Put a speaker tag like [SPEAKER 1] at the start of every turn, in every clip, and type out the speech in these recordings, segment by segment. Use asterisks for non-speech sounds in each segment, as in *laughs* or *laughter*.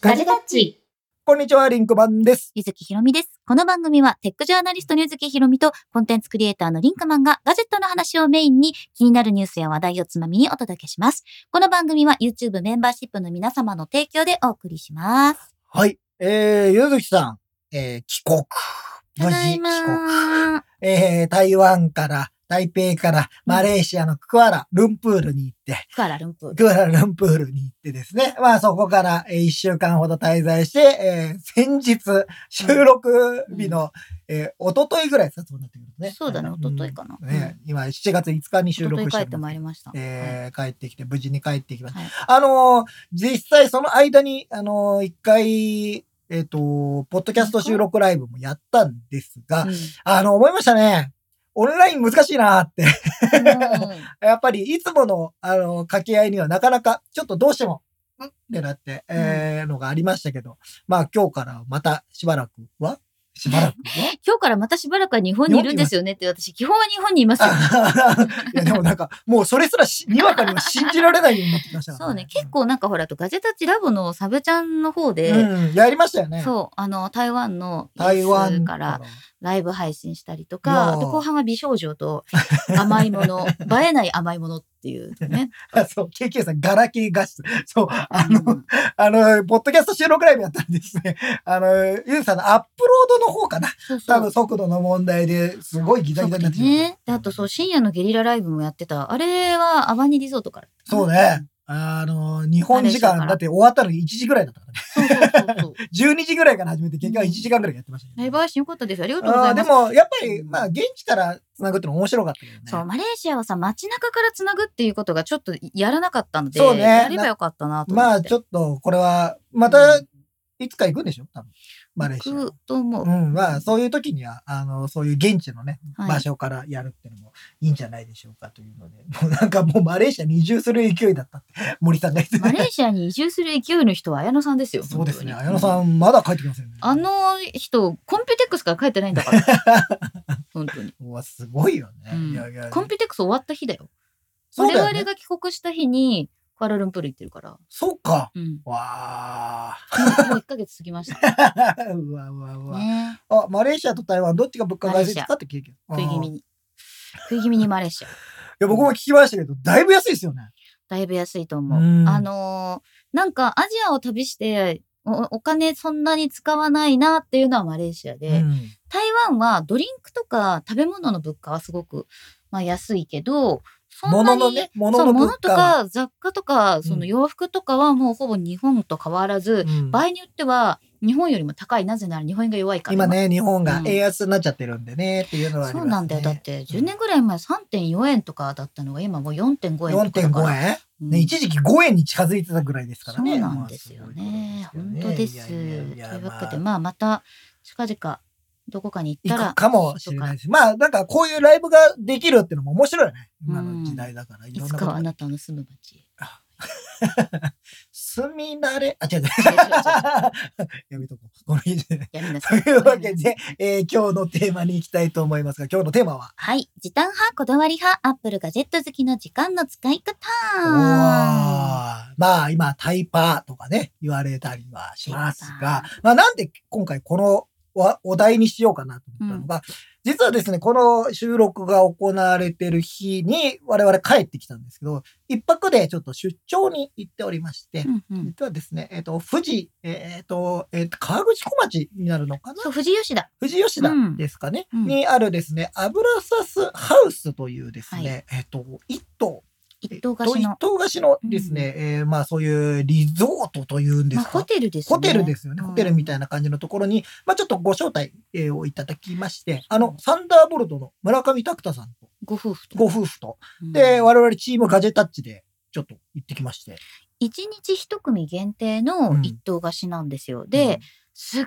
[SPEAKER 1] ガジェタッチ。
[SPEAKER 2] こんにちは、リンクマンです。
[SPEAKER 3] ゆずきひろみです。この番組はテックジャーナリストのゆずきひろみとコンテンツクリエイターのリンクマンがガジェットの話をメインに気になるニュースや話題をつまみにお届けします。この番組は YouTube メンバーシップの皆様の提供でお送りします。
[SPEAKER 2] はい。えー、ゆずきさん、えー、帰国。
[SPEAKER 3] ただい
[SPEAKER 2] 帰国。
[SPEAKER 3] ま
[SPEAKER 2] えー、台湾から、台北から、マレーシアのクアラ、ルンプールに行って、
[SPEAKER 3] クアラルンプール。
[SPEAKER 2] クアラルンプールに行ってですね。まあそこからえー一週間ほど滞在して、えー先日収録日の、えー一昨日ぐらいですかそうなってくるとね。
[SPEAKER 3] そうだね、
[SPEAKER 2] ん
[SPEAKER 3] 一昨日かな。
[SPEAKER 2] ね、今7月5日に
[SPEAKER 3] うん、
[SPEAKER 2] 収
[SPEAKER 3] 一昨
[SPEAKER 2] 録
[SPEAKER 3] 日
[SPEAKER 2] して
[SPEAKER 3] 帰
[SPEAKER 2] ます
[SPEAKER 3] ってまいりました。
[SPEAKER 2] えー帰ってきて、無事に帰ってきました。
[SPEAKER 3] はい
[SPEAKER 2] あのー実際その間に、あのー一回、えっ、と、ポッドキャスト収録ライブもやったんですが、
[SPEAKER 3] はいうん
[SPEAKER 2] あの、思いましたね。オンライン難しいなーって。 *laughs* やっぱりいつもの、あの、掛け合いにはなかなか、ちょっとどうしても、んってなって、えーのがありましたけど、まあ今日からまたしばらくはしばらくは
[SPEAKER 3] 今日からまたしばらくは日本にいるんですよねって私、基本は日本にいますよ。
[SPEAKER 2] あ *laughs* いやでもなんか、もうそれすらし、にわかには信じられないようになってきましたから
[SPEAKER 3] そうね、結構なんかほら、あとガジェタッチラボのサブちゃんの方で、
[SPEAKER 2] うん、やりましたよね。
[SPEAKER 3] そう、あの、台湾の
[SPEAKER 2] 台
[SPEAKER 3] イエ
[SPEAKER 2] 湾
[SPEAKER 3] スからライブ配信したりと
[SPEAKER 2] いや
[SPEAKER 3] か、
[SPEAKER 2] ー
[SPEAKER 3] あと後半は美少女と甘い
[SPEAKER 2] *laughs*
[SPEAKER 3] もの、映えない甘いものっていうね。
[SPEAKER 2] ら。 *laughs* そう、KK さん、ガラケー画質。そう、 *laughs* あの、
[SPEAKER 3] うん
[SPEAKER 2] あの、ポッドキャスト収録ライブやったんですね。 *laughs* あの、ゆうさんのアップロードの方かな。
[SPEAKER 3] そうそ
[SPEAKER 2] 多分
[SPEAKER 3] う。
[SPEAKER 2] 速度の問題ですごいギザ
[SPEAKER 3] そ
[SPEAKER 2] ギザ
[SPEAKER 3] う
[SPEAKER 2] になってしまった
[SPEAKER 3] ね。であとそう、深夜のゲリラライブもやってた。あれはアバニリゾートから。
[SPEAKER 2] そうね。あの、日本時
[SPEAKER 3] あれでしたか
[SPEAKER 2] 間、
[SPEAKER 3] ら
[SPEAKER 2] だって終わったのに1時ぐらいだったからね。
[SPEAKER 3] そうそうそう
[SPEAKER 2] *laughs*
[SPEAKER 3] そう。
[SPEAKER 2] 12時ぐらいから始めて、結果1時間ぐらいやってました
[SPEAKER 3] ライ
[SPEAKER 2] け
[SPEAKER 3] ブ
[SPEAKER 2] ど。
[SPEAKER 3] 配信よかったですよ。ありがとうござ
[SPEAKER 2] あ
[SPEAKER 3] い
[SPEAKER 2] ーで
[SPEAKER 3] ます。
[SPEAKER 2] も、やっぱり、まあ、現地から繋ぐっての面白かったけどね。
[SPEAKER 3] そう、マレーシアはさ、街中からつなぐっていうことがちょっとやらなかったので、
[SPEAKER 2] そうね
[SPEAKER 3] やればよかったなと思って。
[SPEAKER 2] まあ、ち
[SPEAKER 3] ょっ
[SPEAKER 2] ょっと、これは、また、いつか行くんでしょ多分。マレーシア。
[SPEAKER 3] と思う。
[SPEAKER 2] うん、まあ、そういう時には、あの、そういう現地のね、
[SPEAKER 3] はい
[SPEAKER 2] 場所からやるっていうのもいいんじゃないでしょうかというので、もうなんかもうマレーシアに移住する勢いだったって、森さんが言って
[SPEAKER 3] マ
[SPEAKER 2] た。
[SPEAKER 3] レーシアに移住する勢いの人は綾野さんですよ。
[SPEAKER 2] そうですね。
[SPEAKER 3] 本当
[SPEAKER 2] 綾
[SPEAKER 3] に
[SPEAKER 2] 野さん、まだ帰ってきませんね。
[SPEAKER 3] あの人、コンピュテックスから帰ってないん
[SPEAKER 2] *laughs*
[SPEAKER 3] だから。本当に。
[SPEAKER 2] うわ、すごいよね。
[SPEAKER 3] うん
[SPEAKER 2] いやいや
[SPEAKER 3] コンピュテックス終わった日だよ。
[SPEAKER 2] そうだよ
[SPEAKER 3] 我
[SPEAKER 2] ね
[SPEAKER 3] 々。が帰国した日に、クアラルンプール行ってるから。
[SPEAKER 2] そうか。
[SPEAKER 3] うん。
[SPEAKER 2] わー。
[SPEAKER 3] もう1ヶ月過ぎました。
[SPEAKER 2] *laughs* うわうわうわ、
[SPEAKER 3] ね。
[SPEAKER 2] あ、マレーシアと台湾、どっちが物価が安いですかって聞いてる。
[SPEAKER 3] 食い気
[SPEAKER 2] あー
[SPEAKER 3] 味
[SPEAKER 2] い
[SPEAKER 3] に。食い気味にマレーシア。
[SPEAKER 2] や、僕も聞きましたけど、だいぶ安いですよね。
[SPEAKER 3] だいぶ安いと思う。
[SPEAKER 2] うん
[SPEAKER 3] あのーなんかアジアを旅してお、お金そんなに使わないなっていうのはマレーシアで、
[SPEAKER 2] うん
[SPEAKER 3] 台湾はドリンクとか食べ物の物価はすごく、まあ、安いけど、そんな
[SPEAKER 2] 物の
[SPEAKER 3] に
[SPEAKER 2] ね、
[SPEAKER 3] そ
[SPEAKER 2] 物
[SPEAKER 3] う
[SPEAKER 2] の
[SPEAKER 3] 物
[SPEAKER 2] 物
[SPEAKER 3] と
[SPEAKER 2] 価は、
[SPEAKER 3] か雑貨とかその洋服とかはもうほぼ日本と変わらず、
[SPEAKER 2] うん
[SPEAKER 3] 場合によっては日本よりも高いなぜなら日本円が弱いから
[SPEAKER 2] 今ね、日本が
[SPEAKER 3] うん
[SPEAKER 2] 円安になっちゃってるんでね、っていうのはあり
[SPEAKER 3] そ
[SPEAKER 2] ますね。
[SPEAKER 3] うなんだよだって10年ぐらい前3.4円とかだったのが今もう4.5円とかだから
[SPEAKER 2] 4.5円、
[SPEAKER 3] うん
[SPEAKER 2] ね、一時期5円に近づいてたぐらいですからね。
[SPEAKER 3] そうなんですよね。
[SPEAKER 2] まあ
[SPEAKER 3] 本当で
[SPEAKER 2] ごいことで
[SPEAKER 3] す。と
[SPEAKER 2] すよねい
[SPEAKER 3] い
[SPEAKER 2] やいやいや
[SPEAKER 3] うわけ
[SPEAKER 2] ま
[SPEAKER 3] で、
[SPEAKER 2] あ
[SPEAKER 3] まあまた近々どこかに行った
[SPEAKER 2] 行
[SPEAKER 3] ら
[SPEAKER 2] く、かもしれないし、まあなんかこういうライブができるっていうのも面白いよね。今の時代だから、い
[SPEAKER 3] い
[SPEAKER 2] ろん
[SPEAKER 3] つ
[SPEAKER 2] なこ
[SPEAKER 3] かはあ
[SPEAKER 2] と。
[SPEAKER 3] なたの住む町へ。
[SPEAKER 2] 住み慣れ、あ、違う違う。
[SPEAKER 3] *laughs* 違う違
[SPEAKER 2] やめとこう。この日で。
[SPEAKER 3] やめな
[SPEAKER 2] と
[SPEAKER 3] さい。
[SPEAKER 2] いうわけで、えー今日のテーマに行きたいと思いますが、今日のテーマは、
[SPEAKER 3] *laughs* はい。時短派、こだわり派、アップルガジェット好きの時間の使い方。
[SPEAKER 2] おーまあ今タイパーとかね、言われたりはしますが
[SPEAKER 3] タイ、
[SPEAKER 2] まあなんで今回このわお題にしようかなと思ったのが、実はですね、この収録が行われてる日に我々帰ってきたんですけど、一泊でちょっと出張に行っておりまして
[SPEAKER 3] う、んうん。
[SPEAKER 2] 実はですね、えっ、と、富士、えっ、と、えーと、川口小町になるのかな
[SPEAKER 3] そう、藤吉だ。
[SPEAKER 2] 富士吉田
[SPEAKER 3] うん
[SPEAKER 2] ですかね、
[SPEAKER 3] うん
[SPEAKER 2] にあるですね、油サスハウスというですね、えっ、と、一棟
[SPEAKER 3] 一棟貸しの。
[SPEAKER 2] 一棟貸しのですね、えーまあそういうリゾートというんで
[SPEAKER 3] ますあ、
[SPEAKER 2] か、
[SPEAKER 3] ホテルですね。
[SPEAKER 2] ホテルですよね、
[SPEAKER 3] うん
[SPEAKER 2] ホテルみたいな感じのところに、まあちょっとご招待えーをいただきまして、あの、サンダーボルトの村上拓太さんと
[SPEAKER 3] ご夫婦と。
[SPEAKER 2] ご夫婦と、
[SPEAKER 3] うん
[SPEAKER 2] で、我々チームガジェタッチでちょっと行ってきまして。
[SPEAKER 3] 一日一組限定
[SPEAKER 2] う
[SPEAKER 3] の
[SPEAKER 2] ん
[SPEAKER 3] 一棟貸しなんですよ。で、すっ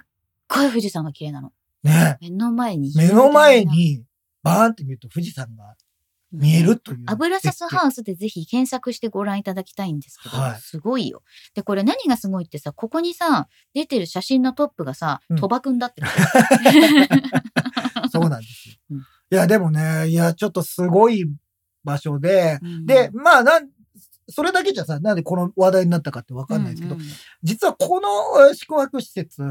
[SPEAKER 3] ごい富士山が綺麗なの。
[SPEAKER 2] うん、ね、
[SPEAKER 3] 目の前に。
[SPEAKER 2] 目の前。にバーンって見ると富士山が見えるという。
[SPEAKER 3] 油サス
[SPEAKER 2] ウ
[SPEAKER 3] ハウスでぜひ検索してご覧いただきたいんですけど、
[SPEAKER 2] はい
[SPEAKER 3] すごいよ。で、これ何がすごいってさ、ここにさ、出てる写真のトップがさ
[SPEAKER 2] うん、
[SPEAKER 3] 鳥羽くんだってこと。
[SPEAKER 2] ス。そうなんですよ。
[SPEAKER 3] うん
[SPEAKER 2] *laughs* いや、でもね、いや、ちょっとすごい場所で、
[SPEAKER 3] うん
[SPEAKER 2] で、まあ、なん、それだけじゃさ、なんでこの話題になったかってわかんないですけど、
[SPEAKER 3] うんうん
[SPEAKER 2] 実はこのえー宿泊施設、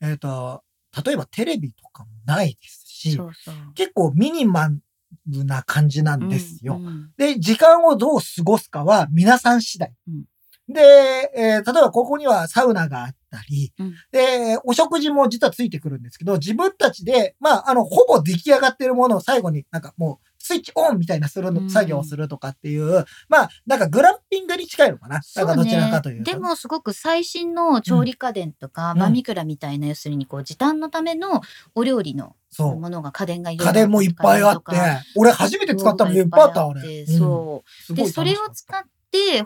[SPEAKER 2] えっ、と、例えばテレビとかもないですし
[SPEAKER 3] そ、うそう。
[SPEAKER 2] 結構ミニマルな感じなんですよ。
[SPEAKER 3] うんうん
[SPEAKER 2] で、時間をどう過ごすかは皆さん次第。
[SPEAKER 3] うん
[SPEAKER 2] で、えー例えばここにはサウナがあったり、
[SPEAKER 3] うん
[SPEAKER 2] で、お食事も実はついてくるんですけど、自分たちで、まあ、あの、ほぼ出来上がってるものを最後になんかもう、スイッチオンみたいなするの、
[SPEAKER 3] うん
[SPEAKER 2] 作業をするとかっていう、まあ、なんかグランピングに近いのかな。
[SPEAKER 3] そう
[SPEAKER 2] なんかどちら
[SPEAKER 3] ね
[SPEAKER 2] かという、と。
[SPEAKER 3] でもすごく最新の調理家電とか、
[SPEAKER 2] うん
[SPEAKER 3] マミクラみたいな要するにこう時短のためのお料理の
[SPEAKER 2] そう。
[SPEAKER 3] ものが家電がいろいろ
[SPEAKER 2] 家電もいっぱいあって、俺初めて使ったのいっぱいあった、俺。うん
[SPEAKER 3] そう、
[SPEAKER 2] すごい
[SPEAKER 3] で
[SPEAKER 2] 楽しか
[SPEAKER 3] そ
[SPEAKER 2] った
[SPEAKER 3] れを使って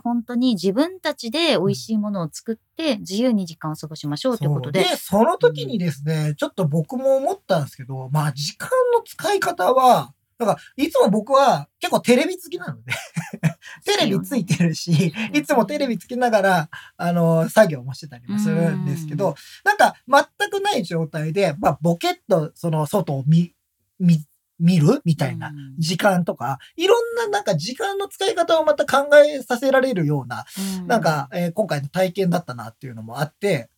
[SPEAKER 3] 本当に自分たちで美味しいものを作って自由に時間を過ごしましょうということで
[SPEAKER 2] そうその時にですね、ちょっと僕も思ったんですけど、まあ時間の使い方は、だからいつも僕は結構テレビ好きな
[SPEAKER 3] *laughs*
[SPEAKER 2] ので、テレビついてるし、
[SPEAKER 3] ね
[SPEAKER 2] いつもテレビつけながら、あの、作業もしてたりもするんですけ
[SPEAKER 3] う
[SPEAKER 2] ど、なんか全くない状態で、まあボケっとその外を見、見、見るみたいな
[SPEAKER 3] うん
[SPEAKER 2] 時間とか、いろんななんか時間の使い方をまた考えさせられるような、
[SPEAKER 3] う
[SPEAKER 2] なんか、えー今回の体験だったなっていうのもあって、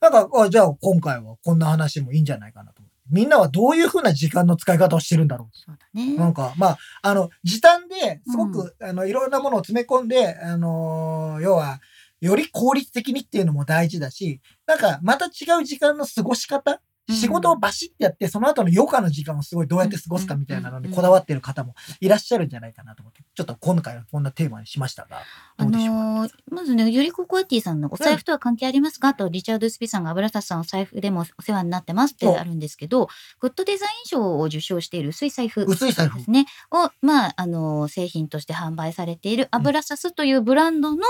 [SPEAKER 2] なんか、あじゃあ今回はこんな話もいいんじゃないかなと思って。みんなはどういうふうな時間の使い方をしてるんだろ
[SPEAKER 3] そうだね
[SPEAKER 2] う。なんか、まあ、あの、時短ですご
[SPEAKER 3] う
[SPEAKER 2] く、あの、いろんなものを詰め込んで、あのー要は、より効率的にっていうのも大事だし、なんか、また違う時間の過ごし方
[SPEAKER 3] うん
[SPEAKER 2] 仕事をバシッてやって、その後の余暇の時間をすごいどうやって過ごすかみたいなのにこだわってる方もいらっしゃるんじゃないかなと思って、ちょっと今回はこんなテーマにしましたが、
[SPEAKER 3] あ
[SPEAKER 2] どうでしょうか、
[SPEAKER 3] のーまずね、ゆりここえティさんのお財布とは関係ありますか、と、リチャード・スピさんが油田さんお財布でもお世話になってますって
[SPEAKER 2] そう
[SPEAKER 3] あるんですけど、グッドデザイン賞を受賞している薄い財布で
[SPEAKER 2] 薄い財布。
[SPEAKER 3] すね、を、まあ、あのー製品として販売されている油サスというブランドの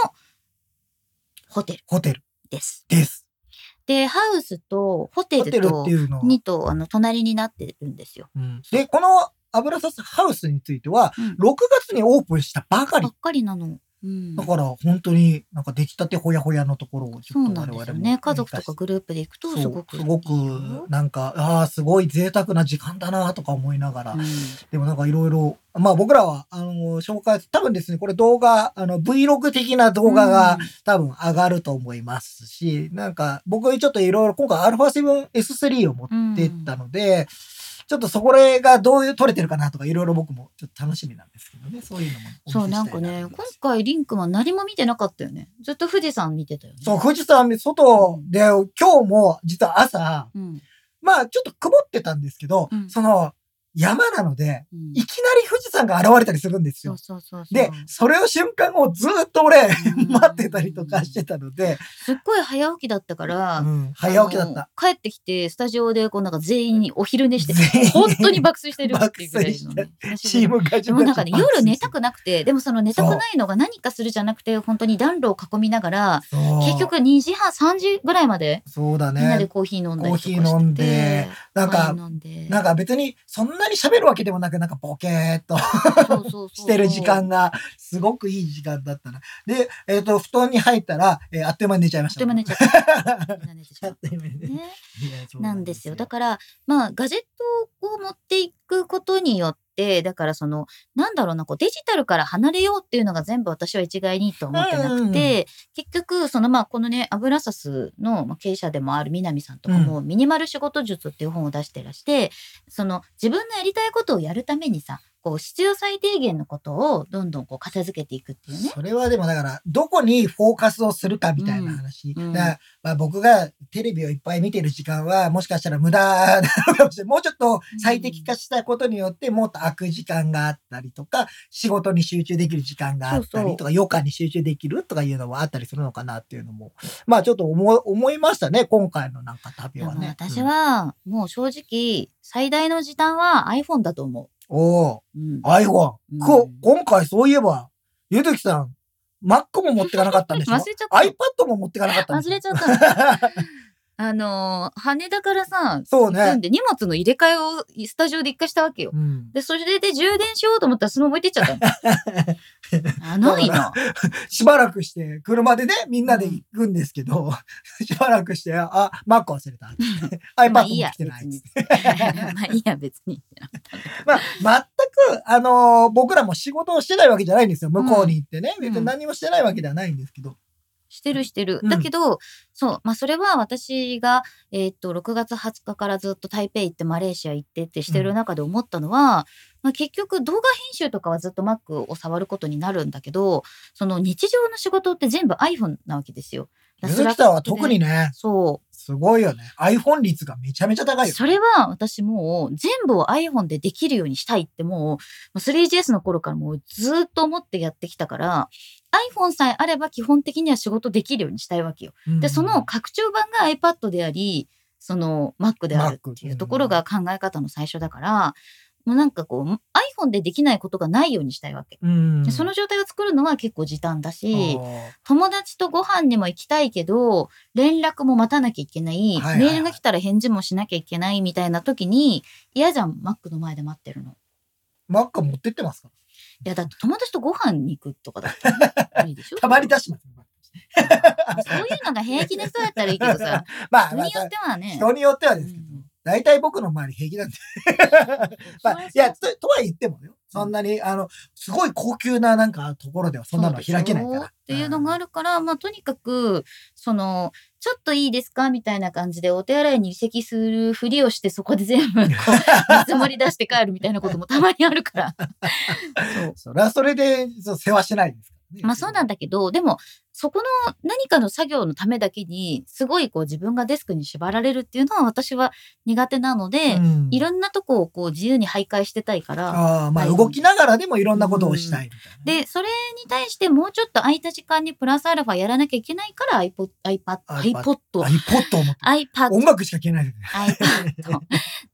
[SPEAKER 3] ホテル
[SPEAKER 2] ホテル
[SPEAKER 3] です。
[SPEAKER 2] です。
[SPEAKER 3] で、ハウスとホテ
[SPEAKER 2] ホテ
[SPEAKER 3] ル
[SPEAKER 2] ルっ
[SPEAKER 3] と
[SPEAKER 2] て、いうのは。
[SPEAKER 3] にと、あの、隣になってるんですよ。
[SPEAKER 2] うんで、この油さすハウスについては、
[SPEAKER 3] うん
[SPEAKER 2] 6月にオープンしたばかり
[SPEAKER 3] ば。っかりなの。うん
[SPEAKER 2] だから本当になんか出来たてほやほやのところをち
[SPEAKER 3] そ
[SPEAKER 2] ょ
[SPEAKER 3] う
[SPEAKER 2] っと
[SPEAKER 3] な
[SPEAKER 2] 我
[SPEAKER 3] ん
[SPEAKER 2] 々
[SPEAKER 3] で
[SPEAKER 2] も
[SPEAKER 3] すよね。家族とかグループで行くとす
[SPEAKER 2] そう
[SPEAKER 3] ごくいい
[SPEAKER 2] す
[SPEAKER 3] よ。
[SPEAKER 2] ごくなんかああすごい贅沢な時間だなとか思いながら、
[SPEAKER 3] うん
[SPEAKER 2] でもなんかいろいろまあ僕らはあの紹介多分ですねこれ動画あの Vlog 的な動画が多分上がると思いますし、なんか僕ちょっといろいろ今回 α7S3 を持ってったので、ちょっとそこれがどういう取れてるかなとかいろいろ僕もちょっと楽しみなんですけどねそういうのもお見せ
[SPEAKER 3] そう
[SPEAKER 2] した
[SPEAKER 3] ないんかね
[SPEAKER 2] と思い
[SPEAKER 3] 今
[SPEAKER 2] ます
[SPEAKER 3] 回リンクは何も見てなかったよねずっと富士山見てたよね
[SPEAKER 2] そう富士山外で今日も実は朝
[SPEAKER 3] うん
[SPEAKER 2] まあちょっと曇ってたんですけど、
[SPEAKER 3] うん
[SPEAKER 2] その山なので
[SPEAKER 3] うん
[SPEAKER 2] いきなり富士山が現れたりするんです
[SPEAKER 3] そ
[SPEAKER 2] よ
[SPEAKER 3] う。そうそうそう
[SPEAKER 2] で、それを瞬間をずっと俺、
[SPEAKER 3] うん
[SPEAKER 2] 待ってたりとかしてたので、
[SPEAKER 3] すっごい早起きだったから、
[SPEAKER 2] うん早起きだった。
[SPEAKER 3] あの帰ってきてスタジオでこうなんか全員にお昼寝して
[SPEAKER 2] 全員
[SPEAKER 3] 本当に爆睡してるっていうぐらいの、ね、久し
[SPEAKER 2] チ
[SPEAKER 3] ぶ
[SPEAKER 2] ー
[SPEAKER 3] り
[SPEAKER 2] ムが
[SPEAKER 3] でもなんかね夜寝た
[SPEAKER 2] く
[SPEAKER 3] くなくてでもその寝たくないのが何かするじゃなくて本当に暖炉を囲みながら結局2時半3時ぐらいまで
[SPEAKER 2] そうだ
[SPEAKER 3] みんなで
[SPEAKER 2] ね。
[SPEAKER 3] コーヒー飲んだりとかしてて、
[SPEAKER 2] コーヒー飲んでなん
[SPEAKER 3] ワイ
[SPEAKER 2] か
[SPEAKER 3] ン、飲んで
[SPEAKER 2] なんか別にそんなに喋るわけでもなく、なんかボケーっと
[SPEAKER 3] そうそうそう
[SPEAKER 2] してる時間がすごくいい時間だったな。で、えっ、と、布団に入ったら、えーあっという間に寝ちゃいま
[SPEAKER 3] あっ
[SPEAKER 2] し
[SPEAKER 3] と
[SPEAKER 2] た。
[SPEAKER 3] いう間に寝ちゃった。みんな寝てし
[SPEAKER 2] あ
[SPEAKER 3] ま
[SPEAKER 2] っ
[SPEAKER 3] っ
[SPEAKER 2] という間に *laughs*
[SPEAKER 3] た
[SPEAKER 2] ね。
[SPEAKER 3] ね。
[SPEAKER 2] いやそう
[SPEAKER 3] なんですよ。だから、まあ、ガジェットを持っていくことによって、だからその、なんだろうな、こう、デジタルから離れようっていうのが全部私は一概にとは思ってな
[SPEAKER 2] うんう
[SPEAKER 3] く
[SPEAKER 2] んう
[SPEAKER 3] て、結局、そのまあ、このね、油サスのまあ経営者でもある南さんとかも、ミニマル仕事術っていう本を出してらして、その、自分のやりたいことをやるためにさ、こう、必要最低限のことをどんどんこう、片付けていくっていうね。
[SPEAKER 2] それはでもだから、どこにフォーカスをするかみたいな話。
[SPEAKER 3] うんうん
[SPEAKER 2] だからまあ、僕がテレビをいっぱい見てる時間は、もしかしたら無駄なのかもしれない。もうちょっと最適化したことによって、もっと空く時間があったりとか、仕事に集中できる時間があったりとか、余暇に集中できるとかいうのはあったりするのかなっていうのも、まあちょっと思い思いましたね、今回のなんか旅
[SPEAKER 3] でも
[SPEAKER 2] はね。
[SPEAKER 3] 私は、もう正直、最大の時短は iPhone だと思
[SPEAKER 2] うん、おお
[SPEAKER 3] う。うん。
[SPEAKER 2] iPhone、
[SPEAKER 3] うん
[SPEAKER 2] こ今回そういえば、ゆずきさん、Mac も持ってかなかったんでしょ
[SPEAKER 3] 忘れちゃった。
[SPEAKER 2] iPad も持ってかなかったんでし
[SPEAKER 3] 忘
[SPEAKER 2] ょ
[SPEAKER 3] れちゃったの。 *laughs* あのー、羽田からさ、
[SPEAKER 2] そうね
[SPEAKER 3] 行くんで荷物の入れ替えをスタジオで一回したわけよ。
[SPEAKER 2] うん
[SPEAKER 3] で、それで充電しようと思ったらそのまま置いてっちゃった
[SPEAKER 2] *laughs*
[SPEAKER 3] の。あ、ないな。
[SPEAKER 2] しばらくして、車でね、みんなで行くんですけど、 *laughs* しばらくして、あ、マック忘れ
[SPEAKER 3] *laughs*
[SPEAKER 2] た。iPad
[SPEAKER 3] まあ
[SPEAKER 2] も
[SPEAKER 3] いいや
[SPEAKER 2] 来、て
[SPEAKER 3] 別 *laughs*
[SPEAKER 2] ない。
[SPEAKER 3] に。まあいいや、別に。
[SPEAKER 2] まあ、全くく、あのー僕らも仕事をしてないわけじゃないんですよ。向こうに行ってね。
[SPEAKER 3] うん
[SPEAKER 2] 別に何もしてないわけではないんですけど。
[SPEAKER 3] してるしてる。
[SPEAKER 2] うん
[SPEAKER 3] だけど、そう、まあそれは私が、えーっと、6月20日からずっと台北行ってマレーシア行ってってしてる中で思ったのは、まあ結局動画編集とかはずっと Mac を触ることになるんだけど、その日常の仕事って全部 iPhone なわけですよ。だから
[SPEAKER 2] ゆずきさんは特に。ね、
[SPEAKER 3] そ
[SPEAKER 2] すごいよね。iPhone 率がめちゃめちゃ高
[SPEAKER 3] う。
[SPEAKER 2] いよ。
[SPEAKER 3] それは私もう全部を iPhone でできるようにしたいってもう、もう 3GS の頃からもうずっと思ってやってきたから、iPhone さえあれば基本的には仕事できるようにしたいわけよ。
[SPEAKER 2] うん
[SPEAKER 3] で、その、拡張版が iPad であり、その Mac であるっていうところが考え方の最初だから、もうなんかこう、iPhone でできないことがないようにしたいわけ。
[SPEAKER 2] うん
[SPEAKER 3] でその状態を作るのは結構時短だし、
[SPEAKER 2] あ
[SPEAKER 3] 友達とご飯にも行きたいけど、連絡も待たなきゃいけない、
[SPEAKER 2] はいはいはい
[SPEAKER 3] メールが来たら返事もしなきゃいけないみたいな時に、嫌じゃん、Mac の前で待ってるの。
[SPEAKER 2] ー Mac 持ってってますか
[SPEAKER 3] いや、だって友達とご飯に行くとか
[SPEAKER 2] *laughs*
[SPEAKER 3] だったら無理でしょ
[SPEAKER 2] たまに出します。
[SPEAKER 3] そういうのが平気な人だったらいいけどさ、
[SPEAKER 2] *laughs* まあ、
[SPEAKER 3] 人
[SPEAKER 2] ま
[SPEAKER 3] によ
[SPEAKER 2] あ
[SPEAKER 3] っ、てはね。
[SPEAKER 2] 人によってはですけど、
[SPEAKER 3] うん
[SPEAKER 2] 大体僕の周り平気
[SPEAKER 3] *laughs*
[SPEAKER 2] なんで。まあ、いや、ととは言ってもよ。そんなに、あの、すごい高級ななんかところではそんなのは開けないか
[SPEAKER 3] そうでしょ
[SPEAKER 2] ら。
[SPEAKER 3] っていうのがあ
[SPEAKER 2] る。
[SPEAKER 3] るから、まあとにかく、その、ちょっといいですかみたいな感じでお手洗いに移籍するふりをして、そこで全
[SPEAKER 2] *laughs*
[SPEAKER 3] 部こう、見積もり出して帰るみたいなこともたまにあるから。そう。
[SPEAKER 2] それはそれで、そう世話しないですからね。
[SPEAKER 3] まあそうなん
[SPEAKER 2] だ。
[SPEAKER 3] だけど、でも、そこの何かの作業のためだけに、すごいこう自分がデスクに縛られるっていうのは私は苦手なので、
[SPEAKER 2] うん
[SPEAKER 3] いろんなとこをこう自由に徘徊してたいから、
[SPEAKER 2] ああまあ、動きながらでもいろんなことをしたいみたいなね。
[SPEAKER 3] で、それに対してもうちょっと空いた時間にプラスアルファやらなきゃいけないから iPod、iPad、
[SPEAKER 2] iPod
[SPEAKER 3] iPod、
[SPEAKER 2] iPod を持って
[SPEAKER 3] iPad、
[SPEAKER 2] 音楽しか聴けない。 *laughs*
[SPEAKER 3] iPad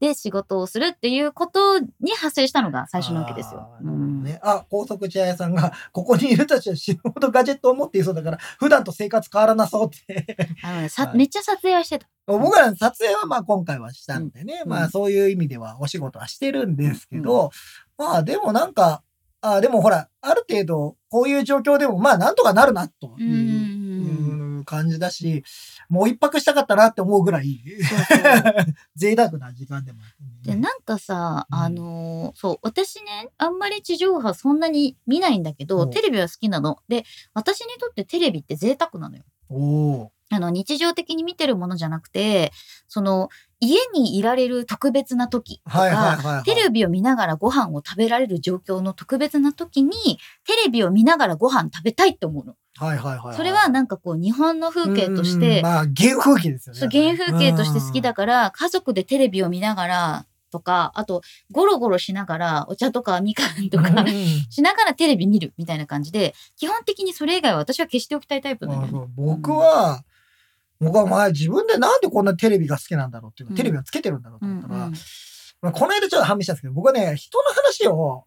[SPEAKER 3] で仕事をするっていうことに発生したのが最初なわけですよ
[SPEAKER 2] あ。
[SPEAKER 3] う
[SPEAKER 2] ー
[SPEAKER 3] ん
[SPEAKER 2] ね、あ、高速千早さんが、ここにいる人たちは死ぬほどガジェットを持っていそうだから、普段と生活変わらなそうって。
[SPEAKER 3] あのねさ
[SPEAKER 2] はい
[SPEAKER 3] めっちゃ撮影はしてた。
[SPEAKER 2] 僕らの撮影はまあ今回はしたんでね、
[SPEAKER 3] うん
[SPEAKER 2] まあそういう意味ではお仕事はしてるんですけど、まあでもなんか、あでもほら、ある程度こういう状況でもまあなんとかなるなと
[SPEAKER 3] う
[SPEAKER 2] いう,、
[SPEAKER 3] ん。
[SPEAKER 2] 感じだし、もう一泊したかったなって思うぐらい、 *laughs*
[SPEAKER 3] そうそう
[SPEAKER 2] 贅沢な時間でもあって
[SPEAKER 3] で、
[SPEAKER 2] ね、
[SPEAKER 3] なんかさ、
[SPEAKER 2] うん
[SPEAKER 3] あのーそう、私ね、あんまり地上波そんなに見ないんだけ
[SPEAKER 2] お
[SPEAKER 3] ど、
[SPEAKER 2] う
[SPEAKER 3] テレビは好きなの。で、私にとってテレビって贅沢なのよ。
[SPEAKER 2] おお
[SPEAKER 3] あの、日常的に見てるものじゃなくて、その、家にいられる特別な時とか、
[SPEAKER 2] はいはいはいはい
[SPEAKER 3] テレビを見ながらご飯を食べられる状況の特別な時に、テレビを見ながらご飯食べたいって思うの。
[SPEAKER 2] はいはいはいい。
[SPEAKER 3] それはなんかこう、日本の風景とし
[SPEAKER 2] うんうんう
[SPEAKER 3] て
[SPEAKER 2] ん、まあ原風景ですよね。
[SPEAKER 3] そう、原風景として好きだ
[SPEAKER 2] か
[SPEAKER 3] から、家族でテレビを見ながらとか、あと、ゴロゴロしながら、お茶とかみかんとか、しながらテレビ見るみたいな感じで、基本的にそれ以外は私は消しておきたいタイプなんだよね。
[SPEAKER 2] 僕は、僕は前自分でなんでこんなテレビが好きなんだろうっていうか、
[SPEAKER 3] うん
[SPEAKER 2] テレビをつけてるんだろうと思ったら、
[SPEAKER 3] うんうん
[SPEAKER 2] まあ、この間ちょっと判明したんですけど、僕はね、人の話を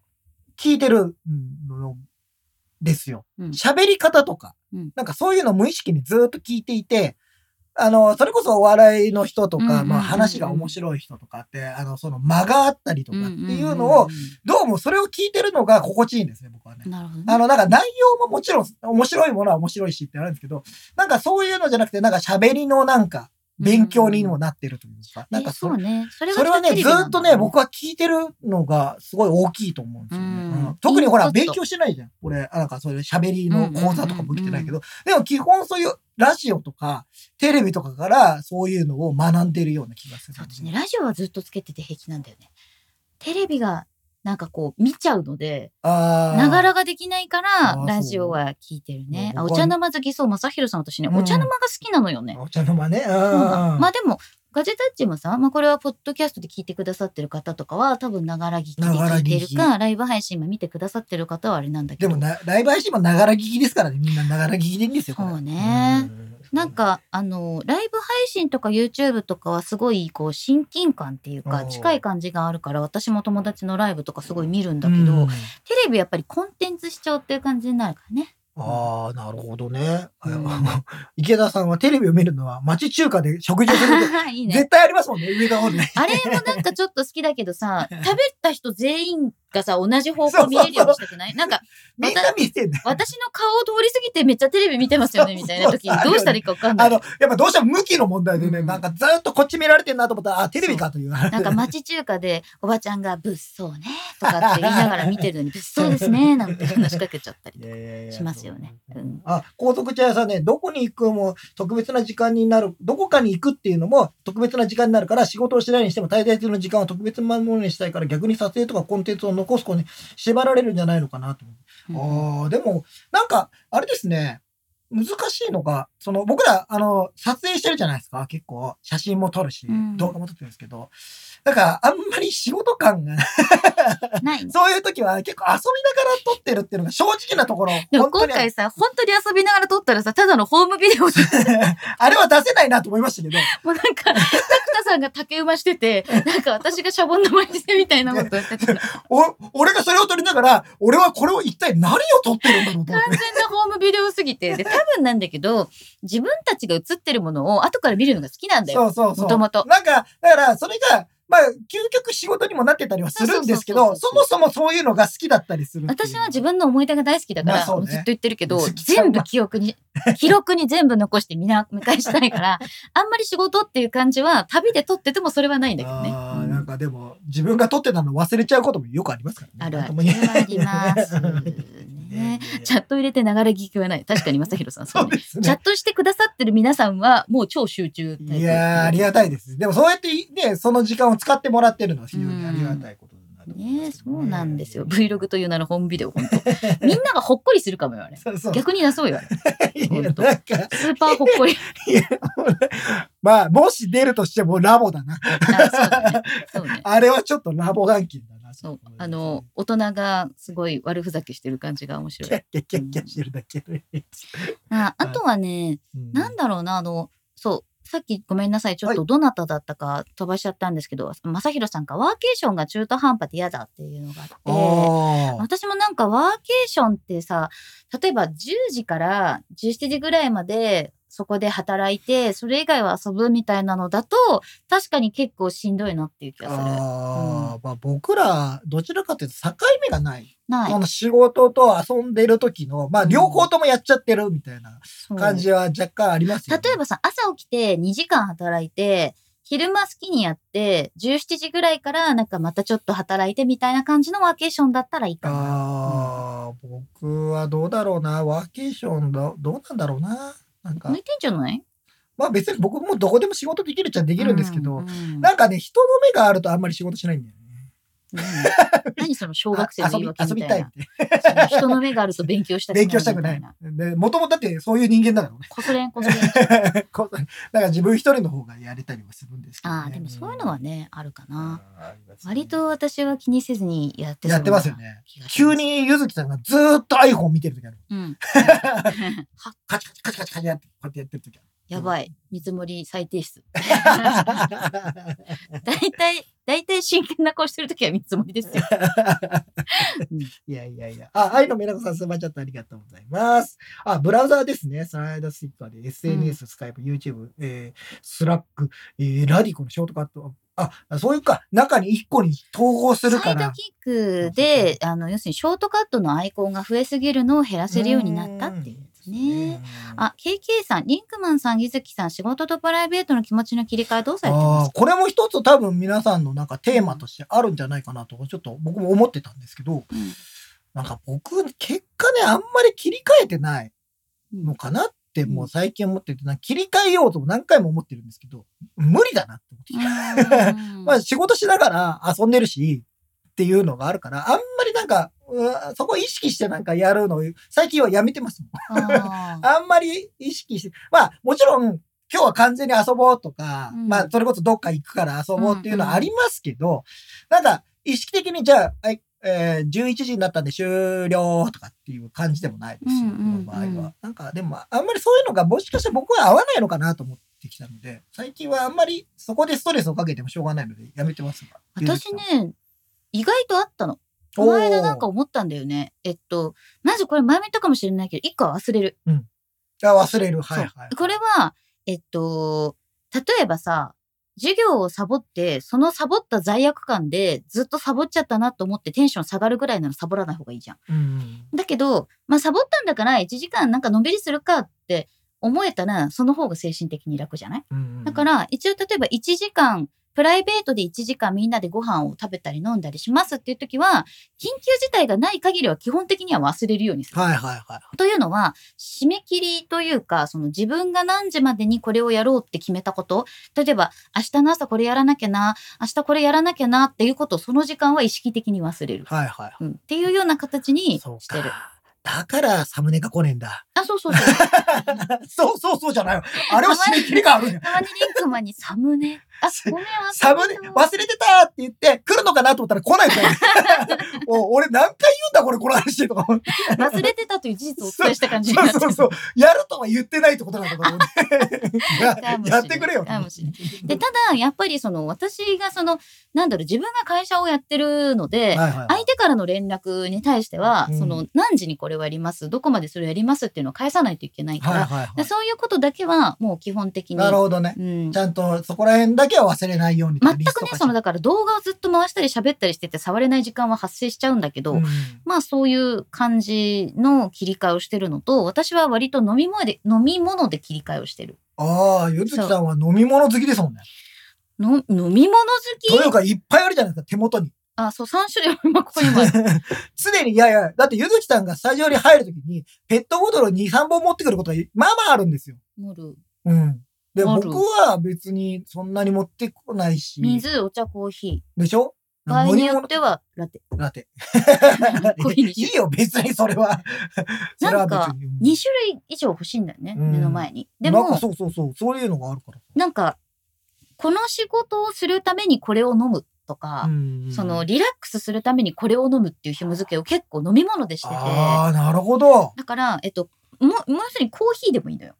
[SPEAKER 2] 聞いてるのですよ
[SPEAKER 3] うん。
[SPEAKER 2] 喋、り方とか、
[SPEAKER 3] うん
[SPEAKER 2] なんかそういうの無意識にずっと聞いていて、あの、それこそお笑いの人と
[SPEAKER 3] うんうんうん
[SPEAKER 2] か、
[SPEAKER 3] うん
[SPEAKER 2] まあ話が面白い人とかって、あの、その間があったりとかっていうの
[SPEAKER 3] ん
[SPEAKER 2] を
[SPEAKER 3] ん、ん
[SPEAKER 2] どうもそれを聞いてるのが心地いいんですね、僕はね
[SPEAKER 3] う。んなるほどね。
[SPEAKER 2] あの、なんか内容ももちろん面白いものは面白いしってあるんですけど、なんかそういうのじゃなくて、なんか喋りのなんか勉強にもなってるというか、なんか
[SPEAKER 3] そ
[SPEAKER 2] そう
[SPEAKER 3] ね。それ
[SPEAKER 2] それはね、ずっとね、僕
[SPEAKER 3] は
[SPEAKER 2] は聞いてるのがすごい大きいと思うんですよね。
[SPEAKER 3] うん
[SPEAKER 2] うん特にほ
[SPEAKER 3] イ
[SPEAKER 2] ら、
[SPEAKER 3] ンプット
[SPEAKER 2] 勉強してないじゃん。俺、あなんかそういう喋りの講座とかも受けてないけ
[SPEAKER 3] うん
[SPEAKER 2] ど、でも基本そういうラジオとかテレビとかからそういうのを学んでるような気がする
[SPEAKER 3] そうですね。ラジオはずっとつけてて平気なんだよね。テレビがなんかこう見ちゃうので、
[SPEAKER 2] あー
[SPEAKER 3] ながらができないか
[SPEAKER 2] あー
[SPEAKER 3] ら
[SPEAKER 2] そう
[SPEAKER 3] ラジオは聞いてるね。
[SPEAKER 2] も
[SPEAKER 3] あ、
[SPEAKER 2] う
[SPEAKER 3] お
[SPEAKER 2] 僕は
[SPEAKER 3] 茶の間好きそう、まさひろさん私ね、
[SPEAKER 2] うん
[SPEAKER 3] お茶の間が好きなのよね。
[SPEAKER 2] お茶の間ね。うん
[SPEAKER 3] そうなのまあでも、ガジェタッチもさ、まあこれはポッドキャストで聞いてくださってる方とかは多分ながら聞きで聞いてる
[SPEAKER 2] な
[SPEAKER 3] か、ライブ配信も見てくださってる方はあれなんだけ
[SPEAKER 2] で
[SPEAKER 3] ど。
[SPEAKER 2] もな、ライブ配信もながら聞きですからね。みんなながら聞きでいいんですよ。これ
[SPEAKER 3] そうね。
[SPEAKER 2] うん
[SPEAKER 3] なん、か、あの、ライブ配信とか YouTube とかはすごい、こう、親近感っていうか、
[SPEAKER 2] おー
[SPEAKER 3] 近い感じがあるから、私も友達のライブとかすごい見るんだ
[SPEAKER 2] だ
[SPEAKER 3] け
[SPEAKER 2] け
[SPEAKER 3] ど、
[SPEAKER 2] ど、
[SPEAKER 3] テレビやっぱりコンテンツ視聴っていう感じになるからね。
[SPEAKER 2] ああ、なるほどね。
[SPEAKER 3] うん
[SPEAKER 2] *laughs* 池田さんはテレビを見るのは町中華で食事をするこ
[SPEAKER 3] *laughs* いい
[SPEAKER 2] と、
[SPEAKER 3] ね。 *laughs*
[SPEAKER 2] 絶対ありますもんね、上がおるね。
[SPEAKER 3] あれもなんかちょっと好きだけどさ、食べた人全員がさ、同じ方向見れるようにしたくないなんか、
[SPEAKER 2] みんな見てんだよ。
[SPEAKER 3] 私の顔を通り過ぎてめっちゃテレビ見てますよね、みたいな時
[SPEAKER 2] そうそう
[SPEAKER 3] にどうしたらいいかわかんな
[SPEAKER 2] あ
[SPEAKER 3] い。
[SPEAKER 2] の、やっぱどうしても向きの問題でね、
[SPEAKER 3] うん
[SPEAKER 2] なんかずっとこっち見られてんなと思ったら、あ、テレビかという。
[SPEAKER 3] なんか町中華でおばちゃんが「物騒ね」とかって言いながら見てるのに「物騒ですね」なんて話しかけちゃったりとか。しますよねうん
[SPEAKER 2] あ、高速茶屋さんね、どこに行くも特別な時間になる、どこかに行くっていうのも特別な時間になるから、仕事をしないにしても滞在中の時間を特別なものにしたいから、逆に撮影とかコンテンツを残す子に縛られるんじゃないのかなと思う。
[SPEAKER 3] うん
[SPEAKER 2] あーでも、なんか、あれですね、難しいのが、その、僕ら、あの、撮影してるじゃないですか、結構、写真も撮るし、
[SPEAKER 3] うん
[SPEAKER 2] 動画も撮ってるんですけど、だから、あんまり仕事感が、 *laughs*
[SPEAKER 3] ないね
[SPEAKER 2] そういう時は結構遊びながら撮ってるっていうのが正直なところ、
[SPEAKER 3] でも
[SPEAKER 2] 本当
[SPEAKER 3] 今
[SPEAKER 2] に
[SPEAKER 3] 回さ本当に遊びながら撮ったらさただのホームビデオで
[SPEAKER 2] あれは出せないなと思いましたけど、
[SPEAKER 3] *laughs* もうなんか角田さんが竹馬しててなんか私がシャボン玉にしてみたいなことをやって
[SPEAKER 2] *laughs*
[SPEAKER 3] たら
[SPEAKER 2] お、俺がそれを撮りながら、俺はこれを一体何を撮ってるんだろうと思
[SPEAKER 3] 完
[SPEAKER 2] っ
[SPEAKER 3] 全なホームビデオすぎてで多分なんだけど自分たちが映ってるものを後から見るのが好きなん
[SPEAKER 2] て。
[SPEAKER 3] だよ。
[SPEAKER 2] そうそうそう。
[SPEAKER 3] もともと
[SPEAKER 2] なんか、だから、それが、まあ、究極仕事にもなってたりはするんですけど、そ
[SPEAKER 3] そ
[SPEAKER 2] う
[SPEAKER 3] そ
[SPEAKER 2] もそもそういうのが好きだったりするっていう。
[SPEAKER 3] 私は自分の思い出が大好きだから、
[SPEAKER 2] ま *laughs* あそうね
[SPEAKER 3] ずっと言ってるけど、
[SPEAKER 2] 好きだ
[SPEAKER 3] 全部記憶に、 *laughs* 記録に全部残して見な見返したいから、あんまり仕事っていう感じは、旅で撮っててもそれはないんだけどね。
[SPEAKER 2] あ
[SPEAKER 3] う
[SPEAKER 2] ー
[SPEAKER 3] ん
[SPEAKER 2] なんかでも、自分が撮ってたの忘れちゃうこともよくありますからね。
[SPEAKER 3] ある
[SPEAKER 2] な
[SPEAKER 3] あ
[SPEAKER 2] んと
[SPEAKER 3] る。
[SPEAKER 2] も
[SPEAKER 3] それ
[SPEAKER 2] 言え
[SPEAKER 3] はあります。
[SPEAKER 2] ね *laughs*
[SPEAKER 3] ね、チャット入れて流れ聞きはない。確かに正弘さん、そ
[SPEAKER 2] そうう
[SPEAKER 3] ね。
[SPEAKER 2] です
[SPEAKER 3] チャ
[SPEAKER 2] ね。
[SPEAKER 3] ットしてくださってる皆さんは、もう超集中タイプ。
[SPEAKER 2] いやー、ありがたいです。でもそうやってね、その時間を使ってもらってるのは非常にありがたいことだなと思い
[SPEAKER 3] ね
[SPEAKER 2] ま
[SPEAKER 3] え、
[SPEAKER 2] すけ
[SPEAKER 3] そ
[SPEAKER 2] どね
[SPEAKER 3] うなんですよ。Vlog という名のホームビデオ、本
[SPEAKER 2] *laughs*
[SPEAKER 3] 当。みんながほっこりするかもよ、あれ。
[SPEAKER 2] そうそう。
[SPEAKER 3] 逆に出そ
[SPEAKER 2] *laughs*
[SPEAKER 3] うよ、あれ
[SPEAKER 2] いや
[SPEAKER 3] ほ
[SPEAKER 2] なん
[SPEAKER 3] と
[SPEAKER 2] んか、
[SPEAKER 3] スーパーほっ
[SPEAKER 2] *laughs*
[SPEAKER 3] こり。
[SPEAKER 2] まあ、もし出るとしてもラボだな。
[SPEAKER 3] あそうだね。そうね。
[SPEAKER 2] あれはちょっとラボ眼球だな。
[SPEAKER 3] そう。あの、、大人がすごい悪ふざけしてる感じが面
[SPEAKER 2] *laughs*
[SPEAKER 3] 白
[SPEAKER 2] キャ
[SPEAKER 3] い。
[SPEAKER 2] ッキャッキャッキャッしてるだけで。
[SPEAKER 3] ああとはね、
[SPEAKER 2] うん
[SPEAKER 3] なんだろうな、あの、そう、さっきごめんなさい、ちょっ
[SPEAKER 2] は
[SPEAKER 3] とどなただったか飛ばしちゃったんですけど、正宏さんがワーケーションが中途半端で嫌だっていうのがあって、
[SPEAKER 2] あ
[SPEAKER 3] 私もなんかワーケーションってさ、例えば10時から17時ぐらいまでそこで働いて、それ以外は遊ぶみたいなのだと、確かに結構しんどいなっていう気
[SPEAKER 2] ー
[SPEAKER 3] がする。
[SPEAKER 2] あー、まあ僕ら、どちらかというと境目がない。
[SPEAKER 3] ない
[SPEAKER 2] そ。の仕事と遊んでる時の、まあ
[SPEAKER 3] うん
[SPEAKER 2] 両方ともやっちゃってるみたいな
[SPEAKER 3] そう
[SPEAKER 2] 感じは若干ありますよね
[SPEAKER 3] 例えばさ、朝起きて2時間働いて、昼間好きにやって、17時ぐらいからなんかまたちょっと働いてみたいな感じのワーケーションだったらいいかな。
[SPEAKER 2] あー僕はどうだろうな。ワーケーションだ、どうなんだろうな。なんか
[SPEAKER 3] 向、いてんじゃない
[SPEAKER 2] まあ別に僕もどこでも仕事できるっちゃで
[SPEAKER 3] で
[SPEAKER 2] きるんですけど、
[SPEAKER 3] な
[SPEAKER 2] なんかね、人の目があるとあんまり仕事しないんだよね。
[SPEAKER 3] *laughs* 何その小学生の
[SPEAKER 2] あ遊
[SPEAKER 3] 言い
[SPEAKER 2] び
[SPEAKER 3] 訳
[SPEAKER 2] 遊び
[SPEAKER 3] みた
[SPEAKER 2] た
[SPEAKER 3] い
[SPEAKER 2] い
[SPEAKER 3] な
[SPEAKER 2] っ。て。
[SPEAKER 3] その人の目があると勉強したくない
[SPEAKER 2] 勉
[SPEAKER 3] み
[SPEAKER 2] 強
[SPEAKER 3] た
[SPEAKER 2] し
[SPEAKER 3] いな。
[SPEAKER 2] たくない。で、もともとだってそういう人間だからね。
[SPEAKER 3] こそれん
[SPEAKER 2] *laughs*
[SPEAKER 3] こそれん。
[SPEAKER 2] こうだから自分一人の方がやれたりはするんですけど、ね。
[SPEAKER 3] ああ、でもそういうのはね、あるかな。
[SPEAKER 2] あー。ありますね
[SPEAKER 3] 割と私は気にせずにやってそう
[SPEAKER 2] や
[SPEAKER 3] な
[SPEAKER 2] ってますよね。
[SPEAKER 3] 気がしま
[SPEAKER 2] 急
[SPEAKER 3] す。
[SPEAKER 2] にゆずきさんがずーっと iPhone 見てる時ある。 *laughs*
[SPEAKER 3] うん。は
[SPEAKER 2] カチカチカチカチカチやって、こうやってやってる時
[SPEAKER 3] やばい。見積もり再提出。
[SPEAKER 2] ある。
[SPEAKER 3] 大体、大体真剣な顔してるときは見積もりですよ。
[SPEAKER 2] いやいやいや。あ、愛のメラコさん、スーパーチャットありがとうございます。あ、ブラウザーですね。スライドスイッカーで SNS、スカイプ、YouTube、えー、スラック、えー、ラディコのショートカット。あ、そういうか、中に1個に統合する
[SPEAKER 3] サ
[SPEAKER 2] か
[SPEAKER 3] イド
[SPEAKER 2] ら。
[SPEAKER 3] キックで、あの、要するにショートカットのアイコンが増えすぎるのを減らせるようになったっていうですね。
[SPEAKER 2] うん。
[SPEAKER 3] あ、KK さん、リンクマンさん、ギズキさん、仕事とプライベートの気持ちの切り替えどうされてま
[SPEAKER 2] あ
[SPEAKER 3] す
[SPEAKER 2] ー
[SPEAKER 3] か
[SPEAKER 2] これも一つ多分皆さんのなんかテーマとしてあるんじゃないかなと、ちょっと僕も思ってたんですけど、
[SPEAKER 3] うん
[SPEAKER 2] なんか僕、結果ね、あんまり切り替えてないのかなって、もう最近思ってて、なんか切り替えようとも何回も思ってるんですけど、無理だなって思って。
[SPEAKER 3] う
[SPEAKER 2] *laughs*
[SPEAKER 3] ん
[SPEAKER 2] まあ仕事しながら遊んでるし、っていうのがあるから、あんまりなんか、うーそこ意識してなんかやるの、最近はやめてますもん。
[SPEAKER 3] あー
[SPEAKER 2] あんまり意識して、まあもちろん今日は完全に遊ぼうとか、
[SPEAKER 3] うん
[SPEAKER 2] まあそれこそどっか行くから遊ぼうっていうのはありますけど、なんか意識的にじゃあ、はいえー11時になったんで終了とかっていう感じでもないですよ、
[SPEAKER 3] うんうんうん
[SPEAKER 2] この場合は。なんかでもあんまりそういうのがもしかして僕は合わないのかなと思ってきたので、最近はあんまりそこでストレスをかけてもしょうがないのでやめてますが。
[SPEAKER 3] 私ね、意外とあったの。こ
[SPEAKER 2] おー、
[SPEAKER 3] の間なんか思ったんだよね。えっと、まずこれ前も言ったかもしれないけど、一個は忘れる。
[SPEAKER 2] あ忘れる。はいはい。
[SPEAKER 3] これは、えっと、例えばさ、授業をサボって、そのサボった罪悪感でずっとサボっちゃったなと思ってテンション下がるぐらいならサボらない方がいいじゃん。
[SPEAKER 2] うん。
[SPEAKER 3] だけど、まあサボったんだから1時間なんかのんびりするかって思えたら、その方が精神的に楽じゃない
[SPEAKER 2] うん
[SPEAKER 3] だか、ら一応例えば1時間プライベートで1時間みんなでご飯を食べたり飲んだりしますっていう時は緊急事態がない限りは基本的には忘れるようにする。
[SPEAKER 2] はいはいはい。
[SPEAKER 3] というのは締め切りというかその自分が何時までにこれをやろうって決めたこと例えば明日の朝これやらなきゃな明日これやらなきゃなっていうことをその時間は意識的に忘れる、
[SPEAKER 2] はいはいは
[SPEAKER 3] うん、っていうような形
[SPEAKER 2] い。
[SPEAKER 3] に
[SPEAKER 2] そう
[SPEAKER 3] してる。
[SPEAKER 2] か。だからサムネが来ねえんだ。 *laughs*
[SPEAKER 3] あそうそうそう。
[SPEAKER 2] そうそうそうじゃないよ。あれは締め切りがあるんや。
[SPEAKER 3] たまにリンクマンにサムネ。あごめん
[SPEAKER 2] サムネ、忘れてたって言って、来るのかなと思ったら来ないから、ね。
[SPEAKER 3] *laughs*
[SPEAKER 2] お俺何回言うんだこれ、この話とか思って。
[SPEAKER 3] 忘れてたという事実をお伝えした感じに
[SPEAKER 2] そ
[SPEAKER 3] なっ
[SPEAKER 2] う
[SPEAKER 3] ちゃ
[SPEAKER 2] そうそう。やるとは言ってないってことなんだと思う
[SPEAKER 3] かもしれ
[SPEAKER 2] ね
[SPEAKER 3] ない
[SPEAKER 2] ややってくれよ。
[SPEAKER 3] かもしれでただやっぱりその私がそのなんだろう自分が会社をやってるの
[SPEAKER 2] は
[SPEAKER 3] で、
[SPEAKER 2] いはいはい
[SPEAKER 3] *laughs* 相手からの連絡に対しては、
[SPEAKER 2] うん
[SPEAKER 3] その何時にこれをやりますどこまでそれをやりますっていうのを返さないといけないか
[SPEAKER 2] は
[SPEAKER 3] ら、
[SPEAKER 2] いはいは
[SPEAKER 3] で
[SPEAKER 2] い。
[SPEAKER 3] そういうことだけはもう基本的に、
[SPEAKER 2] なるほどね。
[SPEAKER 3] うん、
[SPEAKER 2] ちゃんとそこら辺だけは忘れないようにとか
[SPEAKER 3] 全
[SPEAKER 2] リス
[SPEAKER 3] く
[SPEAKER 2] ト
[SPEAKER 3] ね
[SPEAKER 2] 化して
[SPEAKER 3] そのだから動画をずっと回したり喋ったりしてて触れない時間は発生しちゃうんだけど、
[SPEAKER 2] うん
[SPEAKER 3] まあそういう感じの切り替えをしてるのと私は割と飲み物で飲み物で切り替えをしてる。
[SPEAKER 2] ああ、ゆずきさんは飲み物好きですもんね。
[SPEAKER 3] の飲み物好
[SPEAKER 2] という
[SPEAKER 3] き
[SPEAKER 2] か、いっぱいあるじゃないですか、手元に。
[SPEAKER 3] あそう3種類今ここにもある
[SPEAKER 2] 常に、いやいや、だってゆずきさんがスタジオに入るときに、ペットボトルを2、3本持ってくることは、まあまああるんですよ。
[SPEAKER 3] モル
[SPEAKER 2] うん。で、
[SPEAKER 3] ある
[SPEAKER 2] 僕は別にそんなに持ってこないし。
[SPEAKER 3] 水、お茶、コーヒ
[SPEAKER 2] でしょ
[SPEAKER 3] ー。場合によ
[SPEAKER 2] 飲
[SPEAKER 3] っ
[SPEAKER 2] み
[SPEAKER 3] てはラテ。
[SPEAKER 2] 物だって。
[SPEAKER 3] *laughs* コーヒ
[SPEAKER 2] い
[SPEAKER 3] ーにしよう
[SPEAKER 2] いよ、別にそれ
[SPEAKER 3] *laughs*
[SPEAKER 2] は。それは別にうん
[SPEAKER 3] 2種類以上欲しいんだよね、
[SPEAKER 2] うん
[SPEAKER 3] 目の前に。で
[SPEAKER 2] なんか
[SPEAKER 3] も、
[SPEAKER 2] そうそうそう、そういうのがあるから。
[SPEAKER 3] なんか、この仕事をするためにこれを飲むとか、
[SPEAKER 2] うん
[SPEAKER 3] その、リラックスするためにこれを飲むっていう紐付けを結構飲み物でしてて、
[SPEAKER 2] ああ、なるほど。
[SPEAKER 3] だから、えっと、ももう一人コーヒーでもいいのよ。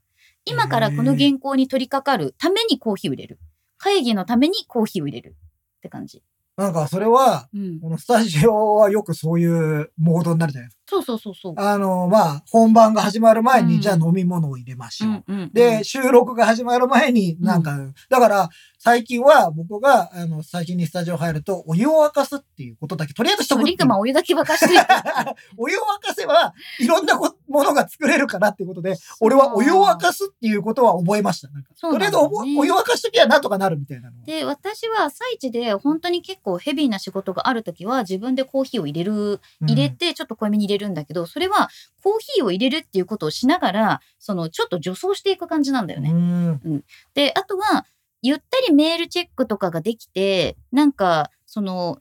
[SPEAKER 3] 今からこの原稿に取り掛かるためにコーヒーを入れる。会議のためにコーヒーを入れる。って感じ。
[SPEAKER 2] なんか、それは、
[SPEAKER 3] うん。
[SPEAKER 2] このスタジオはよくそういうモードになるじゃないです
[SPEAKER 3] そうそうそうそう。
[SPEAKER 2] か。あの、まあ、本番が始まる前に、
[SPEAKER 3] うん
[SPEAKER 2] じゃあ飲み物を入れましょう。
[SPEAKER 3] うんうん、
[SPEAKER 2] で、収録が始まる前に、なんか、だから、最近は僕が、あの、先にスタジオ入ると、お湯を沸かすっていうことだけ、とりあえずしと
[SPEAKER 3] そ
[SPEAKER 2] く
[SPEAKER 3] う
[SPEAKER 2] ってい
[SPEAKER 3] リ
[SPEAKER 2] う
[SPEAKER 3] クマンお湯だけ沸かしてる。
[SPEAKER 2] *laughs* お湯を沸かせば、いろんなこものが作れるかなっていうことで、俺はお湯を沸かすっていうことは覚えました。なんか
[SPEAKER 3] そう
[SPEAKER 2] と
[SPEAKER 3] なん
[SPEAKER 2] りあ
[SPEAKER 3] だ
[SPEAKER 2] えずお
[SPEAKER 3] ね
[SPEAKER 2] ぼお湯沸かしときゃなんとかなるみたいなの。
[SPEAKER 3] で私は朝一で本当に結構ヘビーな仕事がある時は自分でコーヒーを入れる
[SPEAKER 2] うん
[SPEAKER 3] 入れてちょっと濃いめに入れるんだけど、それはコーヒーを入れるっていうことをしながらそのちょっと助走していく感じなんだよね。
[SPEAKER 2] うん
[SPEAKER 3] であとはゆったりメールチェックとかができてなんかその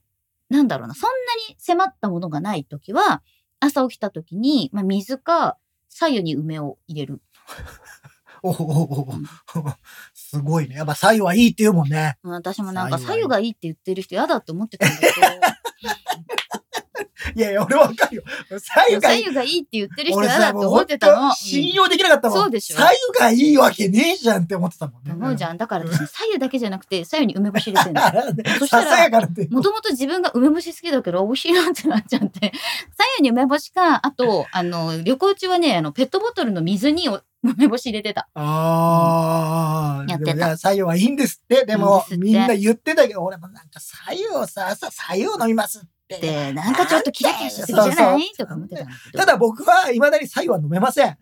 [SPEAKER 3] なんだろうなそんなに迫ったものがない時は朝起きた時に、まあ、水か左右に梅を入れる。
[SPEAKER 2] おおおお *laughs* すごいね。やっぱ白湯はいいって言うもんね。
[SPEAKER 3] 私もなんか
[SPEAKER 2] 白
[SPEAKER 3] 左
[SPEAKER 2] 湯
[SPEAKER 3] 右がいいって言ってる人嫌だって思ってたんだけど。
[SPEAKER 2] いやいや、俺わかるよ。白湯がいい。
[SPEAKER 3] 左右がいいって言ってる人
[SPEAKER 2] 俺
[SPEAKER 3] だな
[SPEAKER 2] さ、
[SPEAKER 3] って
[SPEAKER 2] もう
[SPEAKER 3] 思っ
[SPEAKER 2] 本
[SPEAKER 3] てたの。
[SPEAKER 2] 当信用できなかったもん。
[SPEAKER 3] そうでしょ
[SPEAKER 2] 白湯がいいわけねえじゃんって思ってたもん
[SPEAKER 3] う
[SPEAKER 2] ね。
[SPEAKER 3] ん思うじ
[SPEAKER 2] ん。
[SPEAKER 3] ゃん。だから私、左右だけじゃなくて、左右に梅干し入れてるの。
[SPEAKER 2] *laughs*
[SPEAKER 3] そした
[SPEAKER 2] さ
[SPEAKER 3] ら
[SPEAKER 2] さやかなって。
[SPEAKER 3] もともと自分が梅干し好きだけど、美味しいなってなっちゃって。左右に梅干しか、あと、あの、旅行中はね、あの、ペットボトルの水にお梅干し入れてた。
[SPEAKER 2] ああ、
[SPEAKER 3] やって
[SPEAKER 2] で
[SPEAKER 3] た
[SPEAKER 2] もいや、左右はいいんですって。でも、
[SPEAKER 3] いいんですって
[SPEAKER 2] みんな言ってたけど、俺もなんか左右をさ、朝左右飲みますって。
[SPEAKER 3] で、なんかちょっとキラキラしすぎじゃ
[SPEAKER 2] そ
[SPEAKER 3] な
[SPEAKER 2] う
[SPEAKER 3] いとか思ってたんだけど。
[SPEAKER 2] ただ僕は未だに左右は飲めませ
[SPEAKER 3] *laughs*
[SPEAKER 2] ん。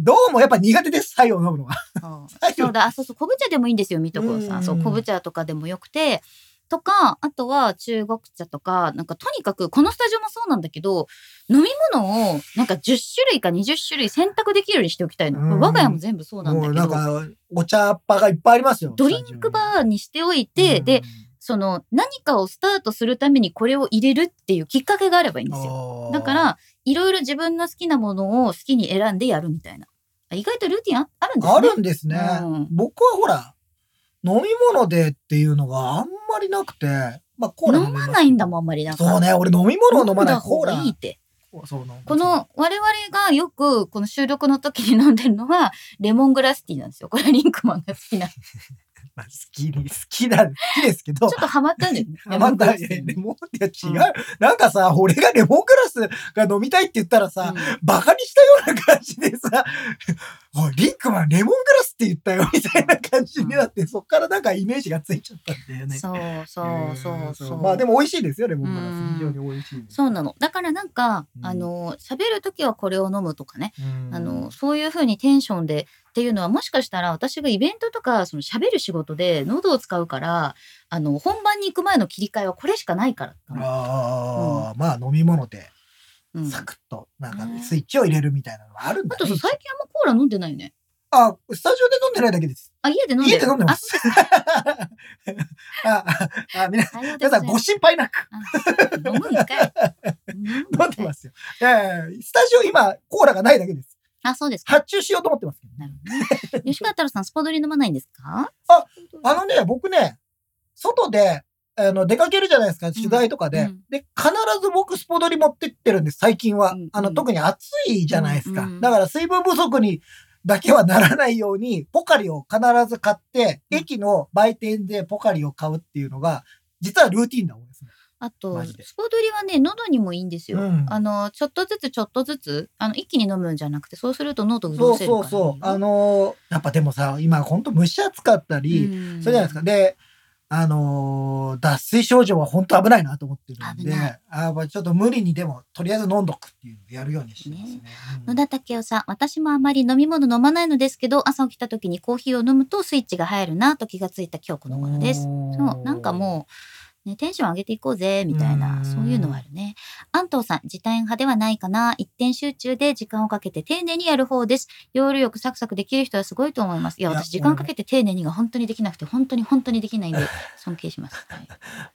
[SPEAKER 2] どうもやっぱ苦手です、左右を飲むのは。
[SPEAKER 3] うん、
[SPEAKER 2] 左右
[SPEAKER 3] そうだ、あ、そうそう、昆布茶でもいいんですよ、水戸黄
[SPEAKER 2] う
[SPEAKER 3] さ
[SPEAKER 2] ん
[SPEAKER 3] ん。そう、昆布茶とかでもよくて、とか、あとは中国茶とか、なんかとにかく、このスタジオもそうなんだけど、飲み物をなんか10種類か20種類選択できるようにしておきたいの。これ
[SPEAKER 2] うん
[SPEAKER 3] 我が家も全部そうなんだ
[SPEAKER 2] もう
[SPEAKER 3] け
[SPEAKER 2] なん
[SPEAKER 3] ど、
[SPEAKER 2] か、お茶っ葉がいっぱいありますよ。
[SPEAKER 3] ドリンクバーにしておいて、
[SPEAKER 2] うん
[SPEAKER 3] で、、その何かをスタートするためにこれを入れるっていうきっかけがあればいいんですよ。
[SPEAKER 2] よ
[SPEAKER 3] だか、ら、いろいろ自分の好きなものを好きに選んでやるみたいな。あ意外とルーティンああるんですね。
[SPEAKER 2] あるんですね。
[SPEAKER 3] うん
[SPEAKER 2] 僕はほら、飲み物でっていうのがあんまりなくて、まあコーラ
[SPEAKER 3] 飲まないんだ
[SPEAKER 2] ん。
[SPEAKER 3] もん、あんまりなんか。
[SPEAKER 2] そうね、俺飲み物を飲まない。
[SPEAKER 3] 飲んだ
[SPEAKER 2] コ
[SPEAKER 3] 方
[SPEAKER 2] ー
[SPEAKER 3] が
[SPEAKER 2] ラ。
[SPEAKER 3] いいって。
[SPEAKER 2] そう飲む
[SPEAKER 3] この、我々がよく、この収録の時に飲んでるのは、レモングラスティーなんですよ。これはリンクマンが好きな。ち
[SPEAKER 2] まあ、好きに、好 *laughs* きだ、好きですけ
[SPEAKER 3] ょ
[SPEAKER 2] ど
[SPEAKER 3] っ。とハマったんだ
[SPEAKER 2] *laughs*
[SPEAKER 3] よね。レモ
[SPEAKER 2] ま
[SPEAKER 3] ング
[SPEAKER 2] た、
[SPEAKER 3] ラ
[SPEAKER 2] い
[SPEAKER 3] ス
[SPEAKER 2] や
[SPEAKER 3] ティー
[SPEAKER 2] レ
[SPEAKER 3] に。
[SPEAKER 2] モンって違う、
[SPEAKER 3] うん
[SPEAKER 2] なんかさ、俺がレモングラスが飲みたいって言ったらさ、
[SPEAKER 3] うん
[SPEAKER 2] バカにしたような感じでさ、 *laughs* おい、リンクマン、レモングラスって言ったよ、みたいな感じになって、そっからなんかイメージがついちゃったんだよね。
[SPEAKER 3] そうそうそうそう。
[SPEAKER 2] まあでも美味しいですよ、レモングラ
[SPEAKER 3] うん
[SPEAKER 2] ス。非常に美味しい。
[SPEAKER 3] そうなの。だからなんか、
[SPEAKER 2] うん
[SPEAKER 3] あの、喋るときはこれを飲むとかね。
[SPEAKER 2] うん
[SPEAKER 3] あの、そういうふうにテンションでっていうのは、もしかしたら私がイベントとか、その喋る仕事で喉を使うから、あの、本番に行く前の切り替えはこれしかないからかな。
[SPEAKER 2] ああ、まあ飲み物で
[SPEAKER 3] うん、
[SPEAKER 2] サ
[SPEAKER 3] あ
[SPEAKER 2] クッとなんかスイッチを入れるみたいなのはあるんだ、ね
[SPEAKER 3] とそう最近あんまコーラ飲んでないよね。
[SPEAKER 2] あ、スタジオで飲んでないだけです。
[SPEAKER 3] あ、家で飲んでる。
[SPEAKER 2] 家で飲んでます。 *laughs* あ、ああ皆さん
[SPEAKER 3] あ。さよ
[SPEAKER 2] 皆
[SPEAKER 3] うでござ
[SPEAKER 2] さ
[SPEAKER 3] い
[SPEAKER 2] ん
[SPEAKER 3] ま
[SPEAKER 2] ご
[SPEAKER 3] す
[SPEAKER 2] 心配なく
[SPEAKER 3] あ飲むんかい。
[SPEAKER 2] *laughs* 飲んでますよ。いやいやスタジオ今コーラがないだけです。
[SPEAKER 3] あ、そうですか。
[SPEAKER 2] 発注しようと思ってますけどね。
[SPEAKER 3] なるほどね。吉川太郎さん、スポドリ飲まないんですか
[SPEAKER 2] あのね、僕ね、外で、あの、出かけるじゃないですか、取材とかで。
[SPEAKER 3] うん
[SPEAKER 2] で、必ず僕、スポドリ持ってってるんです、最近は。
[SPEAKER 3] うん
[SPEAKER 2] あの、
[SPEAKER 3] うん
[SPEAKER 2] 特に暑いじゃないですか。
[SPEAKER 3] うんうん
[SPEAKER 2] だから、水分不足にだけはならないように、ポカリを必ず買って、
[SPEAKER 3] うん
[SPEAKER 2] 駅の売店でポカリを買うっていうのが、実はルーティンだもんですね。
[SPEAKER 3] あと、
[SPEAKER 2] マジで
[SPEAKER 3] スポドリはね、喉にもいいんですよ。
[SPEAKER 2] うん
[SPEAKER 3] あの、ちょっとずつちょっとずつ、あの、一気に飲むんじゃなくて、そうすると喉う
[SPEAKER 2] そ
[SPEAKER 3] ど
[SPEAKER 2] う
[SPEAKER 3] せるか
[SPEAKER 2] そ
[SPEAKER 3] ら
[SPEAKER 2] うそう。あのーやっぱでもさ、今、ほんと蒸し暑かったり、
[SPEAKER 3] うん
[SPEAKER 2] それじゃないですか。で、あのー脱水症状は本当危ないなと思ってるん
[SPEAKER 3] 危
[SPEAKER 2] で
[SPEAKER 3] な、
[SPEAKER 2] あーまあちょっと無理にでも、とりあえず飲んどくっていうのをやるようにしてますね。うん
[SPEAKER 3] 野田武雄さん、私もあまり飲み物飲まないのですけど、朝起きた時にコーヒーを飲むとスイッチが入るなと気がついた今日この頃です。そう、なんかもう、ね、テンション上げていこうぜ、みたいうな、
[SPEAKER 2] ん
[SPEAKER 3] そういうのはあるね。安藤さん、時短派ではないかな。一点集中で時間をかけて丁寧にやる方です。要領よくサクサクできる人はすごいと思います。いや、
[SPEAKER 2] いや
[SPEAKER 3] 私、時間かけて丁寧にが本当にできなくて、本当に本当にできない
[SPEAKER 2] *laughs*
[SPEAKER 3] んで、尊敬します。はい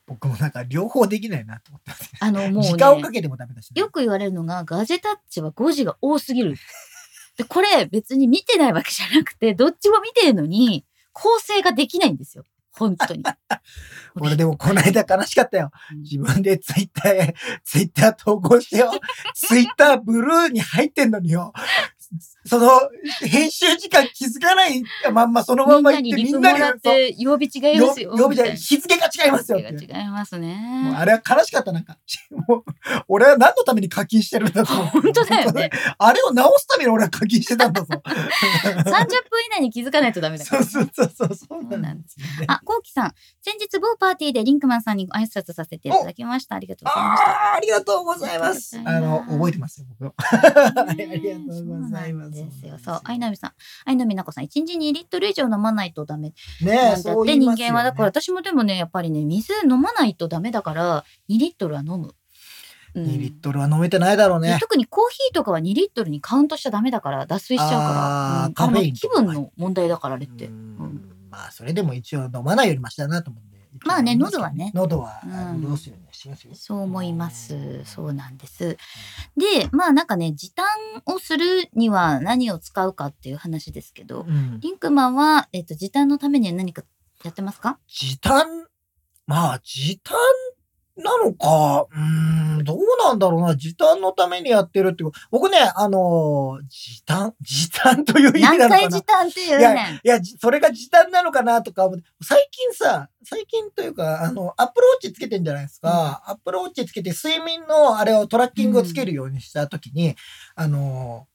[SPEAKER 2] 僕もなんか両方できないなと思ってますね
[SPEAKER 3] あの、もう、ね、
[SPEAKER 2] 時間をかけてもダメだしね、
[SPEAKER 3] よく言われるのが、ガジェタッチは誤字が多すぎる。で、これ別に見てないわけじゃなくて、どっちも見てるのに、構成ができないんですよ。本
[SPEAKER 2] *laughs*
[SPEAKER 3] 当に。
[SPEAKER 2] 俺でもこの間悲しかったよ。自分でツイッターへ、 *laughs* ツイッター投稿して
[SPEAKER 3] *laughs*
[SPEAKER 2] よ。ツイッターブルーに入ってんのによ。その、編集時間気づかないまんまそのま
[SPEAKER 3] み
[SPEAKER 2] ん
[SPEAKER 3] ん
[SPEAKER 2] ま
[SPEAKER 3] な
[SPEAKER 2] 行っ
[SPEAKER 3] に
[SPEAKER 2] て
[SPEAKER 3] リ
[SPEAKER 2] み
[SPEAKER 3] プ
[SPEAKER 2] ん
[SPEAKER 3] も
[SPEAKER 2] なに
[SPEAKER 3] らって、曜日違いますよ。
[SPEAKER 2] 曜日じゃない
[SPEAKER 3] み
[SPEAKER 2] 日付が違います
[SPEAKER 3] た
[SPEAKER 2] よ
[SPEAKER 3] い
[SPEAKER 2] って
[SPEAKER 3] な。。曜日が違います
[SPEAKER 2] もう
[SPEAKER 3] ね。
[SPEAKER 2] あれは悲しかった、なんか。もう、俺は何のために課金してるんだと。
[SPEAKER 3] 本当だよね。
[SPEAKER 2] *laughs* あれを直すために俺は課金してたんだ
[SPEAKER 3] *laughs*
[SPEAKER 2] ぞ。
[SPEAKER 3] 30分以内に気づかないとダメだか
[SPEAKER 2] そ
[SPEAKER 3] ら
[SPEAKER 2] う
[SPEAKER 3] ね。
[SPEAKER 2] そうそうそう、そうなんですよね。
[SPEAKER 3] あ、こうきさん。先日某パーティーでリンクマンさんに挨拶させていただきました。ありがとうございました。
[SPEAKER 2] あーありがとうございます。
[SPEAKER 3] あ
[SPEAKER 2] あ
[SPEAKER 3] りがとうござい
[SPEAKER 2] の
[SPEAKER 3] ます、
[SPEAKER 2] 覚えてますよ、僕。 *laughs* ありがとうございます
[SPEAKER 3] そうなんですよ。そう、相波さん、相波奈子さん、一日2リットル以上飲まないとダメなん
[SPEAKER 2] ね
[SPEAKER 3] だ
[SPEAKER 2] え、
[SPEAKER 3] って、
[SPEAKER 2] そう言い
[SPEAKER 3] 人
[SPEAKER 2] ますよね
[SPEAKER 3] 間はだから、私もでもね、やっぱりね、水飲まないとダメだから、2リットルは飲む。うん
[SPEAKER 2] 2リットルは飲めてないだろうね。
[SPEAKER 3] 特にコーヒーとかは2リットルにカウントしちゃダメだから、脱水しちゃうか
[SPEAKER 2] あ
[SPEAKER 3] ら。
[SPEAKER 2] ー
[SPEAKER 3] うん
[SPEAKER 2] カフェイン
[SPEAKER 3] あの気分の問題だから、あれって。
[SPEAKER 2] うんまあ、それでも一応飲まないよりマシだなと思うんで。
[SPEAKER 3] まあね喉はね
[SPEAKER 2] 喉は
[SPEAKER 3] うん、
[SPEAKER 2] どうするようにしてますよ。
[SPEAKER 3] そう思います。そうなんです。で、まあなんかね、時短をするには何を使うかっていう話ですけど、
[SPEAKER 2] うん
[SPEAKER 3] リンクマンは、えっと、時短のためには何かやってますか
[SPEAKER 2] 時短、まあ時短なのか、うーん、どうなんだろうな、時短のためにやってるってこと。僕ね、あのー時短、 *laughs* 時短という意味
[SPEAKER 3] 何
[SPEAKER 2] なの
[SPEAKER 3] 回
[SPEAKER 2] かな。
[SPEAKER 3] 時
[SPEAKER 2] い
[SPEAKER 3] 短って言うねん。
[SPEAKER 2] や、じそれが時短なのかなとか思って、最近さ、最近というか、あの、アップローチつけてんじゃないですか、アップローチつけて睡眠のあれをトラッキングをつけるようにしたときに、あのー